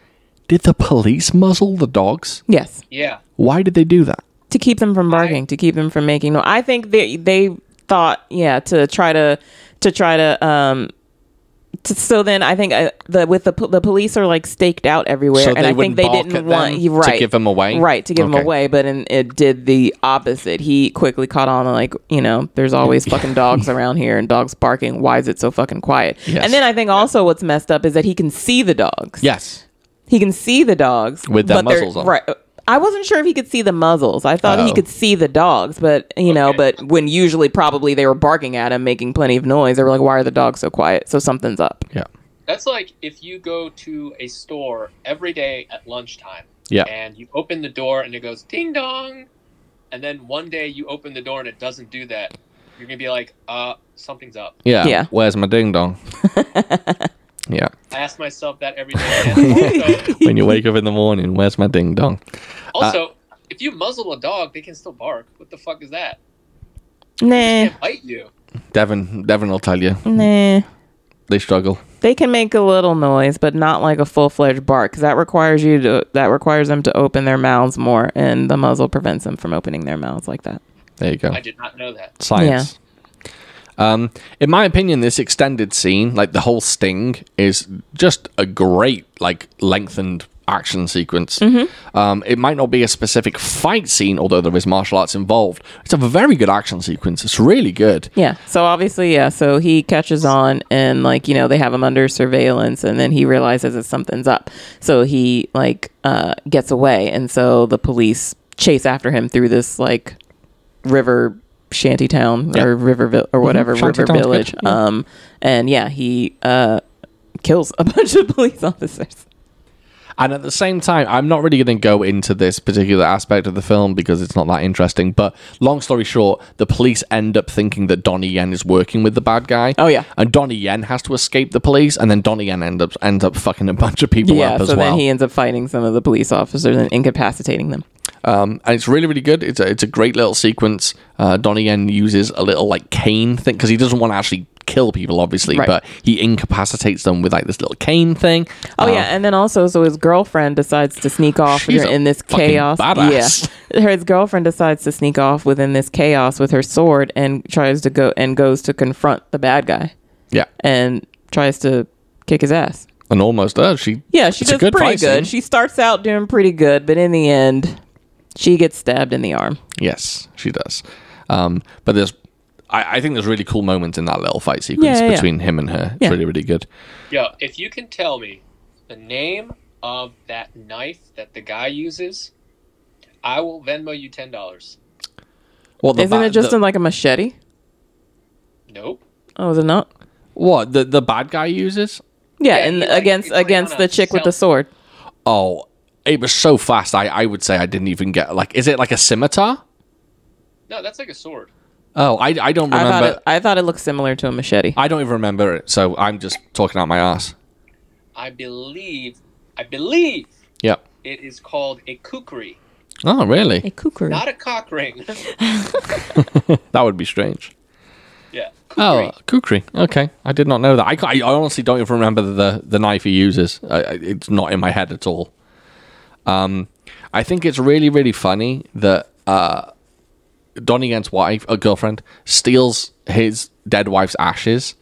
Speaker 1: did the police muzzle the dogs
Speaker 2: yes
Speaker 3: Yeah.
Speaker 1: why did they do that
Speaker 2: to keep them from barking to keep them from making no i think they they thought yeah to try to to try to um to, so then i think uh, the with the po- the police are like staked out everywhere
Speaker 1: So
Speaker 2: and
Speaker 1: they
Speaker 2: i
Speaker 1: wouldn't
Speaker 2: think they
Speaker 1: bark at
Speaker 2: didn't
Speaker 1: them
Speaker 2: want
Speaker 1: to
Speaker 2: you right
Speaker 1: give 'em away?
Speaker 2: right to give
Speaker 1: Okay.
Speaker 2: them away but in, it did the opposite he quickly caught on like you know there's
Speaker 1: Mm.
Speaker 2: always fucking dogs around here and dogs barking why is it so fucking quiet
Speaker 1: Yes.
Speaker 2: and then i think also what's messed up is that he can see the dogs
Speaker 1: yes
Speaker 2: he can see the dogs
Speaker 1: With their
Speaker 2: but they're-
Speaker 1: muzzles on.
Speaker 2: Right. I wasn't sure if he could see the muzzles. I thought
Speaker 1: Oh.
Speaker 2: he could see the dogs, but you know,
Speaker 3: Okay.
Speaker 2: but when usually probably they were barking at him, making plenty of noise. They were like, "Why are the dogs so quiet?" So something's up.
Speaker 1: yeah
Speaker 3: That's like if you go to a store every day at lunchtime
Speaker 1: yeah
Speaker 3: and you open the door and it goes ding dong, and then one day you open the door and it doesn't do that. You're gonna be like, uh, something's up.
Speaker 1: yeah,
Speaker 2: Yeah.
Speaker 1: where's my ding dong yeah
Speaker 3: I ask myself that every day. And also,
Speaker 1: when you wake up in the morning where's my ding dong
Speaker 3: also if you muzzle a dog, they can still bark. What the fuck is that?
Speaker 2: Nah,
Speaker 3: They bite you.
Speaker 1: devin devin will tell you
Speaker 2: nah.
Speaker 1: they struggle
Speaker 2: They can make a little noise, but not like a full fledged bark, because that requires you to that requires them to open their mouths more, and the muzzle prevents them from opening their mouths like that.
Speaker 1: there you go
Speaker 3: I did not know that.
Speaker 1: science. Um, in my opinion, this extended scene, like the whole sting, is just a great like lengthened action sequence. Um, it might not be a specific fight scene, although there is martial arts involved. It's a very good action sequence. It's really good.
Speaker 2: Yeah. So obviously, yeah. So he catches on, and like you know, they have him under surveillance, and then he realizes that something's up. So he like uh, gets away, and so the police chase after him through this like river shantytown
Speaker 1: Yeah.
Speaker 2: or river or whatever river
Speaker 1: Shantytown's good,
Speaker 2: village. Um, and yeah, he uh kills a bunch of police officers.
Speaker 1: And at the same time, I'm not really going to go into this particular aspect of the film because it's not that interesting. But long story short, the police end up thinking that Donnie Yen is working with the bad guy.
Speaker 2: Oh, yeah.
Speaker 1: and Donnie Yen has to escape the police, and then Donnie Yen ends up ends up fucking a bunch of people
Speaker 2: Yeah.
Speaker 1: up as
Speaker 2: So
Speaker 1: well.
Speaker 2: then he ends up fighting some of the police officers and incapacitating them.
Speaker 1: um, and it's really really good. It's a, it's a great little sequence. Uh, Donnie Yen uses a little like cane thing because he doesn't want to actually kill people, obviously,
Speaker 2: Right.
Speaker 1: but he incapacitates them with like this little cane thing.
Speaker 2: Oh
Speaker 1: Uh,
Speaker 2: yeah, and then also, so his girlfriend decides to sneak off
Speaker 1: She's a
Speaker 2: in this
Speaker 1: fucking
Speaker 2: chaos.
Speaker 1: badass.
Speaker 2: Yeah, his girlfriend decides to sneak off within this chaos with her sword and tries to go and goes to confront the bad guy
Speaker 1: yeah,
Speaker 2: and tries to kick his ass.
Speaker 1: and almost does. She
Speaker 2: Yeah, she
Speaker 1: it's a
Speaker 2: does
Speaker 1: good
Speaker 2: pretty
Speaker 1: fight scene.
Speaker 2: good. She starts out doing pretty good, but in the end, she gets stabbed in the arm.
Speaker 1: Yes, she does. Um, but there's, I, I think there's really cool moments in that little fight sequence
Speaker 2: Yeah, yeah, yeah.
Speaker 1: between him and her. It's
Speaker 2: Yeah.
Speaker 1: really, really good.
Speaker 3: Yo, if you can tell me the name of that knife that the guy uses, I will Venmo you ten dollars.
Speaker 1: Well, the
Speaker 2: Isn't
Speaker 1: ba-
Speaker 2: it just
Speaker 1: the-
Speaker 2: in like a machete?
Speaker 3: Nope.
Speaker 2: Oh, is it not?
Speaker 1: What the the bad guy uses?
Speaker 2: Yeah,
Speaker 3: Yeah,
Speaker 2: and
Speaker 3: he, like,
Speaker 2: against
Speaker 3: he's, like,
Speaker 2: against
Speaker 3: on
Speaker 2: the
Speaker 3: a
Speaker 2: chick with the
Speaker 3: cell-
Speaker 2: sword.
Speaker 1: Oh, it was so fast. I I would say I didn't even get like. Is it like a scimitar?
Speaker 3: No, that's like a sword.
Speaker 1: Oh, I I don't
Speaker 2: I thought it,
Speaker 1: remember.
Speaker 2: I thought it looked similar to a machete.
Speaker 1: I don't even remember it. So I'm just talking out my ass.
Speaker 3: I believe, I believe
Speaker 1: Yep.
Speaker 3: it is called a kukri,
Speaker 1: Oh, really?
Speaker 2: a kukri.
Speaker 3: not a cock ring.
Speaker 1: That would be strange.
Speaker 3: yeah, kukri.
Speaker 1: Oh, kukri. Okay, I did not know that. I, ca- I honestly don't even remember the the knife he uses. I, I- it's not in my head at all. Um, I think it's really really funny that uh, Donnie Yen's wife, a girlfriend, steals his dead wife's ashes,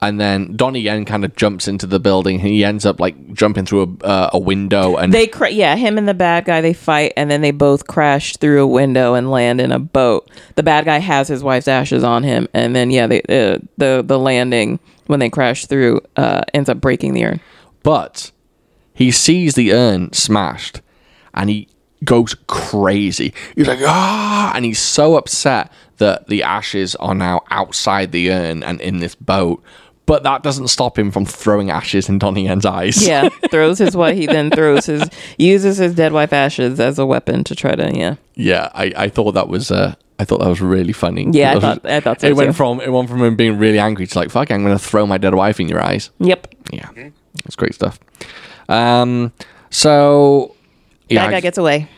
Speaker 1: and then Donnie Yen kind of jumps into the building. He ends up like jumping through a uh, a window and
Speaker 2: They cra- yeah, him and the bad guy they fight and then they both crash through a window and land in a boat. The bad guy has his wife's ashes on him and then yeah, they uh, the the landing when they crash through uh ends up breaking the urn.
Speaker 1: But he sees the urn smashed and he goes crazy. He's like, ah, and he's so upset that the ashes are now outside the urn and in this boat. But that doesn't stop him from throwing ashes in Donnie Yen's eyes.
Speaker 2: Yeah, throws his wife he then throws his uses his dead wife ashes as a weapon to try to yeah.
Speaker 1: yeah. I, I thought that was uh, I thought that was really funny.
Speaker 2: Yeah, I
Speaker 1: That was-
Speaker 2: thought- I thought so
Speaker 1: it went
Speaker 2: too.
Speaker 1: from it went from him being really angry to like, fuck, I'm gonna throw my dead wife in your eyes.
Speaker 2: Yep.
Speaker 1: Yeah, that's great stuff. Um, so yeah,
Speaker 2: That
Speaker 1: I-
Speaker 2: guy gets away.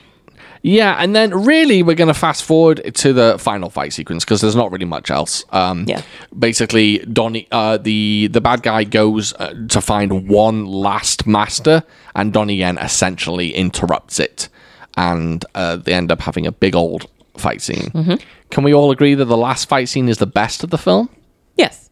Speaker 1: Yeah, and then really we're going to fast forward to the final fight sequence because there's not really much else. Um,
Speaker 2: Yeah.
Speaker 1: Basically, Donnie, uh, the the bad guy goes uh, to find one last master, and Donnie Yen essentially interrupts it, and uh, they end up having a big old fight scene. Can we all agree that the last fight scene is the best of the film?
Speaker 2: Yes.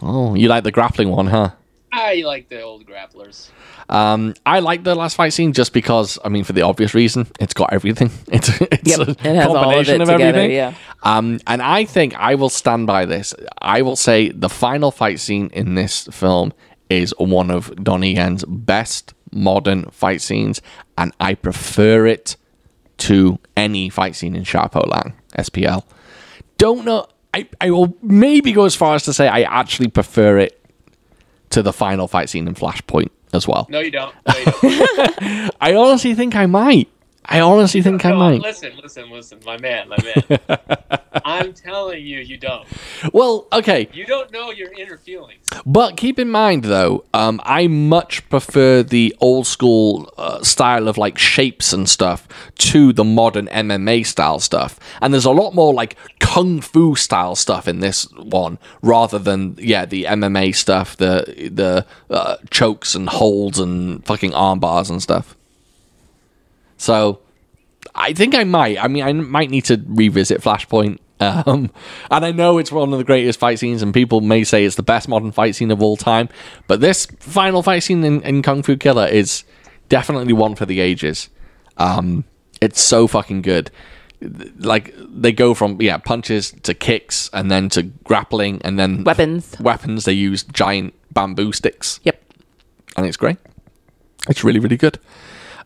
Speaker 1: Oh, you like the grappling one, huh?
Speaker 3: I like the old grapplers.
Speaker 1: Um, I like the last fight scene just because, I mean, for the obvious reason, it's got everything. It's, it's
Speaker 2: Yep,
Speaker 1: a
Speaker 2: it has all of
Speaker 1: combination
Speaker 2: it
Speaker 1: of,
Speaker 2: together,
Speaker 1: everything.
Speaker 2: yeah.
Speaker 1: Um, and I think I will stand by this. I will say the final fight scene in this film is one of Donnie Yen's best modern fight scenes, and I prefer it to any fight scene in Sharpo Lang SPL. Don't know. I, I will maybe go as far as to say I actually prefer it to the final fight scene in Flashpoint as well.
Speaker 3: No, you don't. No, you don't.
Speaker 1: I honestly think I might. I honestly think I
Speaker 3: No,
Speaker 1: might.
Speaker 3: listen, listen, listen, my man, my man. I'm telling you, you don't.
Speaker 1: Well, okay,
Speaker 3: You don't know your inner feelings.
Speaker 1: but keep in mind though, um, I much prefer the old school uh, style of like shapes and stuff to the modern MMA style stuff. And there's a lot more like kung fu style stuff in this one rather than yeah the MMA stuff, the the uh, chokes and holds and fucking arm bars and stuff. So I think I might. I mean, I might need to revisit Flashpoint. Um, and I know it's one of the greatest fight scenes, and people may say it's the best modern fight scene of all time. But this final fight scene in, in Kung Fu Killer is definitely one for the ages. Um, it's so fucking good. Like they go from yeah punches to kicks, and then to grappling, and then
Speaker 2: Weapons.
Speaker 1: Weapons. They use giant bamboo sticks
Speaker 2: Yep.
Speaker 1: and it's great. It's really, really good.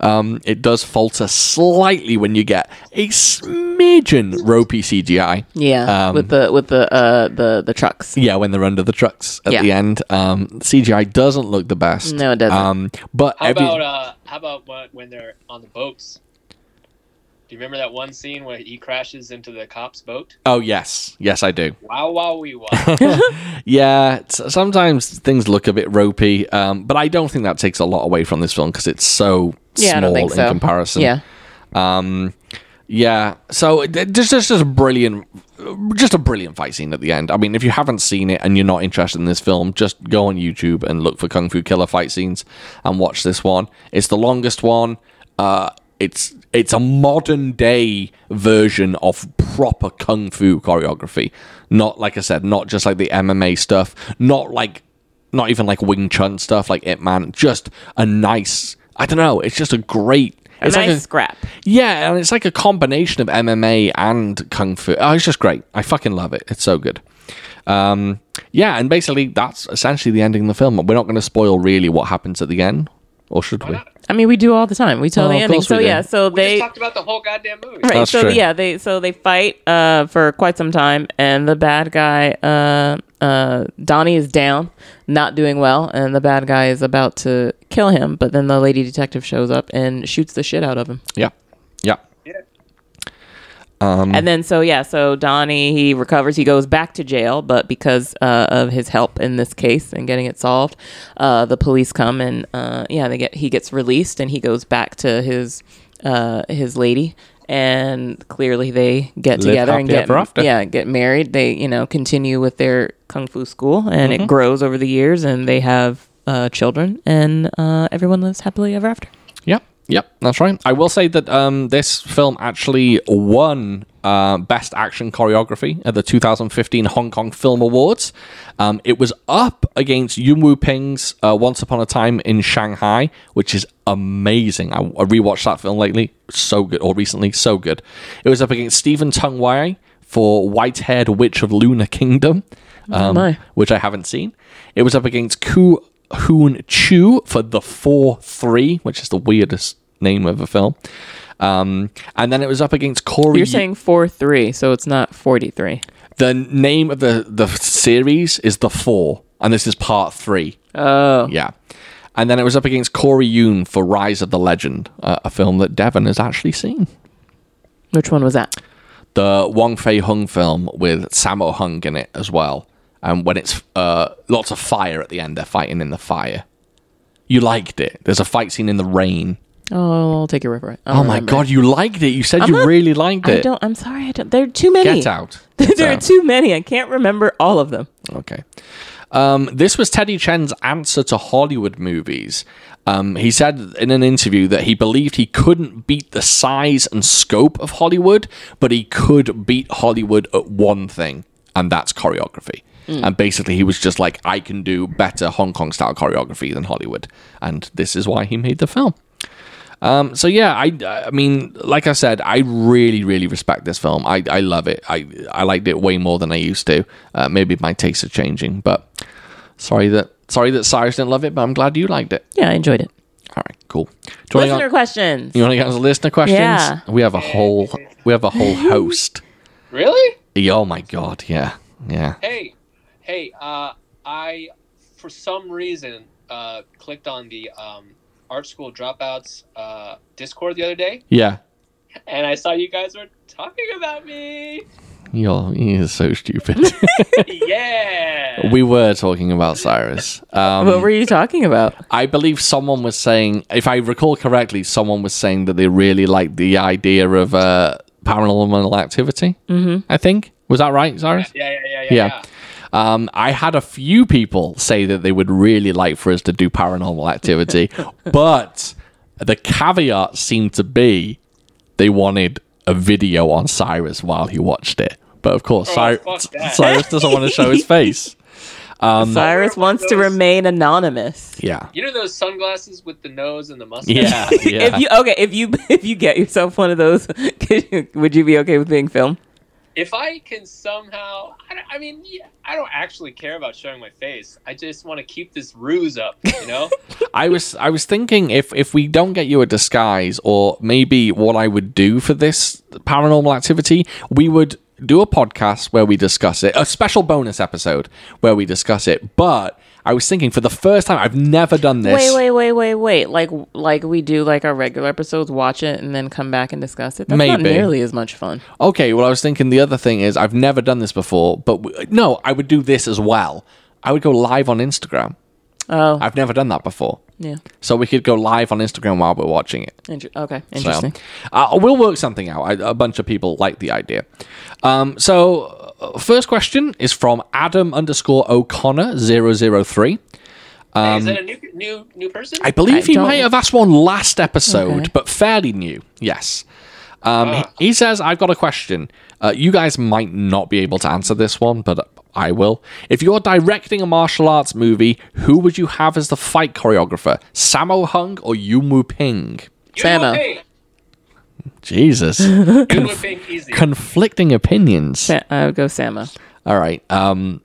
Speaker 1: Um, it does falter slightly when you get a smidgen ropey CGI.
Speaker 2: Yeah.
Speaker 1: Um,
Speaker 2: with the with the uh the the trucks.
Speaker 1: yeah, when they're under the trucks at
Speaker 2: Yeah.
Speaker 1: the end. Um, CGI doesn't look the best.
Speaker 2: No, it doesn't.
Speaker 1: Um, but
Speaker 3: How
Speaker 1: every,
Speaker 3: about uh, how about when- when they're on the boats? Do you remember that one scene where he crashes into the cop's boat?
Speaker 1: oh yes, yes I do.
Speaker 3: Wow, wow, we wow.
Speaker 1: Yeah, s- sometimes things look a bit ropey, um, but I don't think that takes a lot away from this film because it's so
Speaker 2: Yeah, I don't
Speaker 1: small in
Speaker 2: think so.
Speaker 1: comparison.
Speaker 2: Yeah.
Speaker 1: Um, yeah. So th- just just just a brilliant, just a brilliant fight scene at the end. I mean, if you haven't seen it and you're not interested in this film, just go on YouTube and look for Kung Fu Killer fight scenes and watch this one. It's the longest one. Uh, it's it's a modern day version of proper kung fu choreography. Not like I said, not just like the MMA stuff. Not like not even like Wing Chun stuff, like Ip Man. Just a nice. I don't know. It's just a great.
Speaker 2: A
Speaker 1: it's
Speaker 2: nice
Speaker 1: like a-
Speaker 2: scrap.
Speaker 1: yeah, and it's like a combination of MMA and kung fu. Oh, it's just great. I fucking love it. It's so good. Um, yeah, and basically that's essentially the ending of the film. We're not going to spoil really what happens at the end, or should we?
Speaker 2: I mean, we do all the time. We tell
Speaker 1: Oh,
Speaker 2: the
Speaker 1: of
Speaker 2: ending.
Speaker 1: course we
Speaker 2: So
Speaker 1: do.
Speaker 2: yeah, so
Speaker 3: we just
Speaker 2: they
Speaker 3: talked about the whole goddamn movie.
Speaker 2: right.
Speaker 1: That's
Speaker 2: so
Speaker 1: true.
Speaker 2: yeah, they so they fight uh for quite some time, and the bad guy uh uh, Donnie is down, not doing well, and the bad guy is about to kill him. But then the lady detective shows up and shoots the shit out of him.
Speaker 1: Yeah. Yeah.
Speaker 3: Yeah.
Speaker 2: And then so yeah, so Donnie he recovers, he goes back to jail, but because uh, of his help in this case and getting it solved, uh, the police come and uh, yeah, they get he gets released and he goes back to his uh, his lady. And clearly, they get
Speaker 1: Live
Speaker 2: together and
Speaker 1: happily
Speaker 2: get
Speaker 1: ever after.
Speaker 2: yeah get married. They you know continue with their kung fu school, and
Speaker 1: Mm-hmm.
Speaker 2: it grows over the years, and they have uh, children, and uh, everyone lives happily ever after.
Speaker 1: Yep, yep, that's right. I will say that um, this film actually won uh, Best Action Choreography at the 2015 Hong Kong Film Awards. Um, it was up against Yuen Wu Ping's uh, Once Upon a Time in Shanghai, which is amazing. I, I rewatched that film lately, so good, or recently, so good. It was up against Stephen Tung Wai for White Haired Witch of Lunar Kingdom. Um,
Speaker 2: my.
Speaker 1: which I haven't seen. It was up against Ku Hoon Chu for The 4 3, which is the weirdest name of a film. Um, and then it was up against Corey.
Speaker 2: You're saying four three, so it's not forty three.
Speaker 1: the name of the, the series is The 4, and this is part 3.
Speaker 2: Oh,
Speaker 1: Yeah. And then it was up against Corey Yoon for Rise of the Legend, uh, a film that Devon has actually seen.
Speaker 2: which one was that?
Speaker 1: the Wong Fei Hung film with Sammo Hung in it as well. And when it's uh, lots of fire at the end, they're fighting in the fire. You liked it. There's a fight scene in the rain.
Speaker 2: Oh, I'll take your word for it. I
Speaker 1: Oh
Speaker 2: don't
Speaker 1: my
Speaker 2: remember.
Speaker 1: god, you liked it. You said you
Speaker 2: not-
Speaker 1: really liked
Speaker 2: I
Speaker 1: it.
Speaker 2: don't. I'm sorry. I don't. There are too many.
Speaker 1: Get out. Get
Speaker 2: there are
Speaker 1: out.
Speaker 2: too many. I can't remember all of them.
Speaker 1: Okay. Um, this was Teddy Chen's answer to Hollywood movies. Um, he said in an interview that he believed he couldn't beat the size and scope of Hollywood, but he could beat Hollywood at one thing, and that's choreography. And basically, he was just like, I can do better Hong Kong style choreography than Hollywood. And this is why he made the film. Um, so yeah, I, I mean, like I said, I really, really respect this film. I, I love it. I, I liked it way more than I used to. Uh, maybe my tastes are changing, but sorry that sorry that Cyrus didn't love it. But I'm glad you liked it.
Speaker 2: Yeah, I enjoyed it.
Speaker 1: All right, cool. Do you
Speaker 2: Listener
Speaker 1: want to
Speaker 2: questions.
Speaker 1: you want to get on to listener questions?
Speaker 2: Yeah.
Speaker 1: We have a whole we have a whole host.
Speaker 3: Really?
Speaker 1: oh my god, yeah, yeah.
Speaker 3: Hey, hey, uh, I, for some reason, uh, clicked on the um, art school dropouts uh, Discord the other day,
Speaker 1: Yeah,
Speaker 3: and I saw you guys were talking about me.
Speaker 1: you're, you're so stupid.
Speaker 3: yeah.
Speaker 1: we were talking about Cyrus. Um,
Speaker 2: what were you talking about?
Speaker 1: I believe someone was saying, if I recall correctly, someone was saying that they really liked the idea of uh, paranormal activity. Mm-hmm. I think was that right, Cyrus?
Speaker 3: yeah, yeah, yeah, yeah,
Speaker 1: Yeah.
Speaker 3: yeah.
Speaker 1: Um, I had a few people say that they would really like for us to do paranormal activity, but the caveat seemed to be they wanted a video on Cyrus while he watched it. But of course, Cy-
Speaker 3: Oh, fuck that.
Speaker 1: Cyrus doesn't want to show his face.
Speaker 2: Cyrus wants to
Speaker 3: those-
Speaker 2: remain anonymous.
Speaker 1: Yeah.
Speaker 3: You know those sunglasses with the nose and the mustache?
Speaker 1: Yeah. yeah.
Speaker 2: If you okay, if you if you get yourself one of those, could you- would you be okay with being filmed?
Speaker 3: If I can somehow, I, don't- I mean, yeah, I don't actually care about showing my face. I just want to keep this ruse up, you know?
Speaker 1: I was I was thinking if if we don't get you a disguise or maybe what I would do for this paranormal activity, we would do a podcast where we discuss it, a special bonus episode where we discuss it. But I was thinking for the first time I've never done this.
Speaker 2: Wait, wait, wait, wait, wait. Like like we do like our regular episodes, watch it and then come back and discuss it. That's not
Speaker 1: Maybe.
Speaker 2: nearly as much fun.
Speaker 1: Okay, well I was thinking the other thing is I've never done this before, but w- no, I would do this as well. I would go live on Instagram.
Speaker 2: Oh,
Speaker 1: I've never done that before.
Speaker 2: yeah.
Speaker 1: So we could go live on Instagram while we're watching it.
Speaker 2: Inter- okay,
Speaker 1: So,
Speaker 2: interesting.
Speaker 1: uh, we'll work something out. I, a bunch of people like the idea. Um, so, uh, first question is from Adam underscore O'Connor 003.
Speaker 3: Hey, is that a new new new person?
Speaker 1: Um, I believe
Speaker 2: I
Speaker 1: he
Speaker 2: don't-
Speaker 1: might have asked one last episode,
Speaker 2: Okay.
Speaker 1: but fairly new. Yes. Um,
Speaker 3: Ah.
Speaker 1: he, he says, I've got a question. Uh, you guys might not be able to answer this one, but I will. If you're directing a martial arts movie, who would you have as the fight choreographer? Sammo Hung or Yumu Ping?
Speaker 3: You know
Speaker 2: Samo.
Speaker 3: Ping.
Speaker 1: Jesus.
Speaker 3: You know Ping easy.
Speaker 1: Conflicting opinions.
Speaker 2: Sa- I would go Samo.
Speaker 1: All right. Um,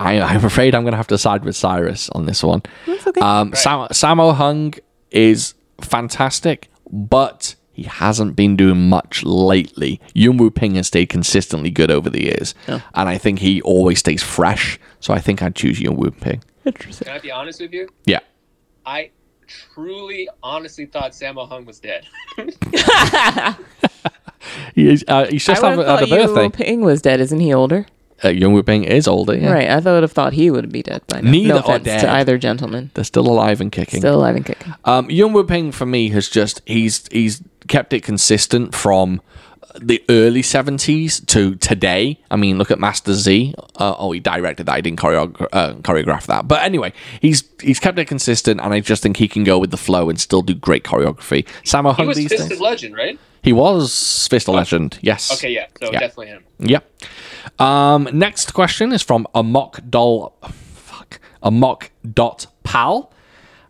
Speaker 1: I, I'm afraid I'm going to have to side with Cyrus on this one.
Speaker 2: That's okay.
Speaker 1: Um, Sam, Sammo Hung is fantastic, but he hasn't been doing much lately. Yun Woo Ping has stayed consistently good over the years,
Speaker 2: Oh.
Speaker 1: and I think he always stays fresh. So I think I'd choose Yun Woo Ping.
Speaker 2: Interesting.
Speaker 3: Can I be honest with you?
Speaker 1: Yeah.
Speaker 3: I truly, honestly thought Sammo Hung was dead.
Speaker 1: He is, uh, he's just
Speaker 2: I would
Speaker 1: had,
Speaker 2: have
Speaker 1: had a
Speaker 2: thought Yu
Speaker 1: birthday.
Speaker 2: Ping was dead. Isn't he older?
Speaker 1: Uh, Yun Woo Ping is older. Yeah.
Speaker 2: Right. I thought would have thought he would be dead by now.
Speaker 1: Neither are
Speaker 2: no offense
Speaker 1: dead.
Speaker 2: to either gentleman.
Speaker 1: They're still alive and kicking.
Speaker 2: Still alive and kicking.
Speaker 1: Um, Yun Wu Ping for me has just he's he's kept it consistent from the early seventies to today. I mean, look at Master Z. Uh, oh, he directed that. He didn't choreog- uh, choreograph that. But anyway, he's he's kept it consistent, and I just think he can go with the flow and still do great choreography. Sammo
Speaker 3: He
Speaker 1: Hung
Speaker 3: was
Speaker 1: these
Speaker 3: Fisted
Speaker 1: days.
Speaker 3: Legend, right?
Speaker 1: He was Fist of Legend. Yes.
Speaker 3: Oh. Okay, yeah. So
Speaker 1: Yeah.
Speaker 3: definitely him.
Speaker 1: Yep. Um, next question is from Amok Doll. Fuck. Amok dot pal,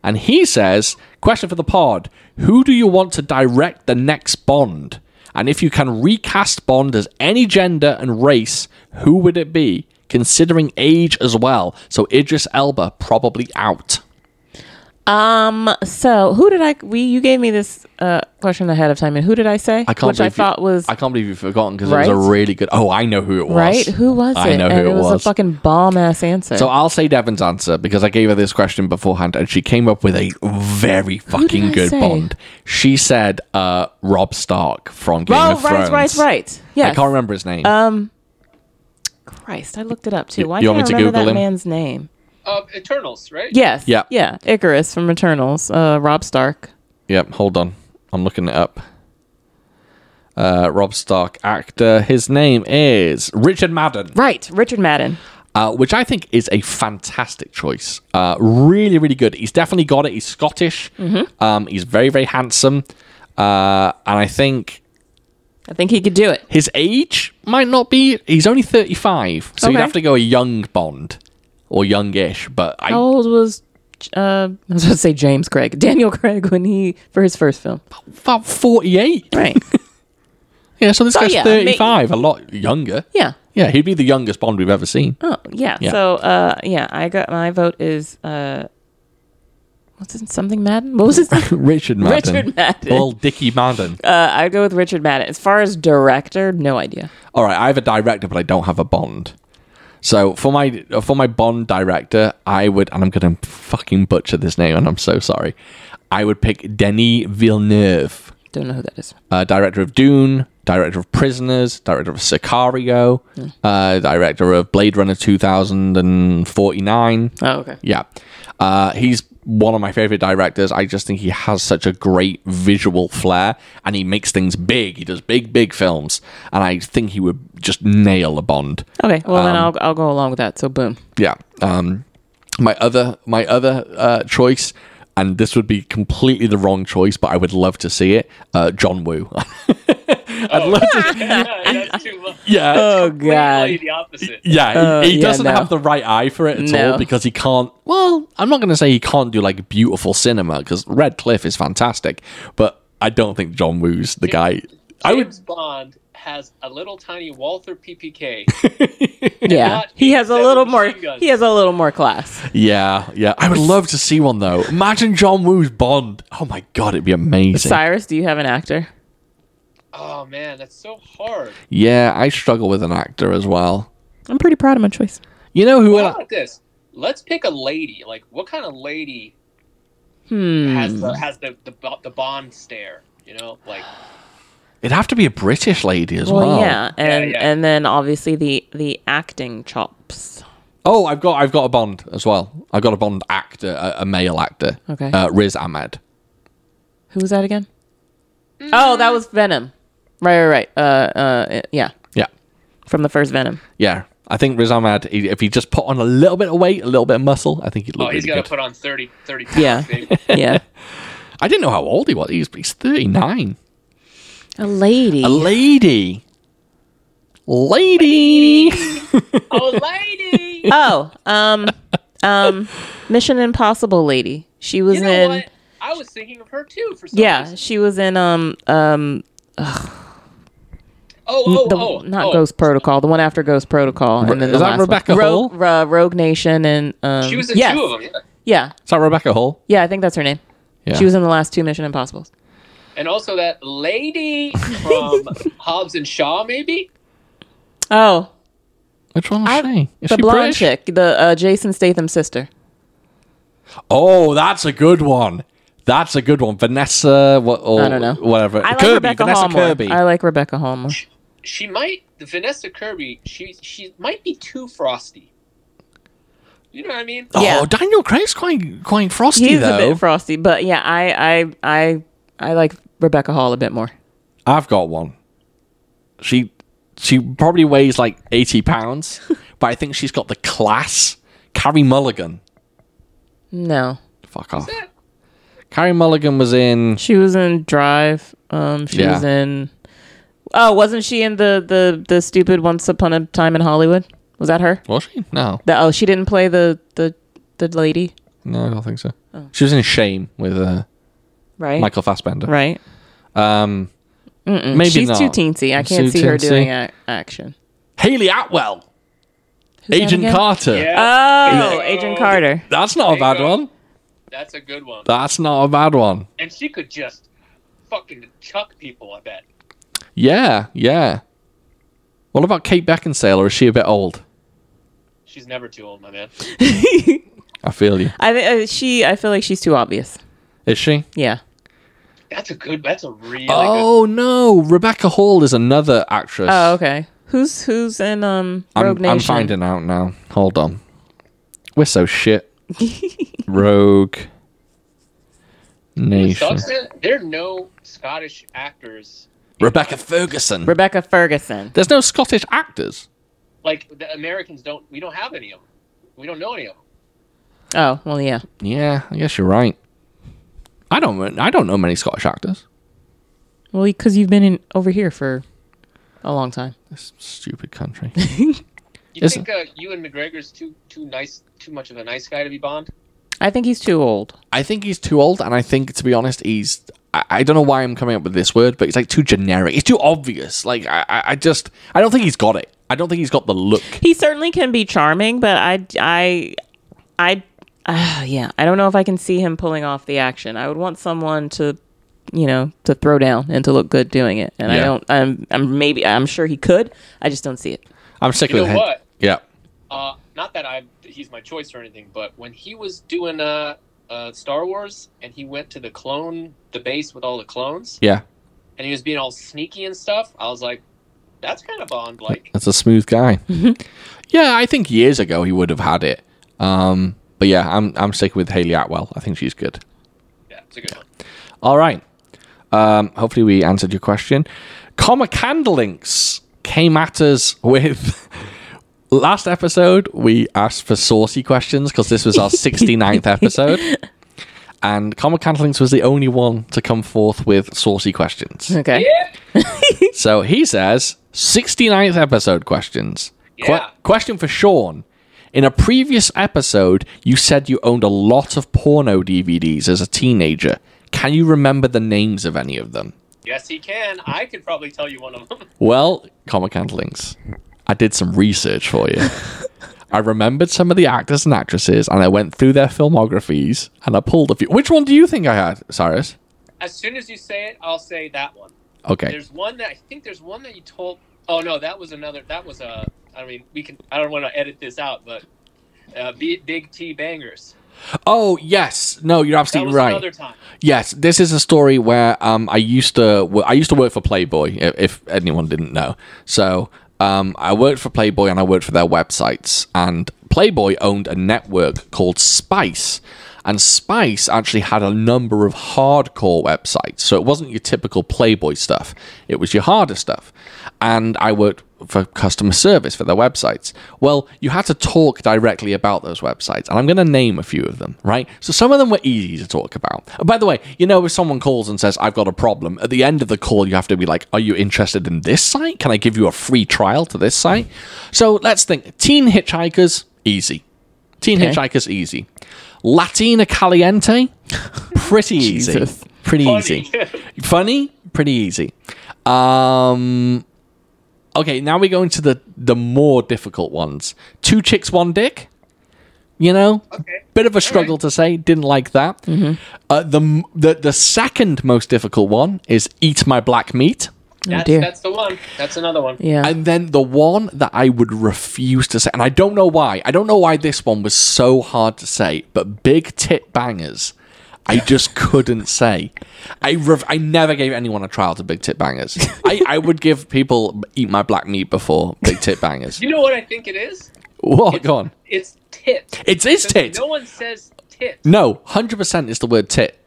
Speaker 1: and he says, "Question for the pod: Who do you want to direct the next Bond? And if you can recast Bond as any gender and race, who would it be? Considering age as well. So Idris Elba probably out.
Speaker 2: Um. So who did I? We you gave me this uh, question ahead of time, and who did I say?
Speaker 1: I can't
Speaker 2: Which
Speaker 1: believe
Speaker 2: I thought
Speaker 1: you,
Speaker 2: was
Speaker 1: I can't believe you've forgotten because it was
Speaker 2: Right?
Speaker 1: a really good. Oh, I know who it was.
Speaker 2: right. Who was it?
Speaker 1: I know
Speaker 2: and
Speaker 1: who
Speaker 2: it was. a fucking bomb ass answer.
Speaker 1: So I'll say Devon's answer because I gave her this question beforehand and she came up with a very fucking
Speaker 2: I
Speaker 1: good
Speaker 2: say?
Speaker 1: Bond. She said uh, Rob Stark from Game
Speaker 2: oh,
Speaker 1: of Thrones.
Speaker 2: right, right, right. Yes. Um,
Speaker 1: I can't remember his name.
Speaker 2: Christ, I looked it up too. Why
Speaker 1: you
Speaker 2: can't
Speaker 1: want
Speaker 2: I
Speaker 1: me to
Speaker 2: remember that
Speaker 1: Google him?
Speaker 2: man's name?
Speaker 3: Uh, Eternals, right?
Speaker 2: Yes.
Speaker 1: Yeah.
Speaker 2: Yeah. Icarus from Eternals. Uh, Rob Stark.
Speaker 1: yep, hold on. I'm looking it up. Uh, Rob Stark actor. His name is Richard Madden.
Speaker 2: Right. Richard Madden.
Speaker 1: uh, which I think is a fantastic choice. Uh, really, really good. He's definitely got it. He's Scottish.
Speaker 2: Mm-hmm.
Speaker 1: Um, he's very, very handsome. Uh, and I think
Speaker 2: I think he could do it.
Speaker 1: his age might not be. He's only 35. So you'd
Speaker 2: Okay.
Speaker 1: have to go a young Bond or youngish. But I.
Speaker 2: How old was? Uh, I was going to say James Craig, Daniel Craig, when he for his first film.
Speaker 1: About 48.
Speaker 2: Right.
Speaker 1: Yeah, so this
Speaker 2: So
Speaker 1: guy's
Speaker 2: Oh, yeah, may-
Speaker 1: 35, a lot younger.
Speaker 2: yeah.
Speaker 1: Yeah, he'd be the youngest Bond we've ever seen.
Speaker 2: Oh yeah.
Speaker 1: Yeah.
Speaker 2: So uh, yeah, I got my vote is uh, what's it? Something Madden. What was his? name?
Speaker 1: Richard Madden.
Speaker 2: Richard Madden.
Speaker 1: Old Dickie Madden.
Speaker 2: uh, I'd go with Richard Madden. As far as director, no idea.
Speaker 1: all right, I have a director, but I don't have a Bond. So for my for my Bond director, I would, and I'm gonna fucking butcher this name, and I'm so sorry. I would pick Denis Villeneuve,
Speaker 2: Don't know who that is.
Speaker 1: uh, director of Dune, director of Prisoners, director of Sicario, uh, director of Blade Runner 2049.
Speaker 2: Oh okay.
Speaker 1: Yeah. Uh, he's one of my favorite directors. I just think he has such a great visual flair and he makes things big. He does big, big films. And I think he would just nail a Bond.
Speaker 2: Okay. Well then
Speaker 3: Um,
Speaker 2: I'll I'll go along with that. So boom.
Speaker 1: Yeah. Um, my other my other uh, choice, and this would be completely the wrong choice, but I would love to see it. Uh, John Woo. I'd love to.
Speaker 3: Yeah, that's too low.
Speaker 1: Yeah.
Speaker 2: Oh
Speaker 3: Completely
Speaker 2: god.
Speaker 3: the opposite.
Speaker 1: Yeah,
Speaker 2: Uh,
Speaker 1: he, he
Speaker 2: yeah,
Speaker 1: doesn't
Speaker 2: no.
Speaker 1: have the right eye for it at
Speaker 2: No.
Speaker 1: all because he can't. Well, I'm not going to say he can't do like beautiful cinema because Red Cliff is fantastic, but I don't think John Woo's the guy. I would.
Speaker 3: James Bond has a little tiny Walther PPK.
Speaker 2: Yeah.
Speaker 3: Not
Speaker 2: He has a
Speaker 3: seven
Speaker 2: little more.
Speaker 3: machine guns.
Speaker 2: He has a little more class.
Speaker 1: Yeah, yeah. I would love to see one though. Imagine John Woo's Bond. Oh my god, it'd be amazing.
Speaker 2: Cyrus, do you have an actor?
Speaker 3: oh man, that's so hard.
Speaker 1: Yeah, I struggle with an actor as well.
Speaker 2: I'm pretty proud of my choice.
Speaker 1: You know who?
Speaker 3: How
Speaker 2: uh,
Speaker 1: I,
Speaker 3: about this? Let's pick a lady. Like, what kind of lady has
Speaker 2: Hmm.
Speaker 3: the has the the, bo- the Bond stare? You know, like
Speaker 1: it'd have to be a British lady as well.
Speaker 2: Well, yeah, and
Speaker 3: yeah.
Speaker 2: and then obviously the the acting chops.
Speaker 1: Oh, I've got I've got a Bond as well. I've got a Bond actor, a, a male actor.
Speaker 2: Okay.
Speaker 1: Uh, Riz Ahmed.
Speaker 2: Who was that again? Oh, that was Venom. Right, right, right. Uh, uh, yeah,
Speaker 1: Yeah.
Speaker 2: from the first Venom.
Speaker 1: Yeah, I think Riz Ahmed, he- if he just put on a little bit of weight, a little bit of muscle, I think he'd look
Speaker 3: oh, he's
Speaker 1: really
Speaker 3: got
Speaker 1: good.
Speaker 3: to put on 30, 30 pounds.
Speaker 2: Yeah,
Speaker 3: baby.
Speaker 2: yeah.
Speaker 1: I didn't know how old he was. He's, he's 39.
Speaker 2: A lady.
Speaker 1: A lady. Lady.
Speaker 3: oh, lady!
Speaker 2: oh, um, um, Mission Impossible lady. She was
Speaker 3: You know
Speaker 2: in.
Speaker 3: what? I was thinking of her too for some
Speaker 2: Yeah,
Speaker 3: reason.
Speaker 2: she was in um um
Speaker 3: Oh, oh,
Speaker 2: the
Speaker 3: oh,
Speaker 2: not
Speaker 3: oh.
Speaker 2: Ghost Protocol, the one after Ghost Protocol,
Speaker 1: Ro-
Speaker 2: and then
Speaker 1: is
Speaker 2: the
Speaker 1: that
Speaker 2: last
Speaker 1: Rebecca
Speaker 2: one.
Speaker 1: Hall?
Speaker 2: Rogue, uh, Rogue Nation, and um,
Speaker 3: She was in
Speaker 2: yes,
Speaker 3: two of them. Yeah.
Speaker 2: Yeah,
Speaker 1: Is that Rebecca Hall?
Speaker 2: yeah, I think that's her name.
Speaker 1: Yeah.
Speaker 2: She was in the last two Mission Impossibles.
Speaker 3: And also that lady from Hobbs and Shaw, maybe?
Speaker 2: Oh,
Speaker 1: Which one was she? Is
Speaker 2: the
Speaker 1: she
Speaker 2: blonde
Speaker 1: British?
Speaker 2: chick, the uh, Jason Statham sister.
Speaker 1: Oh, that's a good one. That's a good one. Vanessa, what, or
Speaker 2: I don't know.
Speaker 1: whatever.
Speaker 2: I like
Speaker 1: Kirby,
Speaker 2: Rebecca
Speaker 1: Vanessa
Speaker 2: Hall more.
Speaker 1: Kirby.
Speaker 2: I like Rebecca Hall more.
Speaker 3: She might Vanessa Kirby, she she might be too frosty. You know what I mean?
Speaker 1: oh,
Speaker 2: yeah.
Speaker 1: Daniel Craig's quite quite frosty
Speaker 2: He's
Speaker 1: though.
Speaker 2: a bit frosty, but yeah, I I I I like Rebecca Hall a bit more.
Speaker 1: I've got one. She she probably weighs like eighty pounds, but I think she's got the class. Carrie Mulligan.
Speaker 2: No,
Speaker 1: Fuck off. Carrie Mulligan was in.
Speaker 2: she was in Drive. Um, she
Speaker 1: Yeah.
Speaker 2: was in. Oh, wasn't she in the the the stupid Once Upon a Time in Hollywood? Was that her?
Speaker 1: Was she? No,
Speaker 2: The, oh, she didn't play the the the lady,
Speaker 1: no, I don't think so.
Speaker 2: Oh.
Speaker 1: She was in Shame with uh,
Speaker 2: right?
Speaker 1: Michael Fassbender.
Speaker 2: Right.
Speaker 1: Um, maybe
Speaker 2: She's
Speaker 1: not.
Speaker 2: too teensy. I can't
Speaker 1: Too
Speaker 2: see her
Speaker 1: teensy.
Speaker 2: doing a- action.
Speaker 1: Haley Atwell,
Speaker 2: that
Speaker 1: Agent
Speaker 2: again?
Speaker 1: Carter.
Speaker 2: Oh,
Speaker 3: Yeah.
Speaker 2: Agent Carter.
Speaker 1: That's not a
Speaker 3: you
Speaker 1: bad
Speaker 3: go.
Speaker 1: one.
Speaker 3: That's a good one.
Speaker 1: That's not a bad one.
Speaker 3: And she could just fucking chuck people, I bet.
Speaker 1: Yeah, yeah. What about Kate Beckinsale, or is she a bit old?
Speaker 3: She's never too old, my man.
Speaker 1: I feel you.
Speaker 2: I think uh, she. I feel like she's too obvious.
Speaker 1: Is she?
Speaker 2: Yeah.
Speaker 3: That's a good that's a really good
Speaker 1: oh no, Rebecca Hall is another actress.
Speaker 2: Oh, okay. Who's who's in um
Speaker 1: I'm,
Speaker 2: Rogue Nation?
Speaker 1: I'm finding out now. Hold on. We're so shit. Rogue
Speaker 3: It
Speaker 1: Nation.
Speaker 3: sucks that There are no Scottish actors.
Speaker 1: Rebecca Ferguson.
Speaker 2: Rebecca Ferguson.
Speaker 1: There's no Scottish actors.
Speaker 3: Like the Americans don't. We don't have any of them. We don't know any of them.
Speaker 2: Oh well, yeah.
Speaker 1: Yeah, I guess you're right. I don't. I don't know many Scottish actors.
Speaker 2: Well, because you've been in over here for a long time.
Speaker 1: This stupid country.
Speaker 3: You
Speaker 1: Yes.
Speaker 3: think uh, Ewan McGregor's too too nice, too much of a nice guy to be Bond?
Speaker 2: I think he's too old.
Speaker 1: I think he's too old, and I think, to be honest, he's. I, I don't know why I'm coming up with this word, but it's like too generic. It's too obvious. Like I, I, I just, I don't think he's got it. I don't think he's got the look.
Speaker 2: He certainly can be charming, but I I I uh, yeah. I don't know if I can see him pulling off the action. I would want someone to you know to throw down and to look good doing it. And I
Speaker 1: Yeah.
Speaker 2: don't. I'm I'm maybe I'm sure he could. I just don't see it.
Speaker 1: I'm sick
Speaker 3: You
Speaker 1: of
Speaker 3: know
Speaker 1: him.
Speaker 3: what?
Speaker 1: Yeah.
Speaker 3: Uh, not that I he's my choice or anything, but when he was doing uh, uh, Star Wars and he went to the clone the base with all the clones
Speaker 1: Yeah.
Speaker 3: and he was being all sneaky and stuff, I was like, that's kind of Bond like.
Speaker 1: That's a smooth guy.
Speaker 3: Mm-hmm.
Speaker 1: yeah, I think years ago he would have had it. Um, but yeah, I'm I'm sick with Haley Atwell. I think she's good.
Speaker 3: Yeah, it's a good one.
Speaker 1: All right. Um, hopefully we answered your question. Comma Candlelinks came at us with last episode. We asked for saucy questions because this was our 69th episode. And Comma Candlelinks was the only one to come forth with saucy questions.
Speaker 2: Okay.
Speaker 1: so he says 69th episode questions. Que-
Speaker 3: Yeah.
Speaker 1: question for Sean. In a previous episode, you said you owned a lot of porno DVDs as a teenager. Can you remember the names of any of them?
Speaker 3: Yes, he can. I could probably tell you one of them.
Speaker 1: Well, comic handlings. I did some research for you. I remembered some of the actors and actresses, and I went through their filmographies, and I pulled a few. Which one do you think I had, Cyrus?
Speaker 3: as soon as you say it, I'll say that one.
Speaker 1: Okay.
Speaker 3: There's one that I think there's one that you told. Oh no, that was another. That was a. I mean, we can. I don't want to edit this out, but uh, B, big T bangers.
Speaker 1: Oh yes, no, you're
Speaker 3: That
Speaker 1: absolutely
Speaker 3: was
Speaker 1: right.
Speaker 3: another time.
Speaker 1: Yes, this is a story where um, I used to wo- I used to work for Playboy. If, if anyone didn't know, so um, I worked for Playboy and I worked for their websites. And Playboy owned a network called Spice, and Spice actually had a number of hardcore websites. So it wasn't your typical Playboy stuff; it was your harder stuff. And I worked for customer service for their websites. Well, you had to talk directly about those websites, and I'm going to name a few of them, right? So some of them were easy to talk about. And by the way, you know, if someone calls and says, I've got a problem, at the end of the call, you have to be like, Are you interested in this site? Can I give you a free trial to this site? So let's think Teen Hitchhikers, easy. Teen Hitchhikers, easy. Latina Caliente, pretty easy.
Speaker 2: Jesus.
Speaker 1: Pretty
Speaker 3: Funny.
Speaker 1: easy. Funny, pretty easy. Um, okay, now we go into the the more difficult ones. Two chicks, one dick. You know,
Speaker 3: Okay.
Speaker 1: bit of a struggle to say. Didn't like that. Uh, the, m- the the second most difficult one is eat my black meat.
Speaker 3: That's,
Speaker 2: dear.
Speaker 3: that's the one. That's another one.
Speaker 2: Yeah.
Speaker 1: And then the one that I would refuse to say, and I don't know why. I don't know why this one was so hard to say, but big tit bangers, I just couldn't say. I rev- I never gave anyone a trial to big tit bangers. I, I would give people eat my black meat before big tit bangers.
Speaker 3: You know what I think it is?
Speaker 1: What? Go on.
Speaker 3: It's tit.
Speaker 1: It's it's
Speaker 3: Because
Speaker 1: tit.
Speaker 3: No one says tit.
Speaker 1: No, hundred percent is the word tit.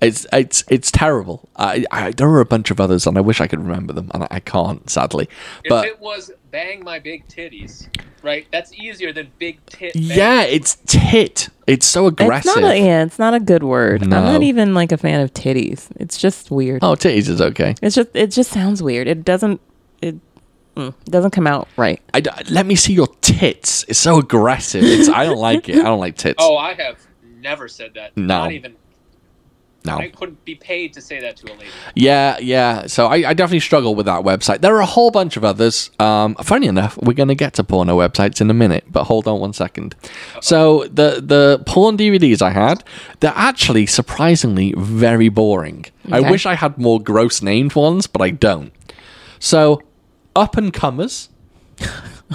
Speaker 1: It's it's it's terrible. I, I there are a bunch of others, and I wish I could remember them, and I can't sadly. But
Speaker 3: if it was bang my big titties, right? That's easier than big tit. Bang.
Speaker 1: yeah, it's tit. It's so
Speaker 2: It's
Speaker 1: aggressive.
Speaker 2: not a yeah, it's not a good word.
Speaker 1: No.
Speaker 2: I'm not even like a fan of titties. It's just weird.
Speaker 1: oh, titties is okay.
Speaker 2: It's just it just sounds weird. It doesn't it mm, doesn't come out right.
Speaker 1: I d let me see your tits. It's so aggressive. It's I don't like it. I don't like tits.
Speaker 3: Oh, I have never said that.
Speaker 1: No.
Speaker 3: Not even.
Speaker 1: no.
Speaker 3: I couldn't be paid to say that to a lady.
Speaker 1: Yeah, yeah. So I, I definitely struggle with that website. There are a whole bunch of others. Um, funny enough, we're going to get to porno websites in a minute, but hold on one second. So the the porn DVDs I had, they're actually surprisingly very boring. I
Speaker 2: Okay.
Speaker 1: wish I had more gross named ones, but I don't. So up and comers,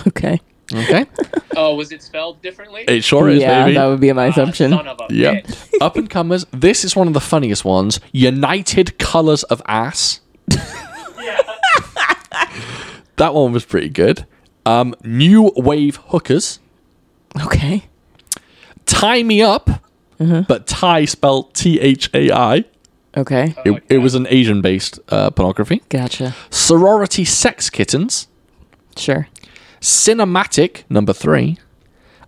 Speaker 2: Okay.
Speaker 1: okay?
Speaker 3: Oh, was it spelled differently?
Speaker 1: it sure is,
Speaker 2: yeah,
Speaker 1: baby.
Speaker 2: that would be my
Speaker 3: Ah,
Speaker 2: assumption.
Speaker 3: Son of a
Speaker 1: yeah.
Speaker 3: bitch.
Speaker 1: up and comers. This is one of the funniest ones. United Colors of Ass. That one was pretty good. Um, new wave hookers.
Speaker 2: okay.
Speaker 1: Tie me up,
Speaker 2: Mm-hmm.
Speaker 1: but tie spelled T H A I.
Speaker 2: Okay.
Speaker 1: It, it was an Asian based uh, pornography.
Speaker 2: Gotcha.
Speaker 1: Sorority sex kittens.
Speaker 2: Sure.
Speaker 1: Cinematic number three.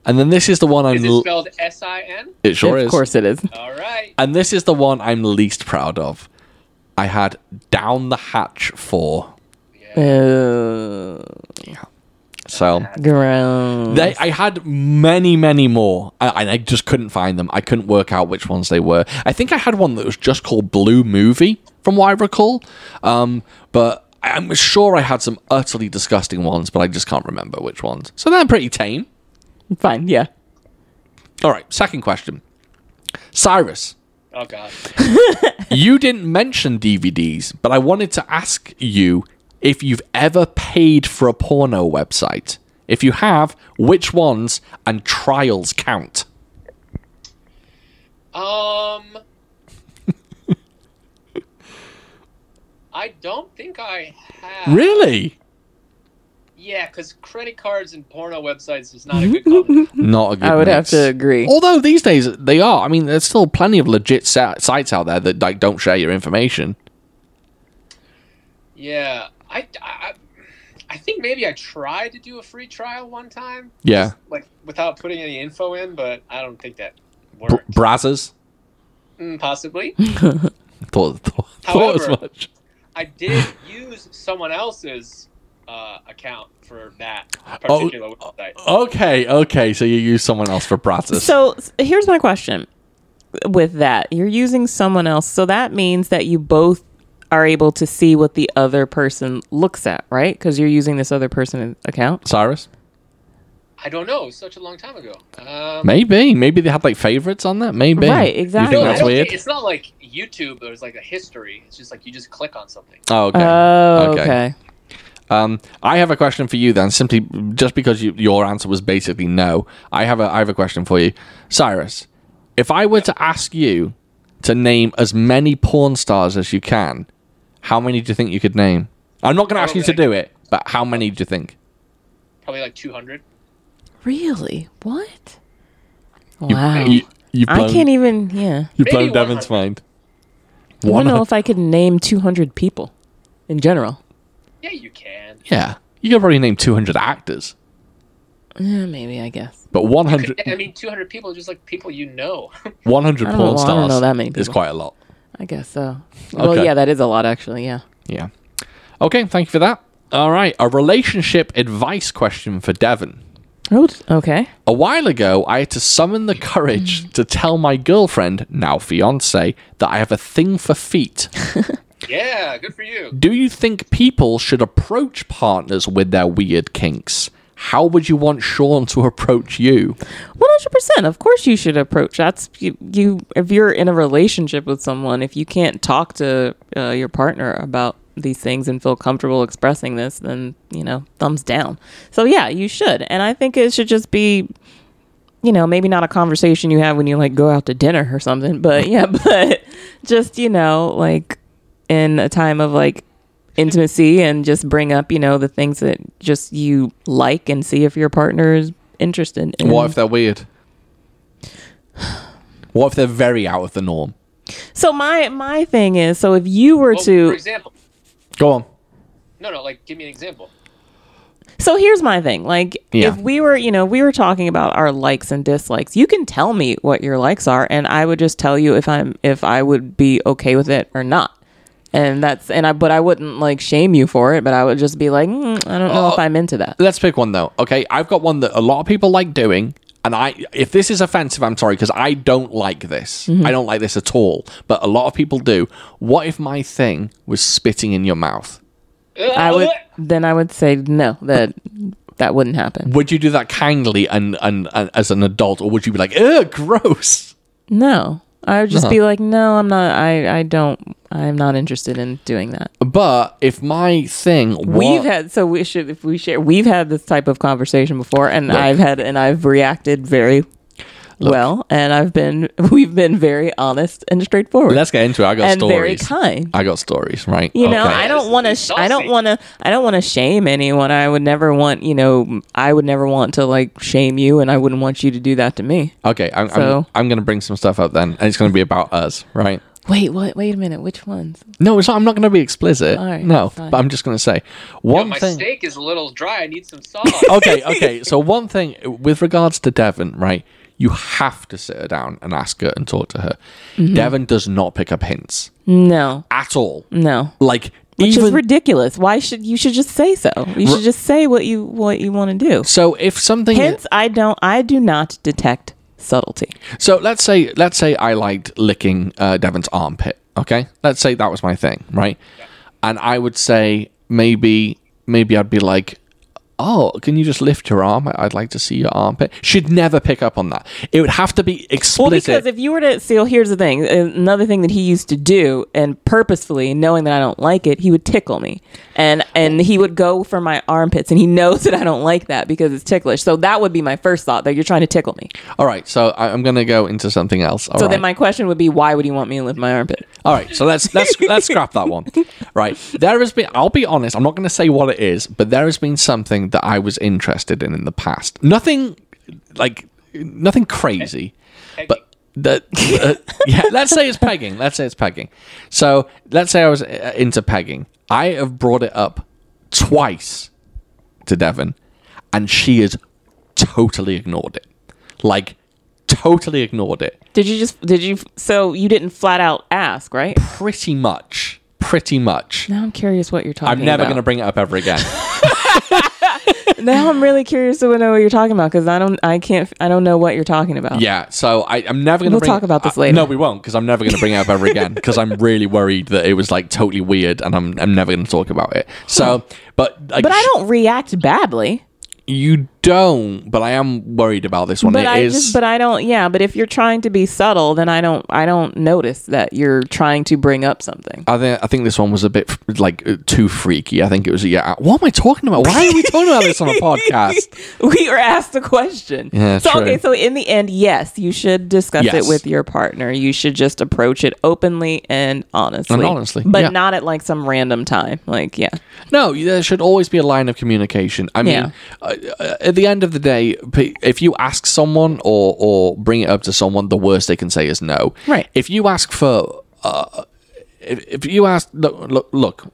Speaker 1: And then this is the one I'm.
Speaker 3: Is it
Speaker 1: l-
Speaker 3: spelled S I N?
Speaker 1: it sure
Speaker 2: of
Speaker 1: is.
Speaker 2: course it is.
Speaker 3: All right.
Speaker 1: And this is the one I'm least proud of. I had down the hatch four.
Speaker 2: Uh,
Speaker 1: So.
Speaker 2: gross.
Speaker 1: They, I had many, many more, I- and I just couldn't find them. I couldn't work out which ones they were. I think I had one that was just called Blue Movie, from what I recall. Um, but I- I'm sure I had some utterly disgusting ones, but I just can't remember which ones. So they're pretty tame.
Speaker 2: Fine. Yeah.
Speaker 1: All right, second question. Cyrus,
Speaker 3: Oh God.
Speaker 1: you didn't mention DVDs, but I wanted to ask you if you've ever paid for a porno website. If you have, which ones and trials count?
Speaker 3: Um. I don't think I have.
Speaker 1: Really?
Speaker 3: Yeah, because credit cards and porno websites is not a good combination.
Speaker 1: Not a good
Speaker 2: I would
Speaker 1: mix.
Speaker 2: have to agree.
Speaker 1: Although these days they are. I mean, there's still plenty of legit sa- sites out there that like don't share your information.
Speaker 3: yeah, I, I, I think maybe I tried to do a free trial one time,
Speaker 1: Yeah.
Speaker 3: like without putting any info in, but I don't think that
Speaker 1: Br-
Speaker 3: worked.
Speaker 1: Brazzers.
Speaker 3: Mm, possibly.
Speaker 1: Thought, thought, thought as
Speaker 3: However-
Speaker 1: much.
Speaker 3: I did use someone else's uh, account for that
Speaker 1: Oh,
Speaker 3: particular website.
Speaker 1: Okay, okay. So you use someone else for Brazzers.
Speaker 2: So s- here's my question with that. You're using someone else. So that means that you both are able to see what the other person looks at, right? Because you're using this other person's account.
Speaker 1: Cyrus?
Speaker 3: I don't know. It was such a long time ago. Um,
Speaker 1: Maybe. Maybe they had like favorites on that. Maybe.
Speaker 2: Right, exactly.
Speaker 1: You think
Speaker 3: no, I
Speaker 1: that's
Speaker 3: don't
Speaker 1: weird?
Speaker 3: think- It's not like YouTube. There's like a history. It's just like you just click on something.
Speaker 1: Oh, okay.
Speaker 2: Oh, okay.
Speaker 1: Um, I have a question for you then. Simply just because you, your answer was basically no, I have a I have a question for you, Cyrus. If I were to ask you to name as many porn stars as you can, how many do you think you could name? I'm not going to ask you to
Speaker 3: Probably.
Speaker 1: do it, but how many do you think?
Speaker 3: Probably like 200.
Speaker 2: Really? What? Wow.
Speaker 1: You, you've
Speaker 2: I
Speaker 1: blown-
Speaker 2: can't e- even, yeah.
Speaker 1: You've
Speaker 3: Maybe
Speaker 1: blown Devin's
Speaker 3: 100.
Speaker 1: mind.
Speaker 2: I don't know
Speaker 1: One-
Speaker 2: if I could name 200 people in general.
Speaker 3: Yeah, you can.
Speaker 1: Yeah, you could probably name 200 actors,
Speaker 2: Yeah, Uh, maybe, I guess.
Speaker 1: but 100,
Speaker 3: I mean, 200 people are just like people you know.
Speaker 1: 100
Speaker 2: I
Speaker 1: porn
Speaker 2: don't know- well, I
Speaker 1: stars
Speaker 2: don't know that many
Speaker 1: is
Speaker 2: people.
Speaker 1: quite a lot.
Speaker 2: I guess so. Well,
Speaker 1: Okay.
Speaker 2: yeah, that is a lot, actually. Yeah.
Speaker 1: Yeah. Okay, thank you for that. All right, a relationship advice question for Devon.
Speaker 2: Oh, okay.
Speaker 1: A while ago, I had to summon the courage to tell my girlfriend, now fiance, that I have a thing for feet.
Speaker 3: yeah, good for you.
Speaker 1: Do you think people should approach partners with their weird kinks? how would you want Sean to approach you?
Speaker 2: One hundred percent. Of course, you should approach. That's you, you. If you're in a relationship with someone, if you can't talk to uh, your partner about these things and feel comfortable expressing this, then you know, thumbs down. So yeah, you should. And I think it should just be, you know, maybe not a conversation you have when you like go out to dinner or something, but yeah, but just you know, like in a time of like intimacy and just bring up, you know, the things that just you like and see if your partner is interested in.
Speaker 1: What if they're weird? What if they're very out of the norm?
Speaker 2: So my my thing is, so if you were
Speaker 3: Well, for
Speaker 2: to,
Speaker 3: example,
Speaker 1: Go on.
Speaker 3: no, no, like give me an example.
Speaker 2: so here's my thing. Like
Speaker 1: Yeah.
Speaker 2: if we were, you know, we were talking about our likes and dislikes. You can tell me what your likes are, and I would just tell you if I'm if I would be okay with it or not. And that's and I, but I wouldn't like shame you for it. But I would just be like, mm, I don't know if I'm into that.
Speaker 1: Let's pick one though. Okay, I've got one that a lot of people like doing, and I if this is offensive, I'm sorry because I don't like this.
Speaker 2: Mm-hmm.
Speaker 1: I don't like this at all. But a lot of people do. What if my thing was spitting in your mouth?
Speaker 2: I
Speaker 3: Uh,
Speaker 2: would then I would say no that that wouldn't happen.
Speaker 1: Would you do that kindly and and, and as an adult, or would you be like, ugh, gross?
Speaker 2: No, I would just be like, no, I'm not. I I don't. I'm not interested in doing that.
Speaker 1: But if my thing,
Speaker 2: We've
Speaker 1: wa-
Speaker 2: had so we should if we share we've had this type of conversation before and I've had and I've reacted very well and I've been we've been very honest and straightforward
Speaker 1: let's get into it. I got
Speaker 2: and
Speaker 1: stories.
Speaker 2: very kind.
Speaker 1: I got stories, right?
Speaker 2: You know, I
Speaker 3: This
Speaker 2: don't
Speaker 3: is
Speaker 2: want to.
Speaker 3: saucy.
Speaker 2: I don't want to. I don't want to shame anyone. I would never want. You know, I would never want to like shame you, and I wouldn't want you to do that to me.
Speaker 1: Okay, I'm, I'm,
Speaker 2: So-
Speaker 1: I'm going to bring some stuff up then, and it's going to be about us, right?
Speaker 2: Wait, what? Wait a minute. Which ones?
Speaker 1: No, it's not, I'm not going to be explicit.
Speaker 2: Alright,
Speaker 1: no,
Speaker 2: fine.
Speaker 1: but I'm just going to say one
Speaker 3: My
Speaker 1: thing.
Speaker 3: steak is a little dry. I need some sauce.
Speaker 1: okay, okay. So one thing with regards to Devon, right? You have to sit her down and ask her and talk to her.
Speaker 2: Mm-hmm.
Speaker 1: Devon does not pick up hints
Speaker 2: No,
Speaker 1: at all.
Speaker 2: no.
Speaker 1: Like
Speaker 2: Mm. Which
Speaker 1: even
Speaker 2: is ridiculous. Why should you should just say so? You should just say what you what you want to do.
Speaker 1: so, if something
Speaker 2: Hence, I don't. I do not detect subtlety.
Speaker 1: So let's say let's say I liked licking uh, Devon's armpit. Okay, let's say that was my thing, right? And I would say maybe maybe I'd be like, "Oh, can you just lift your arm? I'd like to see your armpit." She'd never pick up on that. It would have to be
Speaker 2: Well,
Speaker 1: explicit.
Speaker 2: because if you were to see, here's the thing. uh, Another thing that he used to do, and purposefully, knowing that I don't like it, he would tickle me, and and he would go for my armpits, and he knows that I don't like that because it's ticklish. So that would be my first thought that you're trying to tickle me.
Speaker 1: All right, so I, I'm gonna go into something else. All
Speaker 2: So
Speaker 1: right.
Speaker 2: then my question would be, why would you want me to lift my armpit?
Speaker 1: All right, so let's let's let's scrap that one. Right, there has been. I'll be honest. I'm not going to say what it is, but there has been something that I was interested in in the past. Nothing like nothing crazy, but that uh, yeah. Let's say it's pegging. Let's say it's pegging. So let's say I was uh, into pegging. I have brought it up twice to Devon, and she has totally ignored it. Like totally ignored it.
Speaker 2: Did you just? Did you? So you didn't flat out ask, right?
Speaker 1: Pretty much. Pretty much.
Speaker 2: Now I'm curious what you're talking.
Speaker 1: I'm never
Speaker 2: about.
Speaker 1: going to bring it up ever again.
Speaker 2: Now I'm really curious to know what you're talking about because I don't, I can't, I don't know what you're talking about.
Speaker 1: yeah, so I, I'm never going to.
Speaker 2: We'll talk about this later.
Speaker 1: no, we won't, because I'm never going to bring it up ever again. Because I'm really worried that it was like totally weird, and I'm I'm never going to talk about it. So, but like,
Speaker 2: Hmm. But I don't react badly.
Speaker 1: You don't, but I am worried about this one. It
Speaker 2: But
Speaker 1: is.
Speaker 2: I just, but I don't. Yeah. But if you're trying to be subtle, then I don't, I don't notice that you're trying to bring up something.
Speaker 1: I think I think this one was a bit like uh, too freaky. I think it was yeah. What am I talking about? Why are we talking about this on a podcast?
Speaker 2: we were asked the question.
Speaker 1: Yeah,
Speaker 2: so
Speaker 1: true.
Speaker 2: okay. So in the end, yes, you should discuss
Speaker 1: Yes.
Speaker 2: it with your partner. You should just approach it openly and honestly,
Speaker 1: And honestly,
Speaker 2: but
Speaker 1: yeah.
Speaker 2: not at like some random time. Like yeah.
Speaker 1: No, there should always be a line of communication. I mean,
Speaker 2: Yeah.
Speaker 1: uh, uh, at the end of the day, p- if you ask someone or or bring it up to someone, the worst they can say is no.
Speaker 2: Right.
Speaker 1: If you ask for, uh, if, if you ask, look, look, look,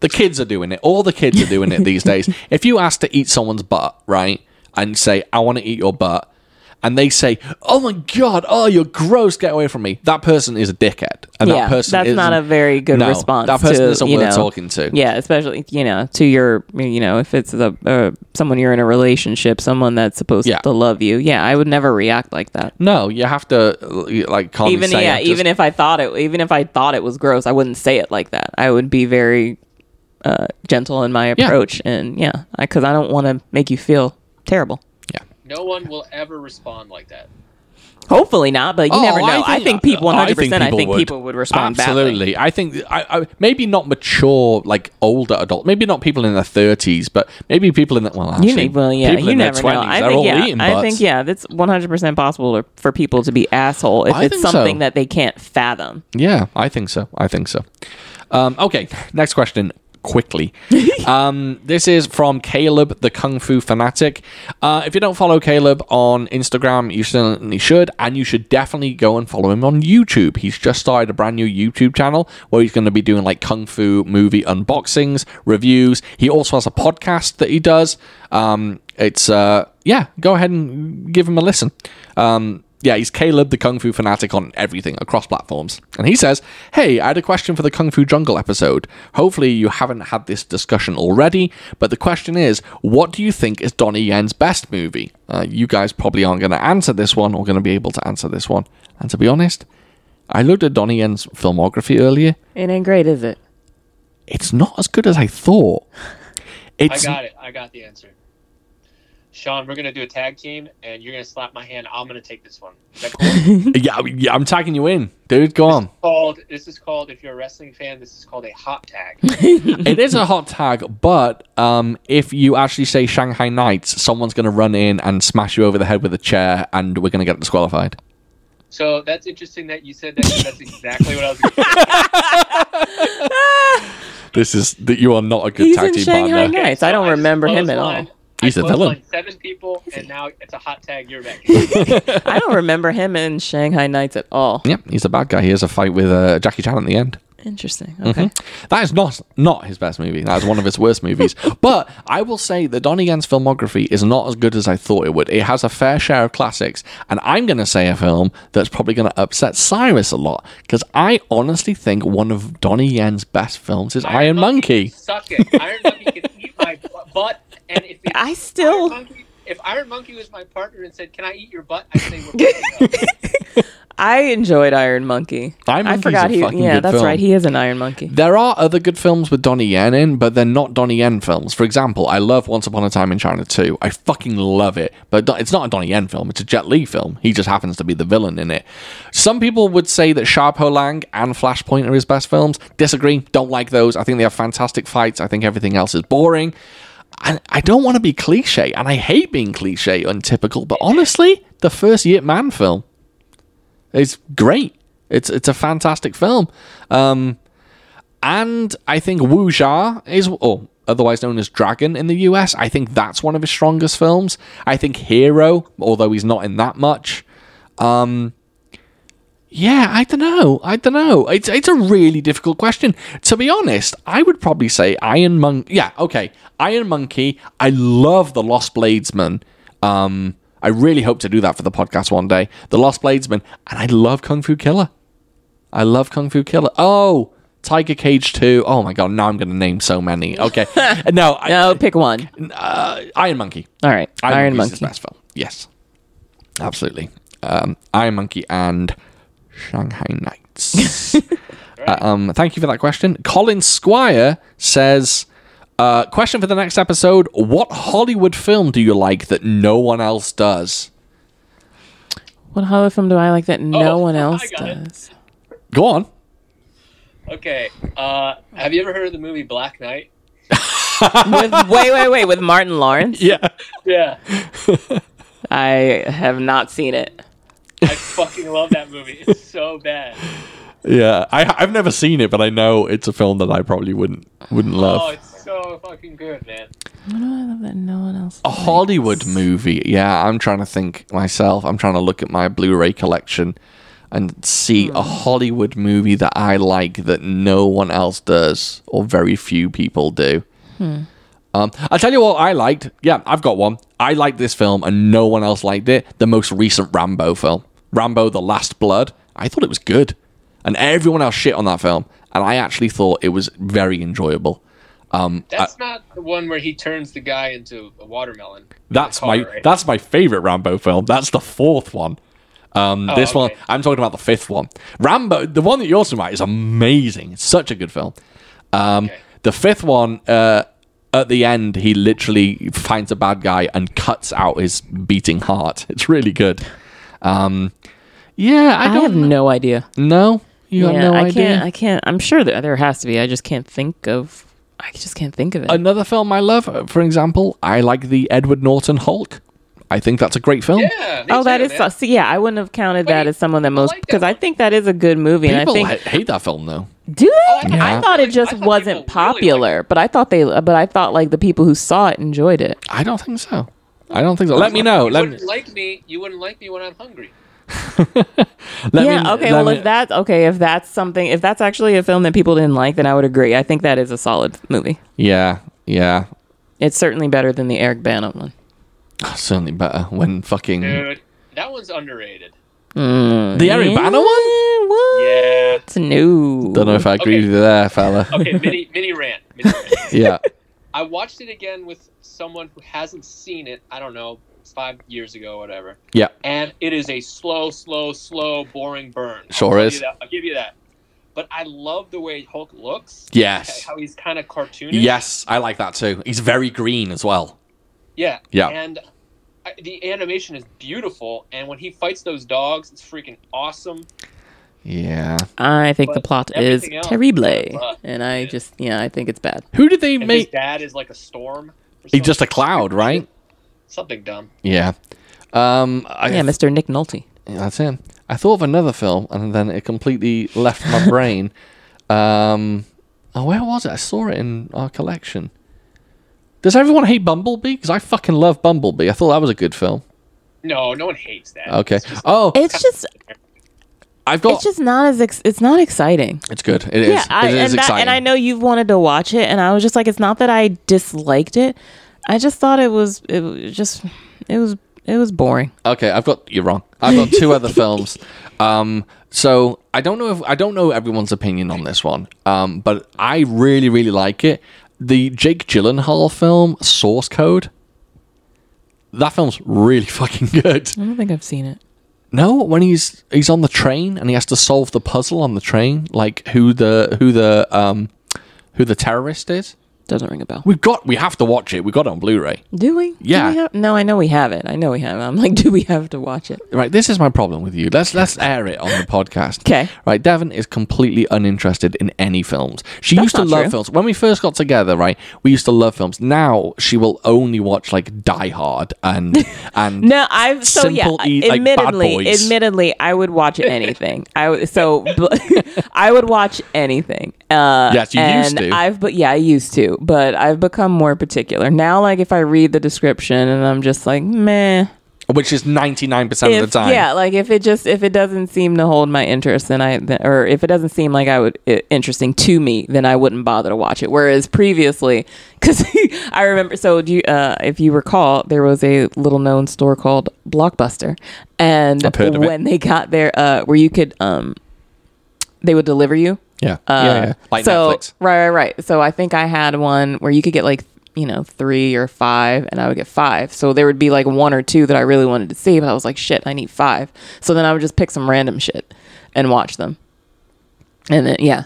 Speaker 1: the kids are doing it. All the kids are doing it these days. If you ask to eat someone's butt, right, and say, "I want to eat your butt," and they say, "Oh my god, oh you're gross, get away from me," that person is a dickhead, and
Speaker 2: Yeah,
Speaker 1: that person
Speaker 2: that's not
Speaker 1: isn't-
Speaker 2: a very good
Speaker 1: No,
Speaker 2: response.
Speaker 1: That person
Speaker 2: to,
Speaker 1: isn't
Speaker 2: you
Speaker 1: worth
Speaker 2: know,
Speaker 1: talking to.
Speaker 2: Yeah, especially you know to your you know if it's a uh, someone you're in a relationship, someone that's supposed
Speaker 1: Yeah.
Speaker 2: to love you. Yeah, I would never react like that.
Speaker 1: No, you have to uh, like calmly
Speaker 2: Even
Speaker 1: say.
Speaker 2: yeah,
Speaker 1: I'm
Speaker 2: even
Speaker 1: just-
Speaker 2: if I thought it, even if I thought it was gross, I wouldn't say it like that. I would be very uh, gentle in my approach, and yeah, because I don't want to make you feel terrible.
Speaker 3: No one will ever respond like that.
Speaker 2: Hopefully not, but you
Speaker 1: Oh,
Speaker 2: never know. I think, people
Speaker 1: I
Speaker 2: 100%. I
Speaker 1: think
Speaker 2: think people,
Speaker 1: people would.
Speaker 2: would. respond badly.
Speaker 1: Absolutely. I think I, I, maybe not mature, like older adult. Maybe not people in their thirties, but maybe people in the well, actually,
Speaker 2: You need, well, yeah,
Speaker 1: people
Speaker 2: you
Speaker 1: in their
Speaker 2: never know.
Speaker 1: 20s,
Speaker 2: I
Speaker 1: they're
Speaker 2: think,
Speaker 1: all
Speaker 2: yeah,
Speaker 1: eating
Speaker 2: I
Speaker 1: butts.
Speaker 2: think, yeah, that's 100% possible to, for people to be asshole if
Speaker 1: I
Speaker 2: it's
Speaker 1: think so.
Speaker 2: something that they can't fathom.
Speaker 1: Yeah, I think so. I think so. Um, okay, next question quickly. um, this is from Caleb, the Kung Fu fanatic. Uh, if you don't follow Caleb on Instagram, you certainly should, and you should definitely go and follow him on YouTube. He's just started a brand new YouTube channel where he's going to be doing like Kung Fu movie unboxings, reviews. He also has a podcast that he does. Um, it's uh, yeah, go ahead and give him a listen. Um, yeah, he's Caleb the Kung Fu Fanatic on everything across platforms. And he says, Hey, I had a question for the Kung Fu Jungle episode. Hopefully, you haven't had this discussion already, but the question is, what do you think is Donnie Yen's best movie? Uh, you guys probably aren't going to answer this one or going to be able to answer this one. And to be honest, I looked at Donnie Yen's filmography earlier.
Speaker 2: It ain't great, is it?
Speaker 1: It's not as good as I thought.
Speaker 3: I
Speaker 1: It's,
Speaker 3: got it. I got the answer. Sean, we're gonna do a tag team, and you're gonna slap my hand. I'm gonna take this one. Is that cool?
Speaker 1: Yeah, I mean, yeah, I'm tagging you in, dude. Go on.
Speaker 3: called. This is called. If you're a wrestling fan, this is called a hot tag.
Speaker 1: it is a hot tag, but um, if you actually say Shanghai Nights, someone's going to run in and smash you over the head with a chair, and we're going to get disqualified.
Speaker 3: So that's interesting that you said that. 'cause That's exactly what I was. Gonna
Speaker 1: This is that you are not a good
Speaker 2: He's
Speaker 1: tag
Speaker 2: in
Speaker 1: team
Speaker 2: Shanghai
Speaker 1: partner.
Speaker 2: Nights. Nice. I don't
Speaker 3: just
Speaker 2: remember him at
Speaker 3: clotheslined-
Speaker 2: all.
Speaker 3: I
Speaker 1: He's a villain.
Speaker 3: clotheslined Seven people, and now it's a hot tag. You're back. That's
Speaker 2: I don't remember him in Shanghai Nights at all.
Speaker 1: Yep, he's a bad guy. He has a fight with uh, Jackie Chan at the end.
Speaker 2: Interesting. Okay.
Speaker 1: That is not not his best movie. That is one of his worst movies. But I will say that Donnie Yen's filmography is not as good as I thought it would. It has a fair share of classics, and I'm going to say a film that's probably going to upset Cyrus a lot because I honestly think one of Donnie Yen's best films is Iron, Monkey.
Speaker 3: Suck it. Iron Monkey can eat my bu- butt, and if it-
Speaker 2: I still-
Speaker 3: Iron Monkey, if Iron Monkey was my partner and said, "Can I eat your butt?" I say, "We're breaking up."
Speaker 2: I enjoyed Iron Monkey.
Speaker 1: Iron
Speaker 2: I
Speaker 1: Monkey's
Speaker 2: forgot
Speaker 1: a
Speaker 2: he.
Speaker 1: fucking
Speaker 2: Yeah,
Speaker 1: good
Speaker 2: that's
Speaker 1: film.
Speaker 2: right. He is an Iron Monkey.
Speaker 1: There are other good films with Donnie Yen in, but they're not Donnie Yen films. For example, I love Once Upon a Time in China 2. I fucking love it, but do- it's not a Donnie Yen film. It's a Jet Li film. He just happens to be the villain in it. Some people would say that Sharpo Lang and Flashpoint are his best films. Disagree. Don't like those. I think they have fantastic fights. I think everything else is boring. And I don't want to be cliche, and I hate being cliche and typical, but honestly, the first Yip Man film is great. It's it's a fantastic film. Um, and I think Wu Jia is, or otherwise known as Dragon in the US, I think that's one of his strongest films. I think Hero, although he's not in that much. Um, yeah, I don't know. I don't know. It's it's a really difficult question. To be honest, I would probably say Iron Monkey. Yeah, okay, Iron Monkey. I love the Lost Bladesman. Um, I really hope to do that for the podcast one day. The Lost Bladesman, and I love Kung Fu Killer. I love Kung Fu Killer. Oh, Tiger Cage 2. Oh my god, now I'm going to name so many. Okay. no, I,
Speaker 2: No, pick one.
Speaker 1: uh, Iron Monkey.
Speaker 2: All right, Iron,
Speaker 1: Monkey's his
Speaker 2: Monkey.
Speaker 1: best film. Yes. Absolutely. Um, Iron Monkey and Shanghai Nights. Uh, um, thank you for that question. Colin Squire says, uh, question for the next episode. What Hollywood film do you like that no one else does?
Speaker 2: What Hollywood film do I like that no
Speaker 3: Oh,
Speaker 2: one
Speaker 3: I
Speaker 2: else
Speaker 3: got it.
Speaker 2: does?
Speaker 1: Go on.
Speaker 3: okay. Uh, have you ever heard of the movie Black Knight?
Speaker 2: with wait, wait, wait, with Martin Lawrence.
Speaker 1: Yeah.
Speaker 3: Yeah,
Speaker 2: I have not seen it.
Speaker 3: I fucking love that movie. It's so bad.
Speaker 1: Yeah, I, I've never seen it, but I know it's a film that I probably wouldn't wouldn't love.
Speaker 3: Oh, it's so fucking good, man.
Speaker 2: What do I love that no one else?
Speaker 1: a Hollywood movie. Yeah, I'm trying to think myself. I'm trying to look at my Blu-ray collection and see a Hollywood movie that I like that no one else does or very few people do. Um, I'll tell you what I liked. Yeah, I've got one. I liked this film and no one else liked it. The most recent Rambo film, Rambo: The Last Blood. I thought it was good, and everyone else shit on that film, and I actually thought it was very enjoyable. Um, I-
Speaker 3: That's not the one where he turns the guy into a watermelon.
Speaker 1: That's
Speaker 3: The
Speaker 1: my
Speaker 3: car, right?
Speaker 1: that's my favorite Rambo film. That's the fourth one. Um,
Speaker 3: Oh,
Speaker 1: this one
Speaker 3: okay.
Speaker 1: I'm talking about the fifth one. Rambo, the one that you're talking about, is amazing. It's such a good film. Um,
Speaker 3: Okay.
Speaker 1: The fifth one, uh, at the end, he literally finds a bad guy and cuts out his beating heart. It's really good. Um, yeah, I
Speaker 5: I have
Speaker 1: don't
Speaker 5: no idea.
Speaker 1: know. You have no
Speaker 5: I
Speaker 1: idea.
Speaker 5: can't. I can't. I'm sure there, there has to be. I just can't think of. I just can't think of it.
Speaker 1: Another film I love, uh, for example, I like the Edward Norton Hulk. I think that's a great film.
Speaker 3: Yeah. me
Speaker 2: Oh, that
Speaker 3: too,
Speaker 2: is
Speaker 3: man.
Speaker 2: so- see, yeah, I wouldn't have counted that
Speaker 3: Wait,
Speaker 2: as someone that
Speaker 3: I
Speaker 2: most
Speaker 3: like that
Speaker 2: because I
Speaker 3: one.
Speaker 2: think that is a good movie, and I
Speaker 1: People
Speaker 2: think
Speaker 1: ha- hate that film though.
Speaker 2: do
Speaker 3: Oh, I
Speaker 2: they?
Speaker 3: thought-
Speaker 2: I thought it just
Speaker 3: I thought people really
Speaker 2: wasn't
Speaker 3: liked
Speaker 2: popular, but I thought they, but I thought like the people who saw it enjoyed it.
Speaker 1: I don't think so. I don't think so. Let me know.
Speaker 3: You
Speaker 1: Let me.
Speaker 3: wouldn't like me. You wouldn't like me when I'm hungry.
Speaker 1: Let
Speaker 2: yeah.
Speaker 1: me, let
Speaker 2: okay. Well,
Speaker 1: me-
Speaker 2: if that's okay, if that's something, if that's actually a film that people didn't like, then I would agree. I think that is a solid movie.
Speaker 1: Yeah, yeah.
Speaker 2: It's certainly better than the Eric Bana one.
Speaker 1: Certainly better when fucking
Speaker 3: Dude, that one's underrated.
Speaker 1: the Eric Banner
Speaker 2: Eh,
Speaker 1: one.
Speaker 2: What?
Speaker 3: Yeah.
Speaker 2: No.
Speaker 1: Don't know if I agree
Speaker 3: Okay.
Speaker 1: with you there, fella.
Speaker 3: Okay, mini mini rant. Mini rant.
Speaker 1: yeah.
Speaker 3: I watched it again with someone who hasn't seen it. I don't know, five years ago, whatever.
Speaker 1: Yeah.
Speaker 3: And it is a slow, slow, slow, boring burn. I'll
Speaker 1: Sure
Speaker 3: give you
Speaker 1: is.
Speaker 3: that- I'll give you that. But I love the way Hulk looks.
Speaker 1: Yes.
Speaker 3: How he's kind of cartoonish.
Speaker 1: Yes, I like that too. He's very green as well.
Speaker 3: Yeah.
Speaker 1: Yeah.
Speaker 3: And I- the animation is beautiful, and when he fights those dogs, it's freaking awesome.
Speaker 1: Yeah.
Speaker 5: I think the
Speaker 3: But
Speaker 5: plot is
Speaker 3: everything else is
Speaker 5: terrible,
Speaker 3: rough,
Speaker 5: and I
Speaker 3: man.
Speaker 5: just yeah, I think it's bad.
Speaker 1: Who did they
Speaker 3: And his
Speaker 1: make?
Speaker 3: dad is like a storm. or
Speaker 1: He's just a
Speaker 3: something.
Speaker 1: cloud, right?
Speaker 3: Something dumb.
Speaker 1: Yeah. Um. I,
Speaker 5: Yeah, Mr. Nick Nolte.
Speaker 1: That's him. I thought of another film, and then it completely left my brain. Um. Oh, where was it? I saw it in our collection. Does everyone hate Bumblebee? Because I fucking love Bumblebee. I thought that was a good film.
Speaker 3: No, no one hates that.
Speaker 1: Okay.
Speaker 3: It's just-
Speaker 1: Oh,
Speaker 5: It's just
Speaker 1: I've got.
Speaker 5: it's just not as ex- it's not exciting.
Speaker 1: It's good. It is.
Speaker 5: Yeah, I,
Speaker 1: it is
Speaker 5: and, that,
Speaker 1: exciting.
Speaker 5: and I know you've wanted to watch it, and I was just like, it's not that I disliked it. I just thought it was it was just it was it was boring.
Speaker 1: Okay, I've got you're wrong. I've got two other films. Um, so I don't know if I don't know everyone's opinion on this one. Um, but I really really like it. The Jake Gyllenhaal film Source Code. That film's really fucking good.
Speaker 2: Mm-hmm.
Speaker 5: I don't think I've seen it.
Speaker 1: No, when he's he's on the train and he has to solve the puzzle on the train, like who the who the um who the terrorist is.
Speaker 5: Doesn't ring a bell.
Speaker 1: We've got we have to watch it. We got it on Blu-ray.
Speaker 5: Do we? Do
Speaker 1: Yeah.
Speaker 5: we have- no, I know we have it. I know we have it. I'm like, do we have to watch it?
Speaker 1: Right, this is my problem with you. Let's let's air it on the podcast.
Speaker 5: 'Kay.
Speaker 1: Right, Devon is completely uninterested in any films. She used to
Speaker 5: not
Speaker 1: love
Speaker 5: true.
Speaker 1: films. When we first got together, right, we used to love films. Now she will only watch like Die Hard and and
Speaker 5: No, I've so
Speaker 1: Simple
Speaker 5: yeah.
Speaker 1: E- like Bad
Speaker 5: admittedly,
Speaker 1: Boys.
Speaker 5: admittedly, I would watch anything. I would so I would watch anything. Uh,
Speaker 1: Yes, you
Speaker 5: and
Speaker 1: used to.
Speaker 5: I've but yeah, I used to, but I've become more particular now. Like if I read the description and I'm just like meh.
Speaker 1: which is ninety nine percent of
Speaker 5: If,
Speaker 1: the time.
Speaker 5: yeah, like if it just if it doesn't seem to hold my interest, then I then, or if it doesn't seem like I would i interesting to me, then I wouldn't bother to watch it. Whereas previously, because I remember, so do you, uh, if you recall, there was a little known store called Blockbuster, and
Speaker 1: I've heard of it.
Speaker 5: when they got there, uh, where you could um, they would deliver you
Speaker 1: Yeah.
Speaker 5: uh,
Speaker 1: yeah, yeah. Like
Speaker 5: so,
Speaker 1: Netflix.
Speaker 5: Right, right, right. So I think I had one where you could get like, you know, three or five, and I would get five. So there would be like one or two that I really wanted to see, but I was like, shit, I need five. So then I would just pick some random shit and watch them. And then, yeah.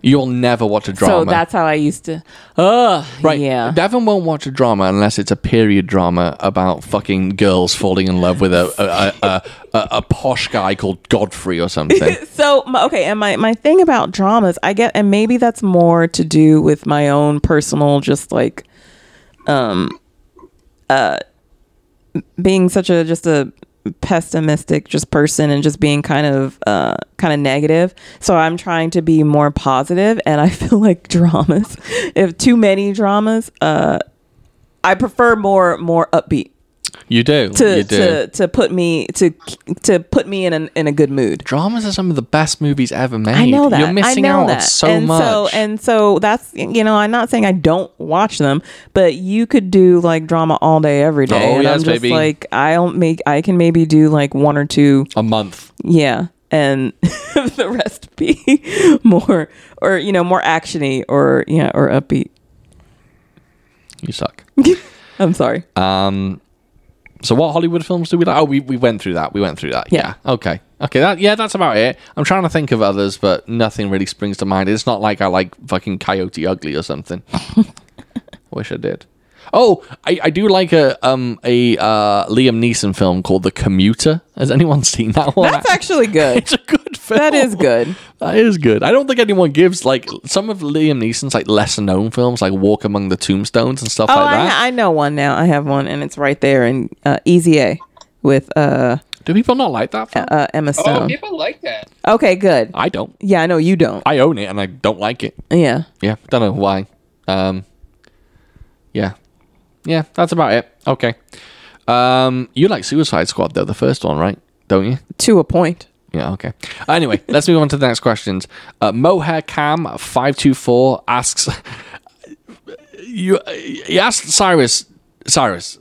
Speaker 1: You'll never watch a drama.
Speaker 5: So that's how I used to. Ugh.
Speaker 1: right.
Speaker 5: Yeah.
Speaker 1: Devon won't watch a drama unless it's a period drama about fucking girls falling in love with a a, a, a, a, a posh guy called Godfrey or something.
Speaker 2: So my, okay, and my my thing about dramas, I get, and maybe that's more to do with my own personal, just like, um, uh, being such a just a pessimistic just person and just being kind of uh kind of negative so i'm trying to be more positive and i feel like dramas if too many dramas uh i prefer more more upbeat
Speaker 1: You do.
Speaker 2: to
Speaker 1: you do.
Speaker 2: to to put me to to put me in an, in a good mood
Speaker 1: dramas are some of the best movies ever made.
Speaker 2: I know that.
Speaker 1: You're missing
Speaker 2: I know
Speaker 1: out
Speaker 2: that.
Speaker 1: on so
Speaker 2: and
Speaker 1: much.
Speaker 2: So, and so that's you know I'm not saying I don't watch them, but you could do like drama all day every day.
Speaker 1: Oh,
Speaker 2: and
Speaker 1: yes,
Speaker 2: I'm just
Speaker 1: baby.
Speaker 2: like I'll make I can maybe do like one or two,
Speaker 1: a month.
Speaker 2: yeah, and the rest be more or you know more actiony or yeah or upbeat.
Speaker 1: You suck.
Speaker 2: I'm sorry.
Speaker 1: Um, so what Hollywood films do we like? Oh, we, we went through that. We went through that. Yeah.
Speaker 2: Yeah.
Speaker 1: Okay. Okay. That yeah, that's about it. I'm trying to think of others, but nothing really springs to mind. It's not like I like fucking Coyote Ugly or something. Wish I did. Oh, I, I do like a um a uh, Liam Neeson film called The Commuter. Has anyone seen that one?
Speaker 2: That's actually good.
Speaker 1: it's a good film.
Speaker 2: That is good.
Speaker 1: That is good. I don't think anyone gives like some of Liam Neeson's like lesser known films, like Walk Among the Tombstones and stuff
Speaker 2: Oh,
Speaker 1: like that.
Speaker 2: I, I know one now. I have one, and it's right there in uh, Easy A with uh,
Speaker 1: do people not like that film?
Speaker 2: uh, Emma
Speaker 3: Oh,
Speaker 2: Stone.
Speaker 3: people like that.
Speaker 2: Okay, good.
Speaker 1: I don't.
Speaker 2: Yeah, I know you don't.
Speaker 1: I own it and I don't like it.
Speaker 2: Yeah.
Speaker 1: Yeah, don't know why. Um, yeah, yeah, that's about it. Okay. Um, you like Suicide Squad though, the first one, right? Don't you?
Speaker 2: To a point.
Speaker 1: Yeah, okay. Anyway, let's move on to the next questions. Uh, Mohair Cam five two four asks, you he asked Cyrus, Cyrus,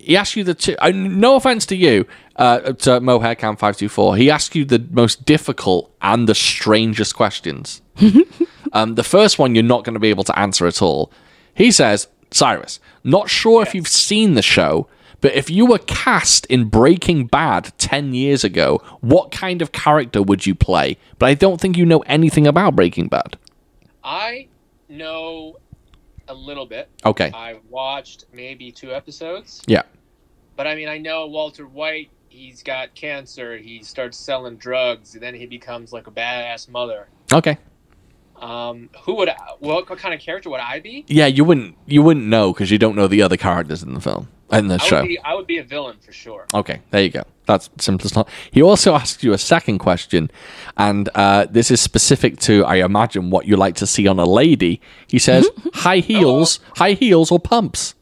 Speaker 1: he asked you the two. Uh, no offense to you, uh, to Mohair Cam five two four. He asked you the most difficult and the strangest questions. Um, the first one you're not going to be able to answer at all. He says, Cyrus, not sure if you've seen the show, but if you were cast in Breaking Bad 10 years ago, what kind of character would you play? But I don't think you know anything about Breaking Bad.
Speaker 3: I know a little bit.
Speaker 1: Okay.
Speaker 3: I watched maybe two episodes,
Speaker 1: Yeah.
Speaker 3: but I mean, I know Walter White. He's got cancer. He starts selling drugs, and then he becomes like a badass mother.
Speaker 1: Okay.
Speaker 3: Um, who would? I, what, what kind of character would I be?
Speaker 1: Yeah, you wouldn't you wouldn't know because you don't know the other characters in the film and the
Speaker 3: I
Speaker 1: show.
Speaker 3: would be. I would be a villain for sure.
Speaker 1: Okay, there you go. That's simplest. Not. He also asked you a second question, and uh, this is specific to, I imagine, what you like to see on a lady. He says,
Speaker 2: Oh.
Speaker 1: "High heels, high heels, or pumps."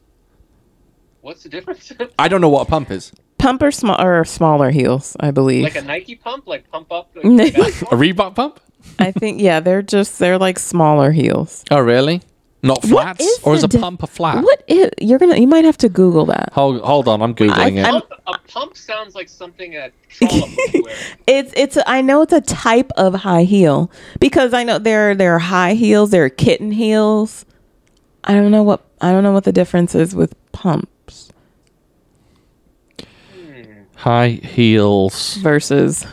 Speaker 3: What's the difference?
Speaker 1: I don't know what a pump is.
Speaker 2: Pump or, sma- or smaller heels, I believe.
Speaker 3: like a Nike pump, like pump up. Like
Speaker 1: A Reebok pump?
Speaker 2: I think, yeah, they're just, they're like smaller heels.
Speaker 1: Oh, really? Not flats,
Speaker 2: is
Speaker 1: or is
Speaker 2: the
Speaker 1: a
Speaker 2: dif-
Speaker 1: pump a flat?
Speaker 2: What is, you're going to, you might have to Google that.
Speaker 1: Hold, hold on, I'm googling
Speaker 2: I-
Speaker 1: it.
Speaker 2: I'm-
Speaker 3: pump, a pump sounds like something that trollop would wear.
Speaker 2: It's it's a, I know it's a type of high heel because I know there are- there are high heels, there are kitten heels. I don't know what I don't know what the difference is with pumps
Speaker 1: High heels.
Speaker 2: versus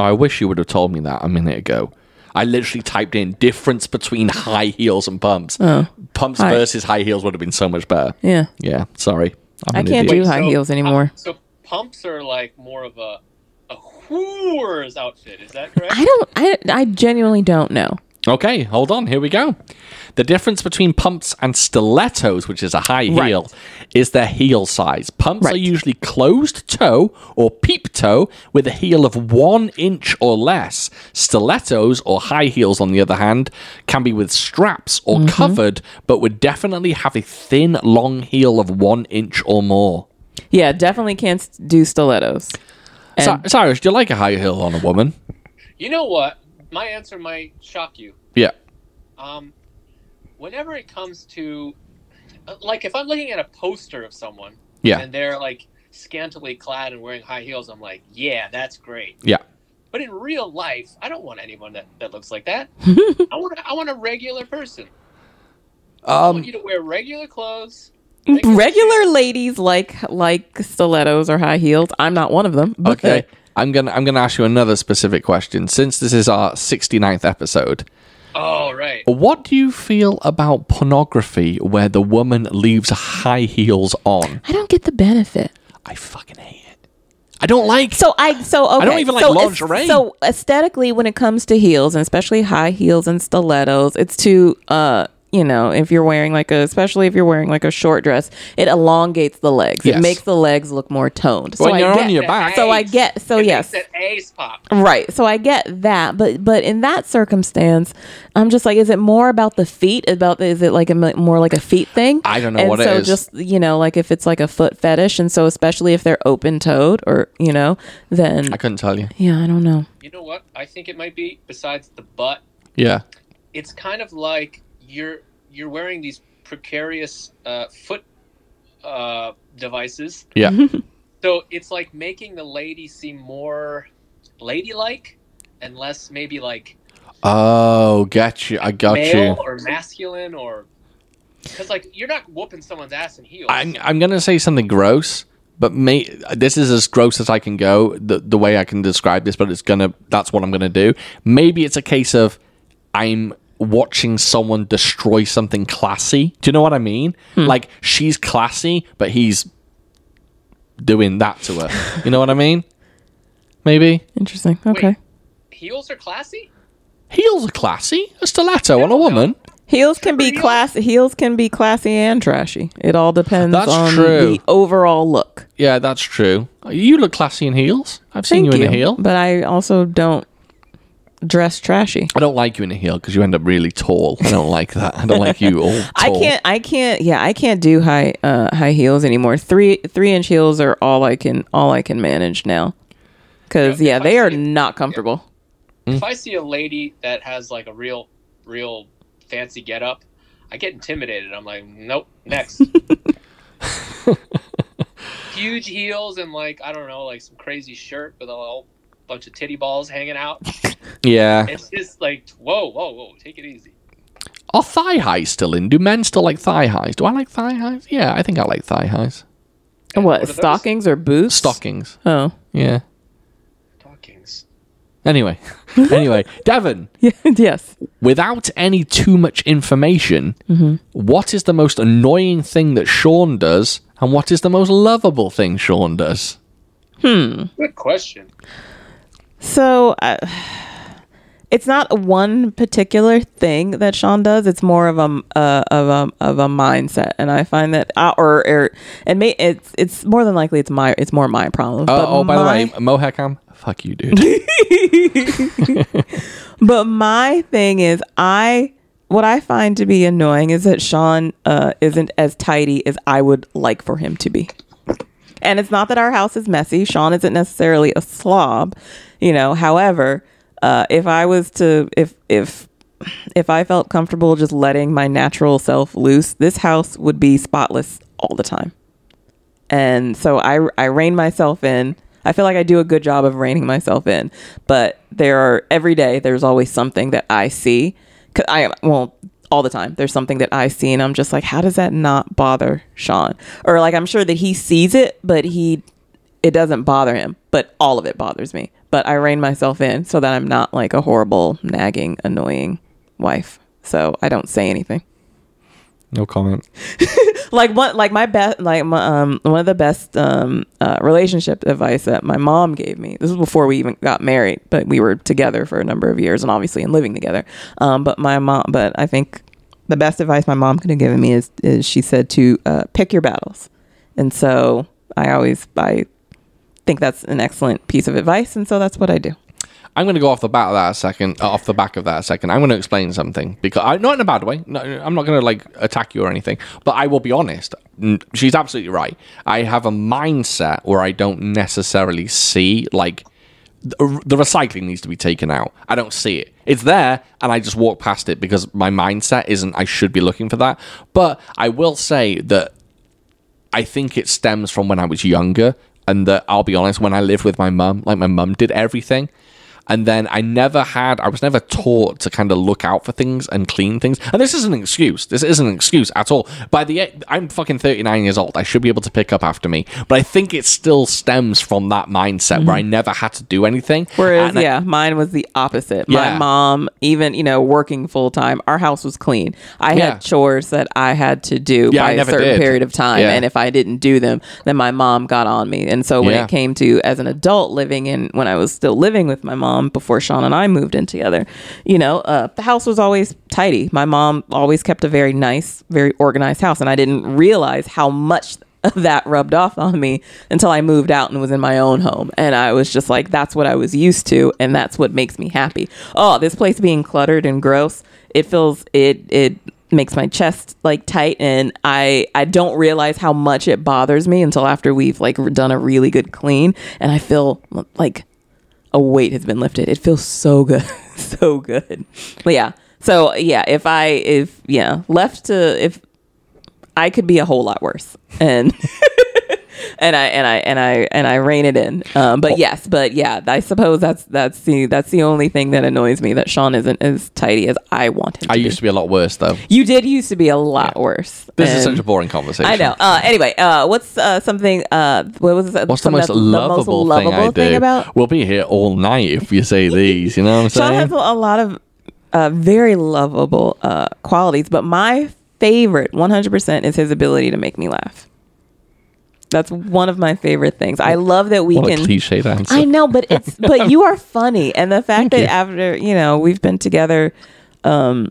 Speaker 1: I wish you would have told me that a minute ago. I literally typed in difference between high heels and pumps. Pumps
Speaker 2: Oh. Hi.
Speaker 1: versus high heels would have been so much better.
Speaker 2: yeah.
Speaker 1: Yeah, sorry. I'm
Speaker 2: I
Speaker 1: an
Speaker 2: can't
Speaker 1: idiot.
Speaker 2: do high
Speaker 3: so- uh,
Speaker 2: heels anymore.
Speaker 3: So pumps are like more of a a whore's outfit. Is that correct?
Speaker 2: I don't I I genuinely don't know.
Speaker 1: Okay, hold on. Here we go. The difference between pumps and stilettos, which is a high heel, is their heel size. Pumps are
Speaker 2: Right.
Speaker 1: usually closed toe or peep toe with a heel of one inch or less. Stilettos or high heels, on the other hand, can be with straps or
Speaker 2: Mm-hmm.
Speaker 1: covered, but would definitely have a thin, long heel of one inch or more.
Speaker 2: Yeah, definitely can't s- do stilettos.
Speaker 1: Cy- Cyrus, do you like a high heel on a woman?
Speaker 3: You know what? My answer might shock you.
Speaker 1: Yeah.
Speaker 3: Um, whenever it comes to, uh, like, if I'm looking at a poster of someone,
Speaker 1: Yeah.
Speaker 3: and they're like scantily clad and wearing high heels, I'm like, yeah, that's great.
Speaker 1: Yeah.
Speaker 3: But in real life, I don't want anyone that, that looks like that. I want I want a regular person. I want
Speaker 1: Um,
Speaker 3: you to wear regular clothes.
Speaker 2: Regular ladies like like stilettos or high heels. I'm not one of them. But
Speaker 1: Okay. I'm gonna I'm gonna ask you another specific question. Since this is our 69th episode,
Speaker 3: Oh right.
Speaker 1: what do you feel about pornography where the woman leaves high heels on?
Speaker 2: I don't get the benefit.
Speaker 1: I fucking hate it. I don't like
Speaker 2: So I so okay.
Speaker 1: don't even like
Speaker 2: so es-
Speaker 1: lingerie.
Speaker 2: So aesthetically, when it comes to heels, and especially high heels and stilettos, it's to uh you know if you're wearing like a especially if you're wearing like a short dress, it elongates the legs.
Speaker 1: Yes.
Speaker 2: It makes the legs look more toned.
Speaker 1: when
Speaker 2: I
Speaker 1: you're
Speaker 2: get,
Speaker 1: on your
Speaker 3: that.
Speaker 1: back.
Speaker 2: so I get so
Speaker 3: It
Speaker 2: yes.
Speaker 3: Makes that ace pop.
Speaker 2: Right. So I get that, but but in that circumstance, I'm just like, is it more about the feet? About the, is it like a m- more like a feet thing?
Speaker 1: I don't know
Speaker 2: and
Speaker 1: what it
Speaker 2: so
Speaker 1: is.
Speaker 2: Just you know, like if it's like a foot fetish, and so especially if they're open toed, or you know, then
Speaker 1: I couldn't tell you.
Speaker 2: yeah, I don't know.
Speaker 3: You know what? I think it might be besides the butt.
Speaker 1: Yeah.
Speaker 3: It's kind of like you're you're wearing these precarious uh, foot uh, devices.
Speaker 1: Yeah.
Speaker 3: So it's like making the lady seem more ladylike and less maybe like
Speaker 1: Oh, got you. I got
Speaker 3: male
Speaker 1: you.
Speaker 3: or masculine or because like you're not whooping someone's ass in heels.
Speaker 1: I'm I'm gonna say something gross, but me this is as gross as I can go. The the way I can describe this, but it's gonna that's what I'm gonna do. Maybe it's a case of I'm watching someone destroy something classy. Do you know what I mean?
Speaker 2: Hmm.
Speaker 1: Like she's classy, but he's doing that to her. You know what I mean? Maybe
Speaker 2: Interesting.
Speaker 3: Wait,
Speaker 2: Okay.
Speaker 3: heels are classy?
Speaker 1: heels are classy. A stiletto on a woman.
Speaker 2: Heels can be
Speaker 3: Heels?
Speaker 2: classy. Heels can be classy and trashy. It all depends
Speaker 1: That's
Speaker 2: on
Speaker 1: true.
Speaker 2: the overall look.
Speaker 1: Yeah, that's true. You look classy in heels. I've seen
Speaker 2: Thank
Speaker 1: you
Speaker 2: you.
Speaker 1: in a heel.
Speaker 2: But I also don't dress trashy.
Speaker 1: I don't like you in a heel because you end up really tall. I don't like that. I don't like you all tall.
Speaker 2: I can't. I can't. Yeah, I can't do high uh, high heels anymore. Three three inch heels are all I can all I can manage now. Because
Speaker 3: Yeah,
Speaker 2: yeah,
Speaker 3: if I
Speaker 2: they are
Speaker 3: see-
Speaker 2: not comfortable.
Speaker 3: If I see a lady that has like a real, real fancy getup, I get intimidated. I'm like, nope, next. Huge heels and like I don't know, like some crazy shirt with a whole bunch of titty balls hanging out.
Speaker 1: Yeah.
Speaker 3: It's just like, whoa, whoa, whoa, take it easy.
Speaker 1: Are thigh highs still in? Do men still like thigh highs? Do I like thigh highs? Yeah, I think I like thigh highs.
Speaker 2: What,
Speaker 3: are those?
Speaker 2: stockings or boots?
Speaker 1: Stockings.
Speaker 2: Oh,
Speaker 1: Yeah.
Speaker 3: Stockings.
Speaker 1: Anyway, anyway, Devon,
Speaker 2: yes.
Speaker 1: without any too much information,
Speaker 2: Mm-hmm.
Speaker 1: what is the most annoying thing that Sean does, and what is the most lovable thing Sean does?
Speaker 3: Good question.
Speaker 2: So uh, it's not one particular thing that Sean does. It's more of a uh, of a of a mindset, and I find that uh, or, or and may it's it's more than likely it's my it's more my problem.
Speaker 1: Uh,
Speaker 2: But
Speaker 1: oh, by
Speaker 2: my-
Speaker 1: the way, Mohecam, fuck you, dude.
Speaker 2: But my thing is, I what I find to be annoying is that Sean uh, isn't as tidy as I would like for him to be. And it's not that our house is messy. Sean isn't necessarily a slob, you know. However, uh, if I was to if if if I felt comfortable just letting my natural self loose, this house would be spotless all the time. And so I I rein myself in. I feel like I do a good job of reining myself in, but there are every day there's always something that I see. 'Cause I well all the time there's something that I see and I'm just like how does that not bother Sean? Or like I'm sure that he sees it, but he it doesn't bother him, but all of it bothers me. But I rein myself in so that I'm not like a horrible, nagging, annoying wife. So I don't say anything
Speaker 1: no comment.
Speaker 2: like one like my best like my, um one of the best um uh, relationship advice that my mom gave me this was before we even got married but we were together for a number of years and obviously in living together um but my mom but i think the best advice my mom could have given me is is she said to uh, pick your battles and so i always i think that's an excellent piece of advice and so that's what i do
Speaker 1: I'm going to go off the bat of that a second, uh, off the back of that a second. I'm going to explain something because I not in a bad way. No, I'm not going to like attack you or anything, but I will be honest. N- She's absolutely right. I have a mindset where I don't necessarily see like the the recycling needs to be taken out. I don't see it. It's there and I just walk past it because my mindset isn't I should be looking for that. But I will say that I think it stems from when I was younger, and that I'll be honest, when I lived with my mum, like my mum did everything. And then I never had, I was never taught to kind of look out for things and clean things. And this isn't an excuse. This isn't an excuse at all. By the e- I'm fucking 39 years old. I should be able to pick up after me. But I think it still stems from that mindset where I never had to do anything.
Speaker 2: Whereas,
Speaker 1: And I-
Speaker 2: yeah, mine was the opposite.
Speaker 1: Yeah.
Speaker 2: My mom, even you know, working full time, our house was clean. I
Speaker 1: Yeah.
Speaker 2: had chores that I had to do
Speaker 1: Yeah, I
Speaker 2: by a
Speaker 1: never
Speaker 2: certain
Speaker 1: did.
Speaker 2: period of time,
Speaker 1: Yeah.
Speaker 2: and if I didn't do them, then my mom got on me. And so when
Speaker 1: Yeah.
Speaker 2: it came to as an adult living in, when I was still living with my mom before Sean and I moved in together, you know, uh, the house was always tidy. My mom always kept a very nice, very organized house, and I didn't realize how much that rubbed off on me until I moved out and was in my own home. And I was just like, that's what I was used to, and that's what makes me happy. Oh, this place being cluttered and gross, it feels it it makes my chest like tight and I I don't realize how much it bothers me until after we've like done a really good clean and I feel like a weight has been lifted. It feels so good, so good. But yeah, so yeah, if I if yeah left to if I could be a whole lot worse and. And I and I and I and I rein it in, um,
Speaker 1: Oh.
Speaker 2: but yes, but yeah, I suppose that's that's the that's the only thing that annoys me that Sean isn't as tidy as I want him.
Speaker 1: I
Speaker 2: to be.
Speaker 1: used to be a lot worse, though.
Speaker 2: You did used to be a lot worse.
Speaker 1: This is
Speaker 2: And-
Speaker 1: such a boring conversation.
Speaker 2: Um, I know. Uh, anyway, uh, what's uh, something? Uh, what was uh,
Speaker 1: What's the
Speaker 2: something
Speaker 1: most
Speaker 2: that's
Speaker 1: lovable, thing I do?
Speaker 2: about?
Speaker 1: We'll be here all night if you say these. You know what I'm saying?
Speaker 2: Sean has a lot of uh, very lovable uh, qualities, but my favorite 100% is his ability to make me laugh. That's one of my favorite things. I love that we
Speaker 1: What a
Speaker 2: can
Speaker 1: cliched answer.
Speaker 2: I know, but it's but you are funny, and the fact that after you know we've been together, um,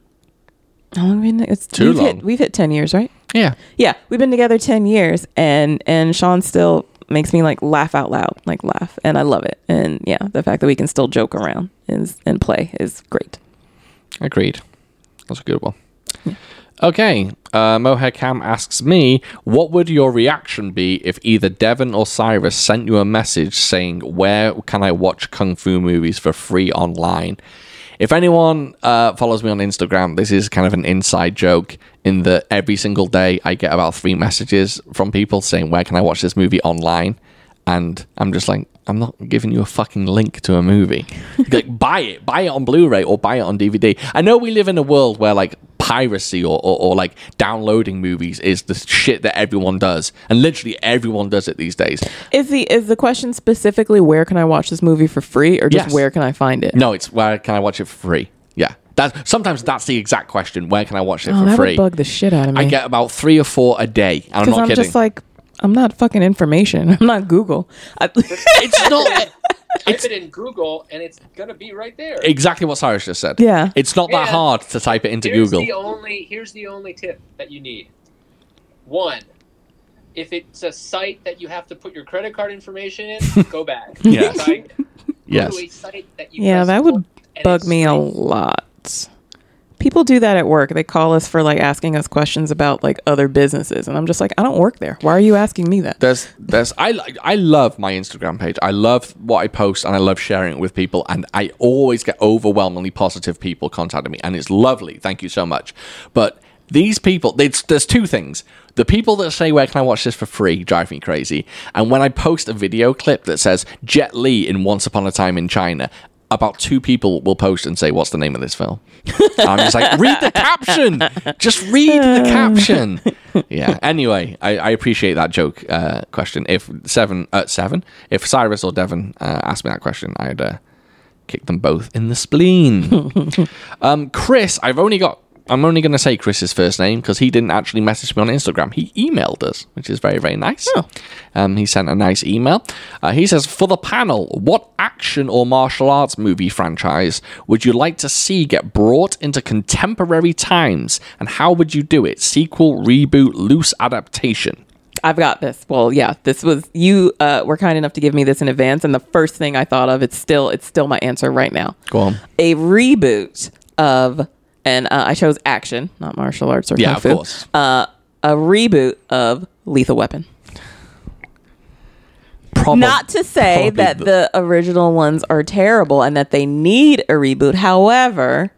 Speaker 2: how long have we been? It's
Speaker 1: Too
Speaker 2: we've
Speaker 1: long.
Speaker 2: Hit, we've hit ten years, right?
Speaker 1: yeah.
Speaker 2: Yeah, we've been together ten years, and and Sean still makes me like laugh out loud, like laugh, and I love it. And yeah, the fact that we can still joke around is and play is great.
Speaker 1: Agreed. That's a good one. Okay. Uh, Mohair Cam asks me, what would your reaction be if either Devon or Cyrus sent you a message saying, where can I watch kung fu movies for free online? If anyone uh, follows me on Instagram, this is kind of an inside joke in that every single day I get about three messages from people saying, where can I watch this movie online? and I'm just like, I'm not giving you a fucking link to a movie. like, buy it, buy it on Blu-ray or buy it on DVD. I know we live in a world where like piracy or, or, or like downloading movies is the shit that everyone does, and literally everyone does it these days.
Speaker 2: Is the is the question specifically where can I watch this movie for free, or just
Speaker 1: Yes.
Speaker 2: where can I find it?
Speaker 1: No, it's where can I watch it for free? Yeah, that's sometimes that's the exact question. Where can I watch it
Speaker 2: Oh,
Speaker 1: for
Speaker 2: that
Speaker 1: free?
Speaker 2: would bug the shit out of me.
Speaker 1: I get about three or four a day, and I'm
Speaker 2: Because
Speaker 1: not
Speaker 2: I'm,
Speaker 1: kidding.
Speaker 2: just like, I'm not fucking information. I'm not Google. I,
Speaker 1: it's not.
Speaker 3: Type it in Google, and it's gonna be right there.
Speaker 1: Exactly what Cyrus just said.
Speaker 2: Yeah.
Speaker 1: It's not that
Speaker 3: Yeah.
Speaker 1: hard to type it into
Speaker 3: here's
Speaker 1: Google.
Speaker 3: The only here's the only tip that you need. One, if it's a site that you have to put your credit card information in, go back.
Speaker 1: Yes.
Speaker 3: Right? Go
Speaker 1: yes.
Speaker 3: to a site that you
Speaker 2: yeah,
Speaker 3: press
Speaker 2: that would
Speaker 3: on, and
Speaker 2: bug
Speaker 3: it's
Speaker 2: me a
Speaker 3: like-
Speaker 2: lot. People do that at work. They call us for like asking us questions about like other businesses, and I'm just like, I don't work there. Why are you asking me that?
Speaker 1: there's there's I li- I love my Instagram page. I love what I post and I love sharing it with people and I always get overwhelmingly positive people contacting me and it's lovely. Thank you so much. But these people it's, there's two things. The people that say where can I watch this for free drive me crazy. And when I post a video clip that says Jet Li in Once Upon a Time in China about two people will post and say, "What's the name of this film?" And I'm just like, read the caption. Just read the caption. Yeah. Anyway, I, I appreciate that joke uh, question. If seven, uh, seven, if Cyrus or Devon uh, asked me that question, I'd uh, kick them both in the spleen. um, Chris, I've only got. I'm only going to say Chris's first name because he didn't actually message me on Instagram. He emailed us, which is very, very nice. Um, he sent a nice email. Uh, he says, For the panel, what action or martial arts movie franchise would you like to see get brought into contemporary times? And how would you do it? Sequel, reboot, loose adaptation?
Speaker 2: I've got this. Well, yeah, this was you uh, were kind enough to give me this in advance, and the first thing I thought of, it's still it's still my answer right now.
Speaker 1: Go on.
Speaker 2: a reboot of, and uh, I chose action, not martial arts or
Speaker 1: Yeah,
Speaker 2: kung
Speaker 1: of
Speaker 2: fu.
Speaker 1: course.
Speaker 2: Uh, a reboot of Lethal Weapon.
Speaker 1: Probably.
Speaker 2: Not to say
Speaker 1: probably
Speaker 2: that
Speaker 1: the-
Speaker 2: the original ones are terrible and that they need a reboot. However,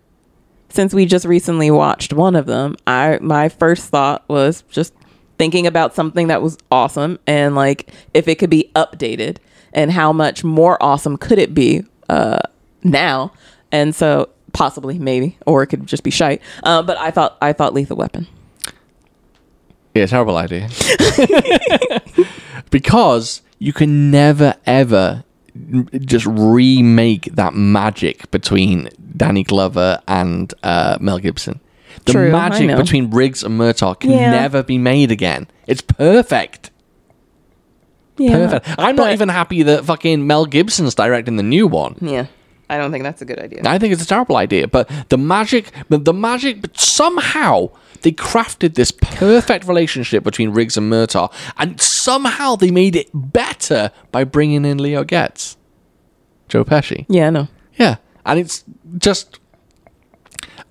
Speaker 2: since we just recently watched one of them, I my first thought was just thinking about something that was awesome and like if it could be updated and how much more awesome could it be uh, now. And so possibly maybe or it could just be shite. Uh, but I thought I thought Lethal Weapon.
Speaker 1: Yeah, terrible idea. because you can never ever m- just remake that magic between Danny Glover and uh, Mel Gibson. The
Speaker 2: True, I
Speaker 1: magic
Speaker 2: know.
Speaker 1: between Riggs and Murtaugh can
Speaker 2: Yeah.
Speaker 1: never be made again. It's perfect.
Speaker 2: Yeah.
Speaker 1: Perfect. I'm not
Speaker 2: But-
Speaker 1: even happy that fucking Mel Gibson's directing the new one.
Speaker 2: Yeah. I don't think that's a good idea.
Speaker 1: I think it's a terrible idea, but the magic, but the magic, but somehow they crafted this perfect relationship between Riggs and Murtaugh, and somehow they made it better by bringing in Leo Getz, Joe Pesci.
Speaker 2: Yeah, I know.
Speaker 1: Yeah, and it's just.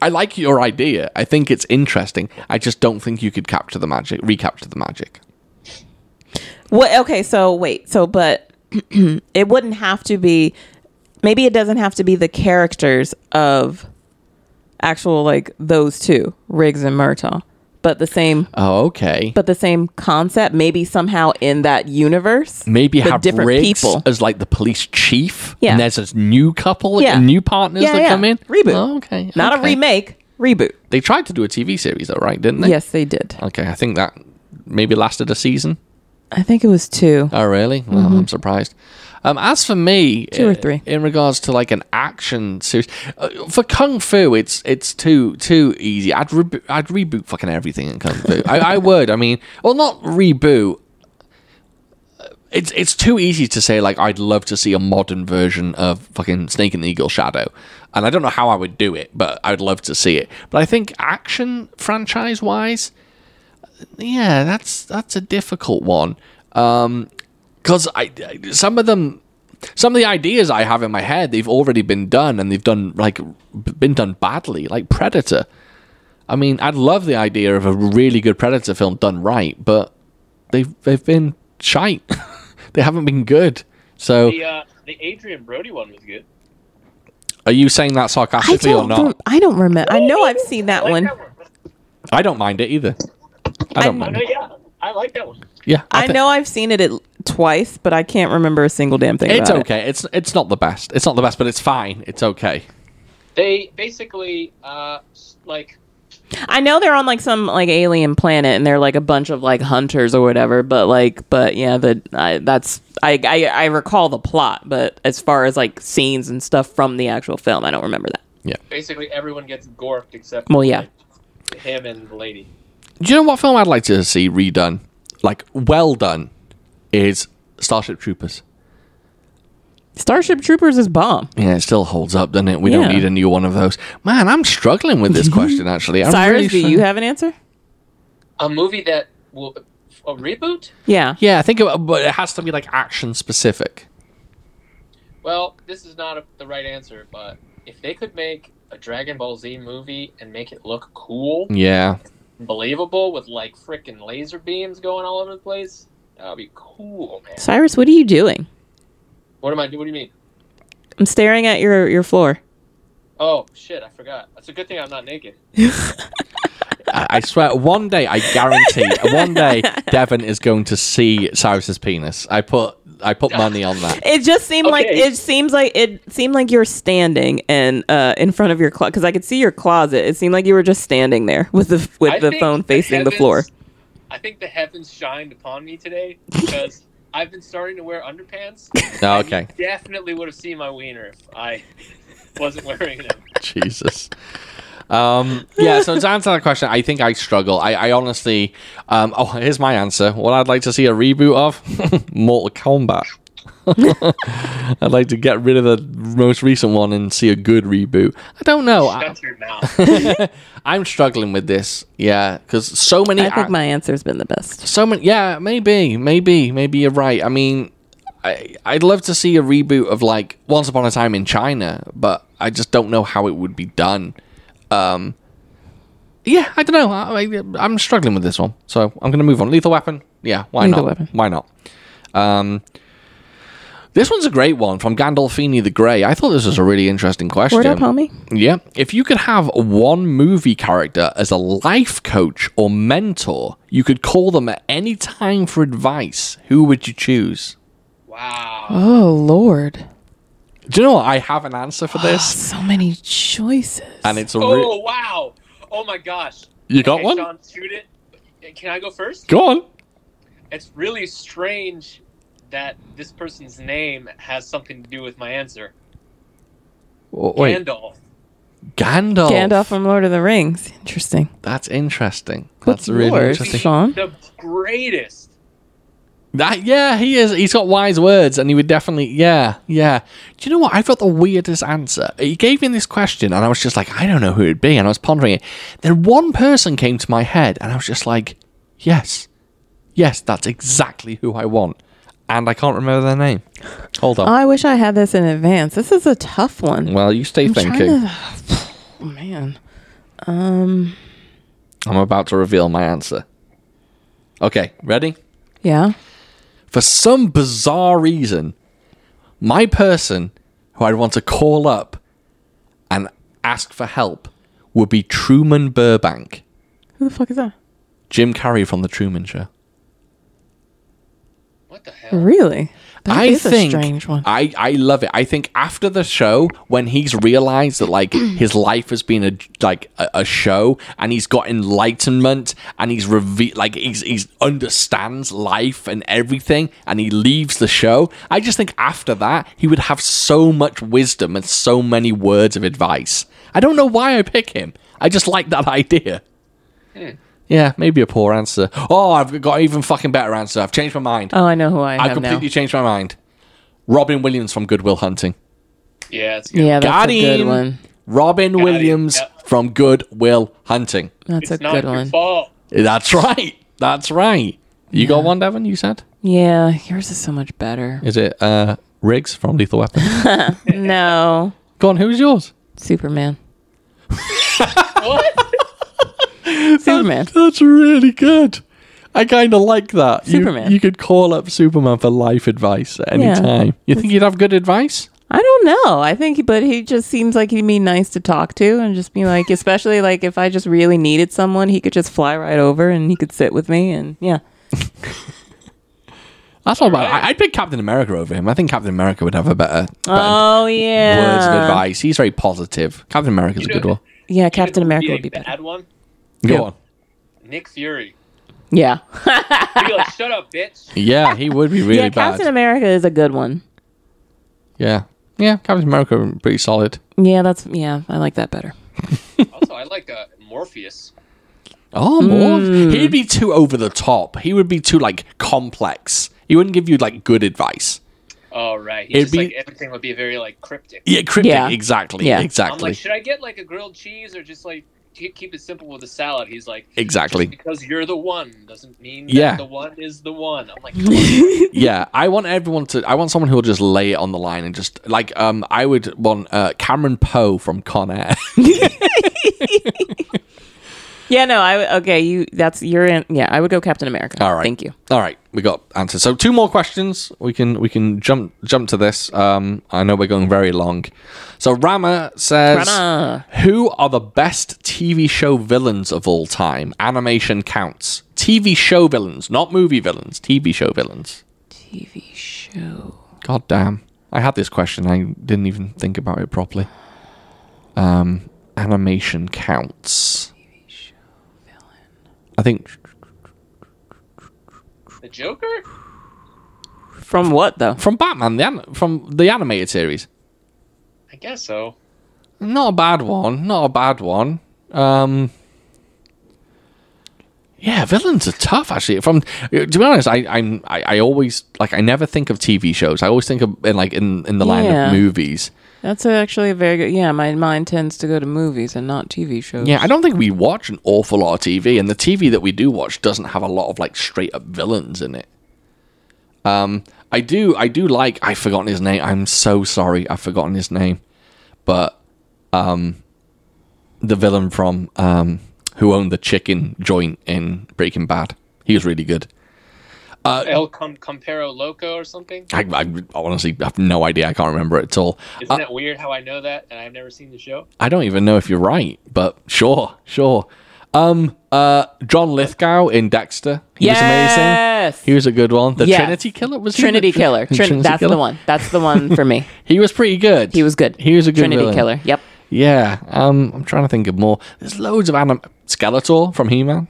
Speaker 1: I like your idea. I think it's interesting. I just don't think you could capture the magic, recapture the magic.
Speaker 2: What? Okay, so wait, so but it wouldn't have to be. Maybe it doesn't have to be the characters of actual like those two, Riggs and Murtaugh, but the same,
Speaker 1: Oh, okay.
Speaker 2: but the same concept. Maybe somehow in that universe,
Speaker 1: Maybe
Speaker 2: but
Speaker 1: have Riggs as like the police chief,
Speaker 2: Yeah.
Speaker 1: and there's this new couple,
Speaker 2: Yeah.
Speaker 1: new partners
Speaker 2: Yeah,
Speaker 1: that
Speaker 2: yeah.
Speaker 1: come in.
Speaker 2: Reboot.
Speaker 1: Oh, okay,
Speaker 2: Not a
Speaker 1: okay.
Speaker 2: remake, reboot.
Speaker 1: They tried to do a TV series though, right? Didn't they?
Speaker 2: yes, they did.
Speaker 1: Okay, I think that maybe lasted a season.
Speaker 2: I think it was two.
Speaker 1: Oh, really? Well, I'm surprised. Um, as for me,
Speaker 2: Mm-hmm. Two or
Speaker 1: i-
Speaker 2: three.
Speaker 1: in regards to like an action series uh, for kung fu, it's it's too too easy. I'd re- I'd reboot fucking everything in kung fu. I, I would. I mean, well, not reboot. It's it's too easy to say like I'd love to see a modern version of fucking Snake and the Eagle Shadow, and I don't know how I would do it, but I'd love to see it. But I think action franchise wise, yeah, that's that's a difficult one. Um 'cause because I, I- some of them, some of the ideas I have in my head, they've already been done and they've done like b- been done badly, like Predator. I mean, I'd love the idea of a really good Predator film done right, but they've they've been shite. they haven't been good. So,
Speaker 3: The uh, the Adrian Brody one was good.
Speaker 1: are you saying that sarcastically or not?
Speaker 2: rem- I don't remember. I know I've seen that
Speaker 3: I like
Speaker 2: one.
Speaker 3: that one.
Speaker 1: I don't mind it either. I don't mind.
Speaker 3: No,
Speaker 1: It.
Speaker 3: yeah, I like that one.
Speaker 1: Yeah,
Speaker 2: I
Speaker 1: thi-
Speaker 2: know I've seen it at, twice, but I can't remember a single damn thing.
Speaker 1: It's
Speaker 2: about it.
Speaker 1: okay. It's it's not the best. It's not the best, but it's fine. It's okay.
Speaker 3: They basically uh, s- like
Speaker 2: I know they're on like some like alien planet and they're like a bunch of like hunters or whatever, but like but yeah, the I, that's I, I I recall the plot, but as far as like scenes and stuff from the actual film, I don't remember that.
Speaker 3: basically everyone gets gorked except
Speaker 2: Well, yeah.
Speaker 3: like, him and the lady.
Speaker 1: Do you know what film I'd like to see redone, like well done, is Starship Troopers.
Speaker 2: Starship Troopers is bomb.
Speaker 1: Yeah, it still holds up, doesn't it? We
Speaker 2: Yeah.
Speaker 1: don't need a new one of those. Man, I'm struggling with this question actually. I'm
Speaker 2: Cyrus,
Speaker 1: really
Speaker 2: do
Speaker 1: str-
Speaker 2: you have an answer?
Speaker 3: A movie that will a reboot.
Speaker 2: Yeah.
Speaker 1: Yeah, I think, it, but it has to be like action specific.
Speaker 3: Well, this is not a, the right answer, but if they could make a Dragon Ball Z movie and make it look cool,
Speaker 1: Yeah,
Speaker 3: believable, with like freaking laser beams going all over the place, that would be cool, man.
Speaker 2: Cyrus, what are you doing?
Speaker 3: What am I? What do you mean?
Speaker 2: I'm staring at your your floor.
Speaker 3: Oh shit, I forgot. That's a good thing I'm not naked.
Speaker 1: I, I swear. One day, I guarantee. one day, Devon is going to see Cyrus's penis. I put I put money on that.
Speaker 2: It just seemed like
Speaker 3: Okay.
Speaker 2: it seems like it seemed like you were standing and uh in front of your closet because I could see your closet. It seemed like you were just standing there with the with
Speaker 3: I
Speaker 2: the
Speaker 3: think
Speaker 2: phone facing the
Speaker 3: heavens-
Speaker 2: floor.
Speaker 3: I think the heavens shined upon me today because I've been starting to wear underpants.
Speaker 1: Oh, okay.
Speaker 3: Definitely would have seen my wiener if I wasn't wearing them.
Speaker 1: Jesus. Um, yeah, so to answer that question, I think I struggle. I, I honestly, um, oh, here's my answer. What I'd like to see a reboot of Mortal Kombat. I'd like to get rid of the most recent one and see a good reboot. I don't know. I,
Speaker 3: Shut your mouth.
Speaker 1: I'm struggling with this. Yeah, because so many.
Speaker 2: I think
Speaker 1: a-
Speaker 2: my answer's been the best.
Speaker 1: so many. Yeah, maybe, maybe, maybe you're right. I mean, I I'd love to see a reboot of like Once Upon a Time in China, but I just don't know how it would be done. Um, yeah, I don't know. I, I, I'm struggling with this one, so I'm gonna move on. Lethal Weapon. Yeah, why
Speaker 2: Lethal
Speaker 1: not?
Speaker 2: Weapon.
Speaker 1: Why not? Um. This one's a great one from Gandolfini the Grey. I thought this was a really interesting question.
Speaker 2: Word up, homie.
Speaker 1: Yeah. If you could have one movie character as a life coach or mentor, you could call them at any time for advice, who would you choose?
Speaker 3: Wow.
Speaker 2: Oh Lord,
Speaker 1: Do you know what? I have an answer for this,
Speaker 2: so many choices.
Speaker 1: and it's a re-
Speaker 3: Oh wow. Oh my gosh.
Speaker 1: You got
Speaker 3: Okay,
Speaker 1: one?
Speaker 3: Sean, shoot it. Uh, Can I go first?
Speaker 1: Go on.
Speaker 3: It's really strange that this person's name has something to do with my answer.
Speaker 1: W- Wait,
Speaker 3: Gandalf.
Speaker 1: Gandalf.
Speaker 2: Gandalf from Lord of the Rings. Interesting.
Speaker 1: That's interesting.
Speaker 2: What's
Speaker 1: That's really
Speaker 2: yours,
Speaker 1: interesting.
Speaker 2: Sean?
Speaker 3: The greatest.
Speaker 1: That yeah, he is. He's got wise words, and he would definitely yeah, yeah. Do you know what? I've got the weirdest answer. He gave me this question, and I was just like, I don't know who it'd be, and I was pondering it. Then one person came to my head, and I was just like, yes, yes, that's exactly who I want, and I can't remember their name. Hold on.
Speaker 2: I wish I had this in advance. This is a tough one.
Speaker 1: well, you stay thinking.
Speaker 2: Oh, man.
Speaker 1: I'm about to reveal my answer. Okay, ready?
Speaker 2: Yeah.
Speaker 1: for some bizarre reason, my person who I'd want to call up and ask for help would be Truman Burbank,
Speaker 2: Who the fuck is that?
Speaker 1: Jim Carrey from The Truman Show.
Speaker 3: What the hell?
Speaker 2: Really? That
Speaker 1: I
Speaker 2: is
Speaker 1: think
Speaker 2: a strange one.
Speaker 1: I I love it. I think after the show, when he's realized that like his life has been a like a, a show, and he's got enlightenment, and he's reve- like he's he's understands life and everything, and he leaves the show. I just think after that, he would have so much wisdom and so many words of advice. I don't know why I pick him. I just like that idea. Yeah, maybe a poor answer. Oh, I've got an even fucking better answer. I've changed my mind.
Speaker 2: Oh, I know who I
Speaker 1: I've
Speaker 2: have
Speaker 1: completely
Speaker 2: now.
Speaker 1: changed my mind. Robin Williams from Goodwill Hunting. Mm-hmm.
Speaker 3: Yeah, it's good.
Speaker 2: Yeah, Oh, that's
Speaker 1: Got
Speaker 2: a good
Speaker 1: him.
Speaker 2: one.
Speaker 1: Robin
Speaker 3: him,
Speaker 1: Williams
Speaker 3: yep.
Speaker 1: from Goodwill Hunting.
Speaker 2: That's a
Speaker 3: it's not
Speaker 2: good
Speaker 3: your
Speaker 2: one.
Speaker 3: fault.
Speaker 1: That's right. That's right. You got one, Devon, you said?
Speaker 2: Yeah, yours is so much better.
Speaker 1: Is it uh Riggs from Lethal Weapon?
Speaker 2: no,
Speaker 1: Go on, who's yours?
Speaker 2: Superman.
Speaker 3: What?
Speaker 2: Superman.
Speaker 1: That's really good. I kind of like that. You-
Speaker 2: Superman.
Speaker 1: You, could call up Superman for life advice at any
Speaker 2: Yeah.
Speaker 1: time. You think you'd have good advice?
Speaker 2: I don't know. I think, but he just seems like he'd be nice to talk to and just be like, especially like if I just really needed someone, he could just fly right over and he could sit with me and yeah.
Speaker 1: That's all right.
Speaker 3: right.
Speaker 1: I, I'd pick Captain America over him. I think Captain America would have a better, better
Speaker 2: Oh yeah.
Speaker 1: words of advice. He's very positive. Captain America's a
Speaker 3: You
Speaker 1: good
Speaker 3: know-
Speaker 1: one.
Speaker 2: Yeah, Captain America
Speaker 3: a
Speaker 2: would be better.
Speaker 3: bad one.
Speaker 1: Go
Speaker 2: Yeah.
Speaker 1: on.
Speaker 3: Nick Fury.
Speaker 2: Yeah.
Speaker 3: He'd be like, "Shut up, bitch."
Speaker 1: Yeah, he would be really
Speaker 2: yeah,
Speaker 1: bad.
Speaker 2: Captain America is a good one.
Speaker 1: yeah. Yeah, Captain America pretty solid.
Speaker 2: Yeah, that's yeah, I like that better.
Speaker 3: Also, I like uh, Morpheus.
Speaker 1: Oh, more.
Speaker 2: Hmm.
Speaker 1: He'd be too over the top. He would be too like complex. He wouldn't give you like good advice.
Speaker 3: Oh right, He's
Speaker 1: It'd
Speaker 3: just,
Speaker 1: be-
Speaker 3: like everything would be very like cryptic.
Speaker 1: Yeah, cryptic.
Speaker 2: Yeah.
Speaker 1: Exactly.
Speaker 2: Yeah.
Speaker 3: I'm
Speaker 1: Exactly.
Speaker 3: like, should I get like a grilled cheese or just like ke- keep it simple with a salad? He's like,
Speaker 1: exactly.
Speaker 3: because you're the one doesn't mean that
Speaker 1: Yeah.
Speaker 3: the one is the one. I'm like,
Speaker 1: yeah, I want everyone to. I want someone who will just lay it on the line and just like. Um, I would want uh, Cameron Poe from Con Air.
Speaker 2: Yeah, no, I okay, you that's you're in yeah, I would go Captain America.
Speaker 1: All right.
Speaker 2: Thank you.
Speaker 1: All right, we got answers. So two more questions. We can we can jump jump to this. Um, I know we're going very long. So Rama says,
Speaker 2: Rama.
Speaker 1: "Who are the best TV show villains of all time? Animation counts. TV show villains, not movie villains. TV show villains.
Speaker 2: TV show.
Speaker 1: God damn! I had this question. I didn't even think about it properly. Um, animation counts. TV show villain. I think
Speaker 3: the Joker?
Speaker 2: From what though?
Speaker 1: from Batman, the an- from the animated series."
Speaker 3: I guess so.
Speaker 1: Not a bad one. Not a bad one. Um, yeah, villains are tough. Actually, from to be honest, I I'm I, I always like I never think of TV shows. I always think of in like in in the line
Speaker 2: Yeah.
Speaker 1: of movies.
Speaker 2: That's actually a very good yeah, my mind tends to go to movies and not TV shows.
Speaker 1: Yeah, I don't think we watch an awful lot of TV, and the TV that we do watch doesn't have a lot of like straight up villains in it. Um, I do, I do like. I've forgotten his name. I'm so sorry, I've forgotten his name. But um, the villain from um, who owned the chicken joint in Breaking Bad, he was really good. Uh,
Speaker 3: El Com- Compero Loco or something?
Speaker 1: I, I honestly have no idea. I can't remember it at all.
Speaker 3: Isn't
Speaker 1: Uh,
Speaker 3: that weird how I know that and I've never seen the show?
Speaker 1: I don't even know if you're right, but sure, sure. Um, uh, John Lithgow in Dexter, he was amazing.
Speaker 2: yes!
Speaker 1: He was a good one. The
Speaker 2: Yes.
Speaker 1: Trinity Killer was he
Speaker 2: Trinity
Speaker 1: the Trin-
Speaker 2: Killer. Trin-
Speaker 1: Trinity
Speaker 2: that's
Speaker 1: Killer?
Speaker 2: the one. That's the one for me.
Speaker 1: He was pretty good.
Speaker 2: He was good.
Speaker 1: He was a good
Speaker 2: Trinity
Speaker 1: villain.
Speaker 2: Killer. Yep.
Speaker 1: Yeah. Um, I'm trying to think of more. There's loads of anim. Skeletor from He-Man.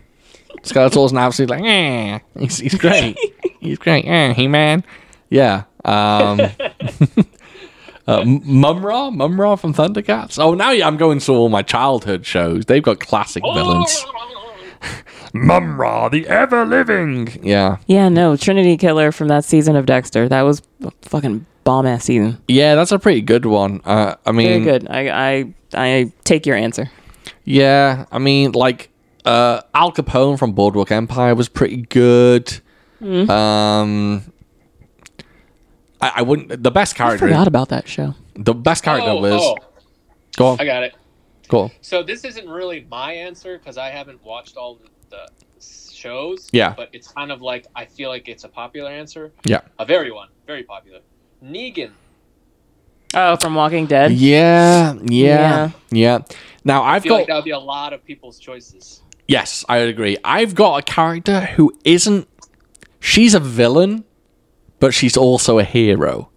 Speaker 1: Skeletor's an absolute like, eh. He's, he's great. he's great. Eh, He-Man. Yeah. Um. Uh, M- Mumra, Mumra from Thundercats. Oh, now yeah, I'm going to all my childhood shows. They've got classic
Speaker 3: Oh!
Speaker 1: villains. Mumra, the ever living. Yeah,
Speaker 2: Yeah, no, Trinity Killer from that season of Dexter. That was a fucking bomb ass season.
Speaker 1: yeah, that's a pretty good one. Uh, I mean,
Speaker 2: Very good. I I I take your answer.
Speaker 1: Yeah, I mean, like uh, Al Capone from Boardwalk Empire was pretty good.
Speaker 2: Mm-hmm.
Speaker 1: Um, I, I wouldn't. The best
Speaker 2: I
Speaker 1: character.
Speaker 2: forgot about that show.
Speaker 1: The best character
Speaker 3: Oh,
Speaker 1: was.
Speaker 3: oh,
Speaker 1: Go on.
Speaker 3: I got it.
Speaker 1: Go on.
Speaker 3: So this isn't really my answer because I haven't watched all the, the shows.
Speaker 1: Yeah.
Speaker 3: But it's kind of like I feel like it's a popular answer.
Speaker 1: Yeah.
Speaker 3: A very one, very popular. Negan.
Speaker 2: Oh, from Walking Dead.
Speaker 1: Yeah, yeah,
Speaker 2: Yeah.
Speaker 1: yeah. Now I've
Speaker 3: I feel
Speaker 1: got
Speaker 3: like that would be a lot of people's choices.
Speaker 1: yes, I would agree. I've got a character who isn't. She's a villain, but she's also a hero.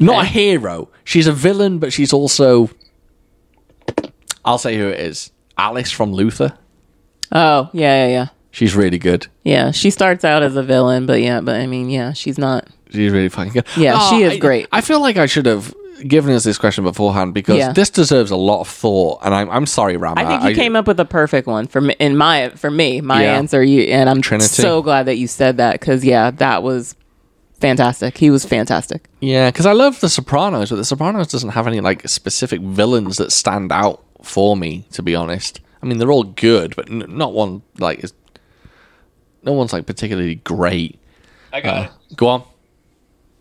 Speaker 1: Not a
Speaker 2: Eh?
Speaker 1: hero. She's a villain, but she's also. I'll say who it is. Alice from Luther.
Speaker 2: Oh, yeah, yeah, yeah.
Speaker 1: She's really good.
Speaker 2: Yeah, she starts out as a villain, but yeah, but I mean, yeah, she's not.
Speaker 1: She's really fucking good. Oh,
Speaker 2: Yeah, she is
Speaker 1: I-
Speaker 2: great.
Speaker 1: I feel like I should have given us this question beforehand because
Speaker 2: Yeah.
Speaker 1: this deserves a lot of thought. And I'm, I'm sorry, Ram.
Speaker 2: I think you came up with a perfect one for me. In my for me, my
Speaker 1: Yeah.
Speaker 2: answer. You and I'm
Speaker 1: Trinity.
Speaker 2: so glad that you said that because yeah, that was fantastic. He was fantastic.
Speaker 1: Yeah, because I love The Sopranos, but The Sopranos doesn't have any like specific villains that stand out for me. To be honest, I mean they're all good, but n- not one like is. No one's like particularly great.
Speaker 3: I got it.
Speaker 1: Go on.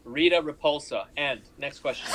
Speaker 3: Rita Repulsa. And next question.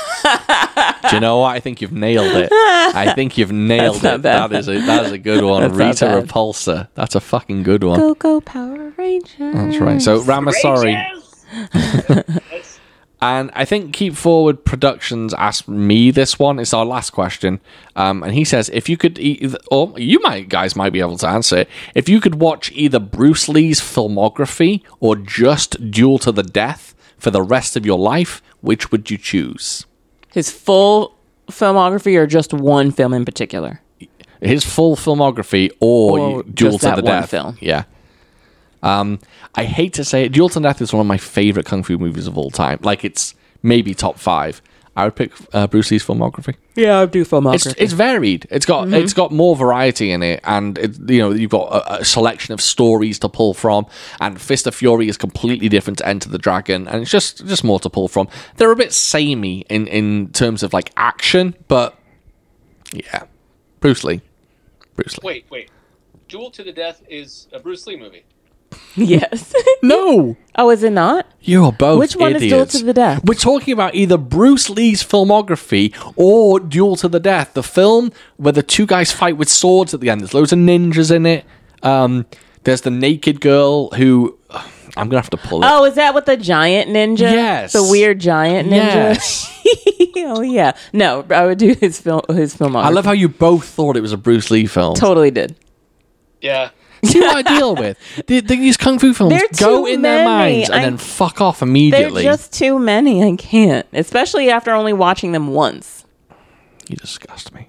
Speaker 1: Do you know what? I think you've nailed it. I think you've nailed
Speaker 2: not
Speaker 1: it.
Speaker 2: bad.
Speaker 1: That is a that is a good one.
Speaker 2: That's
Speaker 1: Rita
Speaker 2: not bad.
Speaker 1: Repulsa. That's a fucking good one.
Speaker 2: Go go Power Ranger.
Speaker 1: That's right. So Rama, sorry.
Speaker 3: Rangers! That's-
Speaker 1: And I think Keep Forward Productions asked me this one. It's our last question. Um, and he says, if you could, eat, or you might guys might be able to answer it. If you could watch either Bruce Lee's filmography or just Duel to the Death for the rest of your life, which would you choose?
Speaker 2: His full filmography or just one film in particular?
Speaker 1: His full filmography or,
Speaker 2: Or
Speaker 1: you- Duel
Speaker 2: just
Speaker 1: to
Speaker 2: that
Speaker 1: the
Speaker 2: one
Speaker 1: Death?
Speaker 2: film.
Speaker 1: Yeah. Um, I hate to say it, Duel to the Death is one of my favorite kung fu movies of all time. Like it's maybe top five. I would pick uh, Bruce Lee's filmography.
Speaker 2: Yeah, I do filmography.
Speaker 1: it's it's varied. It's got it's got more variety in it, and it, you know you've got a, a selection of stories to pull from. And Fist of Fury is completely different to Enter the Dragon, and it's just just more to pull from. They're a bit samey in in terms of like action, but yeah, Bruce Lee, Bruce Lee.
Speaker 3: wait, wait. Duel to the Death is a Bruce Lee movie.
Speaker 2: yes.
Speaker 1: No,
Speaker 2: oh, is it not?
Speaker 1: you are both.
Speaker 2: Which one is Duel
Speaker 1: idiots.
Speaker 2: to the Death?
Speaker 1: We're talking about either Bruce Lee's filmography or Duel to the Death, the film where the two guys fight with swords at the end. There's loads of ninjas in it. Um, there's the naked girl who I'm gonna have to pull it.
Speaker 2: Oh, is that with the giant ninja?
Speaker 1: Yes.
Speaker 2: The weird giant ninja.
Speaker 1: Yes.
Speaker 2: oh yeah. No, I would do his film. His film.
Speaker 1: I love how you both thought it was a Bruce Lee film.
Speaker 2: Totally did.
Speaker 3: Yeah.
Speaker 1: See what I deal with. The, the, these kung fu films
Speaker 2: They're
Speaker 1: go
Speaker 2: too
Speaker 1: in their
Speaker 2: many.
Speaker 1: minds and
Speaker 2: I-
Speaker 1: then fuck off
Speaker 2: They're
Speaker 1: immediately.
Speaker 2: just too many. I can't, especially after only watching them once.
Speaker 1: You disgust me.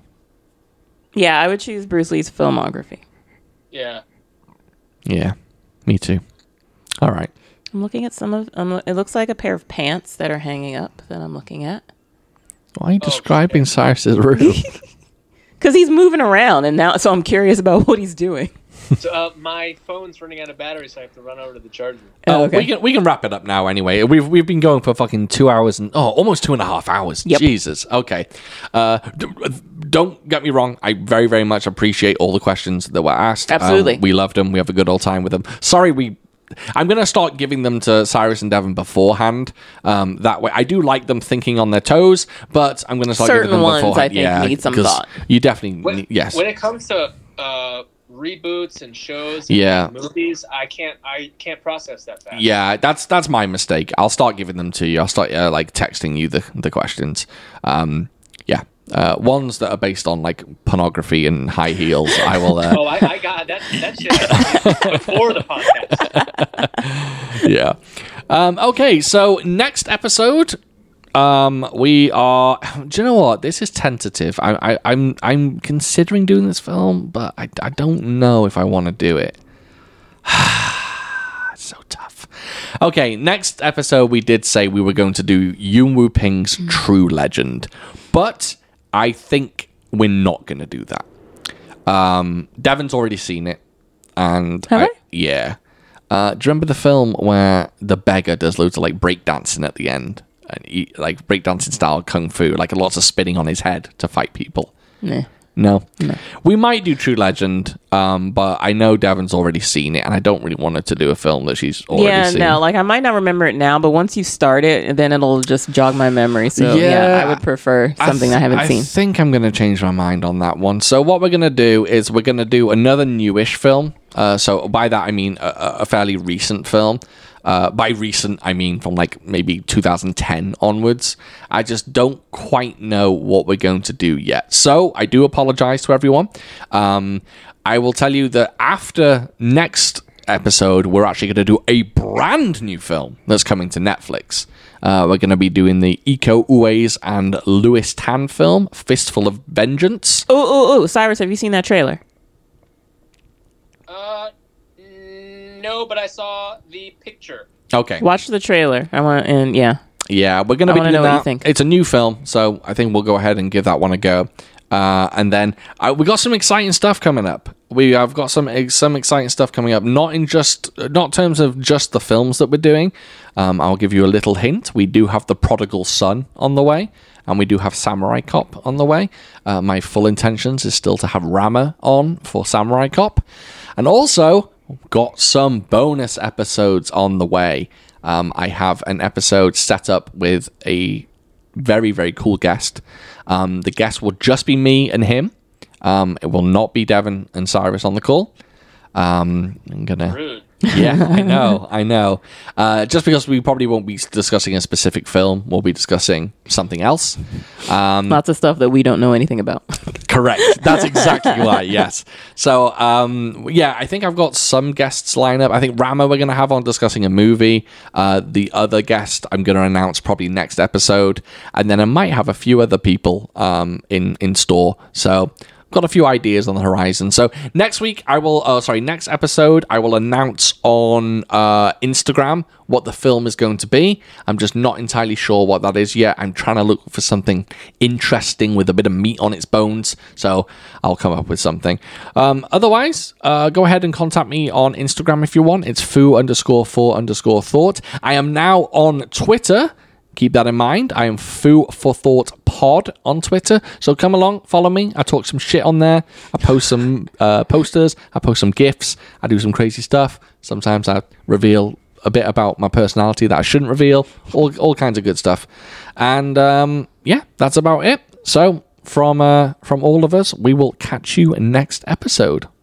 Speaker 2: Yeah, I would choose Bruce Lee's filmography.
Speaker 3: Yeah.
Speaker 1: Yeah, me too. All right.
Speaker 2: I'm looking at some of. Um, it looks like a pair of pants that are hanging up that I'm looking at
Speaker 1: Why are you describing Cyrus's room?
Speaker 2: because he's moving around and now. So I'm curious about what he's doing.
Speaker 3: So uh, my phone's running out of battery, so I have to run over to the charger.
Speaker 1: Oh,
Speaker 2: Oh, okay.
Speaker 1: we can we can wrap it up now. Anyway, we've we've been going for fucking two hours and oh, almost two and a half hours.
Speaker 2: Yep.
Speaker 1: Jesus. Okay. Uh, d- don't get me wrong. I very very much appreciate all the questions that were asked. Um,
Speaker 2: Absolutely.
Speaker 1: we loved them. We have a good old time with them. Sorry, we. I'm gonna start giving them to Cyrus and Devon beforehand. Um, that way, I do like them thinking on their toes, but I'm gonna start
Speaker 2: Certain
Speaker 1: giving them
Speaker 2: ones, I
Speaker 1: beforehand.
Speaker 2: think,
Speaker 1: yeah,
Speaker 2: need some
Speaker 1: 'cause
Speaker 2: thought.
Speaker 1: You definitely
Speaker 3: When,
Speaker 1: need, yes.
Speaker 3: When it comes to uh, reboots and shows,
Speaker 1: Yeah.
Speaker 3: and movies, I can't, I can't process that fast.
Speaker 1: Yeah, that's that's my mistake. I'll start giving them to you. I'll start uh, like texting you the the questions. Um, yeah, uh, ones that are based on like pornography and high heels. I will.
Speaker 3: Oh,
Speaker 1: Uh,
Speaker 3: I, I got that. That shit I- before the podcast.
Speaker 1: yeah. Um, okay, so next episode. Um, we are. Do you know what? This is tentative. I, I, I'm, I'm considering doing this film, but I, I don't know if I want to do it. It's so tough. Okay, next episode we did say we were going to do Yun Wu Ping's True Legend, but I think we're not going to do that. Um, Devon's already seen it, and
Speaker 2: Have I?
Speaker 1: yeah. Uh, do you remember the film where the beggar does loads of like breakdancing at the end, and he, like breakdancing style kung fu, like lots of spinning on his head to fight people?
Speaker 2: Nah.
Speaker 1: No. We might do True Legend, um, but I know Devon's already seen it, and I don't really want her to do a film that she's already
Speaker 2: Yeah,
Speaker 1: seen.
Speaker 2: no, like I might not remember it now, but once you start it, then it'll just jog my memory. So yeah,
Speaker 1: Yeah,
Speaker 2: I would prefer
Speaker 1: I
Speaker 2: something I,
Speaker 1: th-
Speaker 2: haven't
Speaker 1: I
Speaker 2: seen.
Speaker 1: think I'm going to change my mind on that one. So what we're going to do is we're going to do another newish film. Uh, so by that I mean a- a, a fairly recent film. Uh, by recent I mean from like maybe 2010 onwards. I just don't quite know what we're going to do yet. So I do apologize to everyone. Um, I will tell you that after next episode, we're actually going to do a brand new film that's coming to Netflix. Uh, we're going to be doing the Eco Uways and Lewis Tan film, Fistful of Vengeance.
Speaker 5: Oh, oh, oh, Cyrus, have you seen that trailer?
Speaker 3: Uh, mm, no, but I saw the picture.
Speaker 1: Okay.
Speaker 5: Watch the trailer. I want and yeah.
Speaker 1: Yeah, we're going to be
Speaker 5: wanna
Speaker 1: doing
Speaker 5: know what
Speaker 1: that.
Speaker 5: you think.
Speaker 1: It's a new film, so I think we'll go ahead and give that one a go. Uh, and then uh, we got some exciting stuff coming up. We have got some ex- some exciting stuff coming up. Not in just not in terms of just the films that we're doing. Um, I'll give you a little hint. We do have the Prodigal Son on the way, and we do have Samurai Cop on the way. Uh, my full intentions is still to have Rama on for Samurai Cop, and also got some bonus episodes on the way. Um, I have an episode set up with a very, very cool guest. Um, the guest will just be me and him. Um, it will not be Devin and Cyrus on the call. Um, I'm gonna.
Speaker 3: Rude.
Speaker 1: Yeah, I know, I know. Uh, just because we probably won't be discussing a specific film, we'll be discussing something else.
Speaker 5: Lots of stuff that we don't know anything about.
Speaker 1: Correct. That's exactly why. Yes. So, um, yeah, I think I've got some guests lined up. I think Rama we're going to have on discussing a movie. Uh, the other guest I'm going to announce probably next episode, and then I might have a few other people um, in in store. So. Got a few ideas on the horizon. So next week, I will. Uh, sorry, next episode, I will announce on uh, Instagram what the film is going to be. I'm just not entirely sure what that is yet. I'm trying to look for something interesting with a bit of meat on its bones. So I'll come up with something. Um, otherwise, uh, go ahead and contact me on Instagram if you want. It's foo underscore four underscore thought. I am now on Twitter. Keep that in mind. I am Foo for Thought Pod on Twitter. So come along, follow me. I talk some shit on there. I post some uh, posters. I post some gifs. I do some crazy stuff. Sometimes I reveal a bit about my personality that I shouldn't reveal. All, all kinds of good stuff. And um, yeah, that's about it. So from uh, from all of us, we will catch you next episode.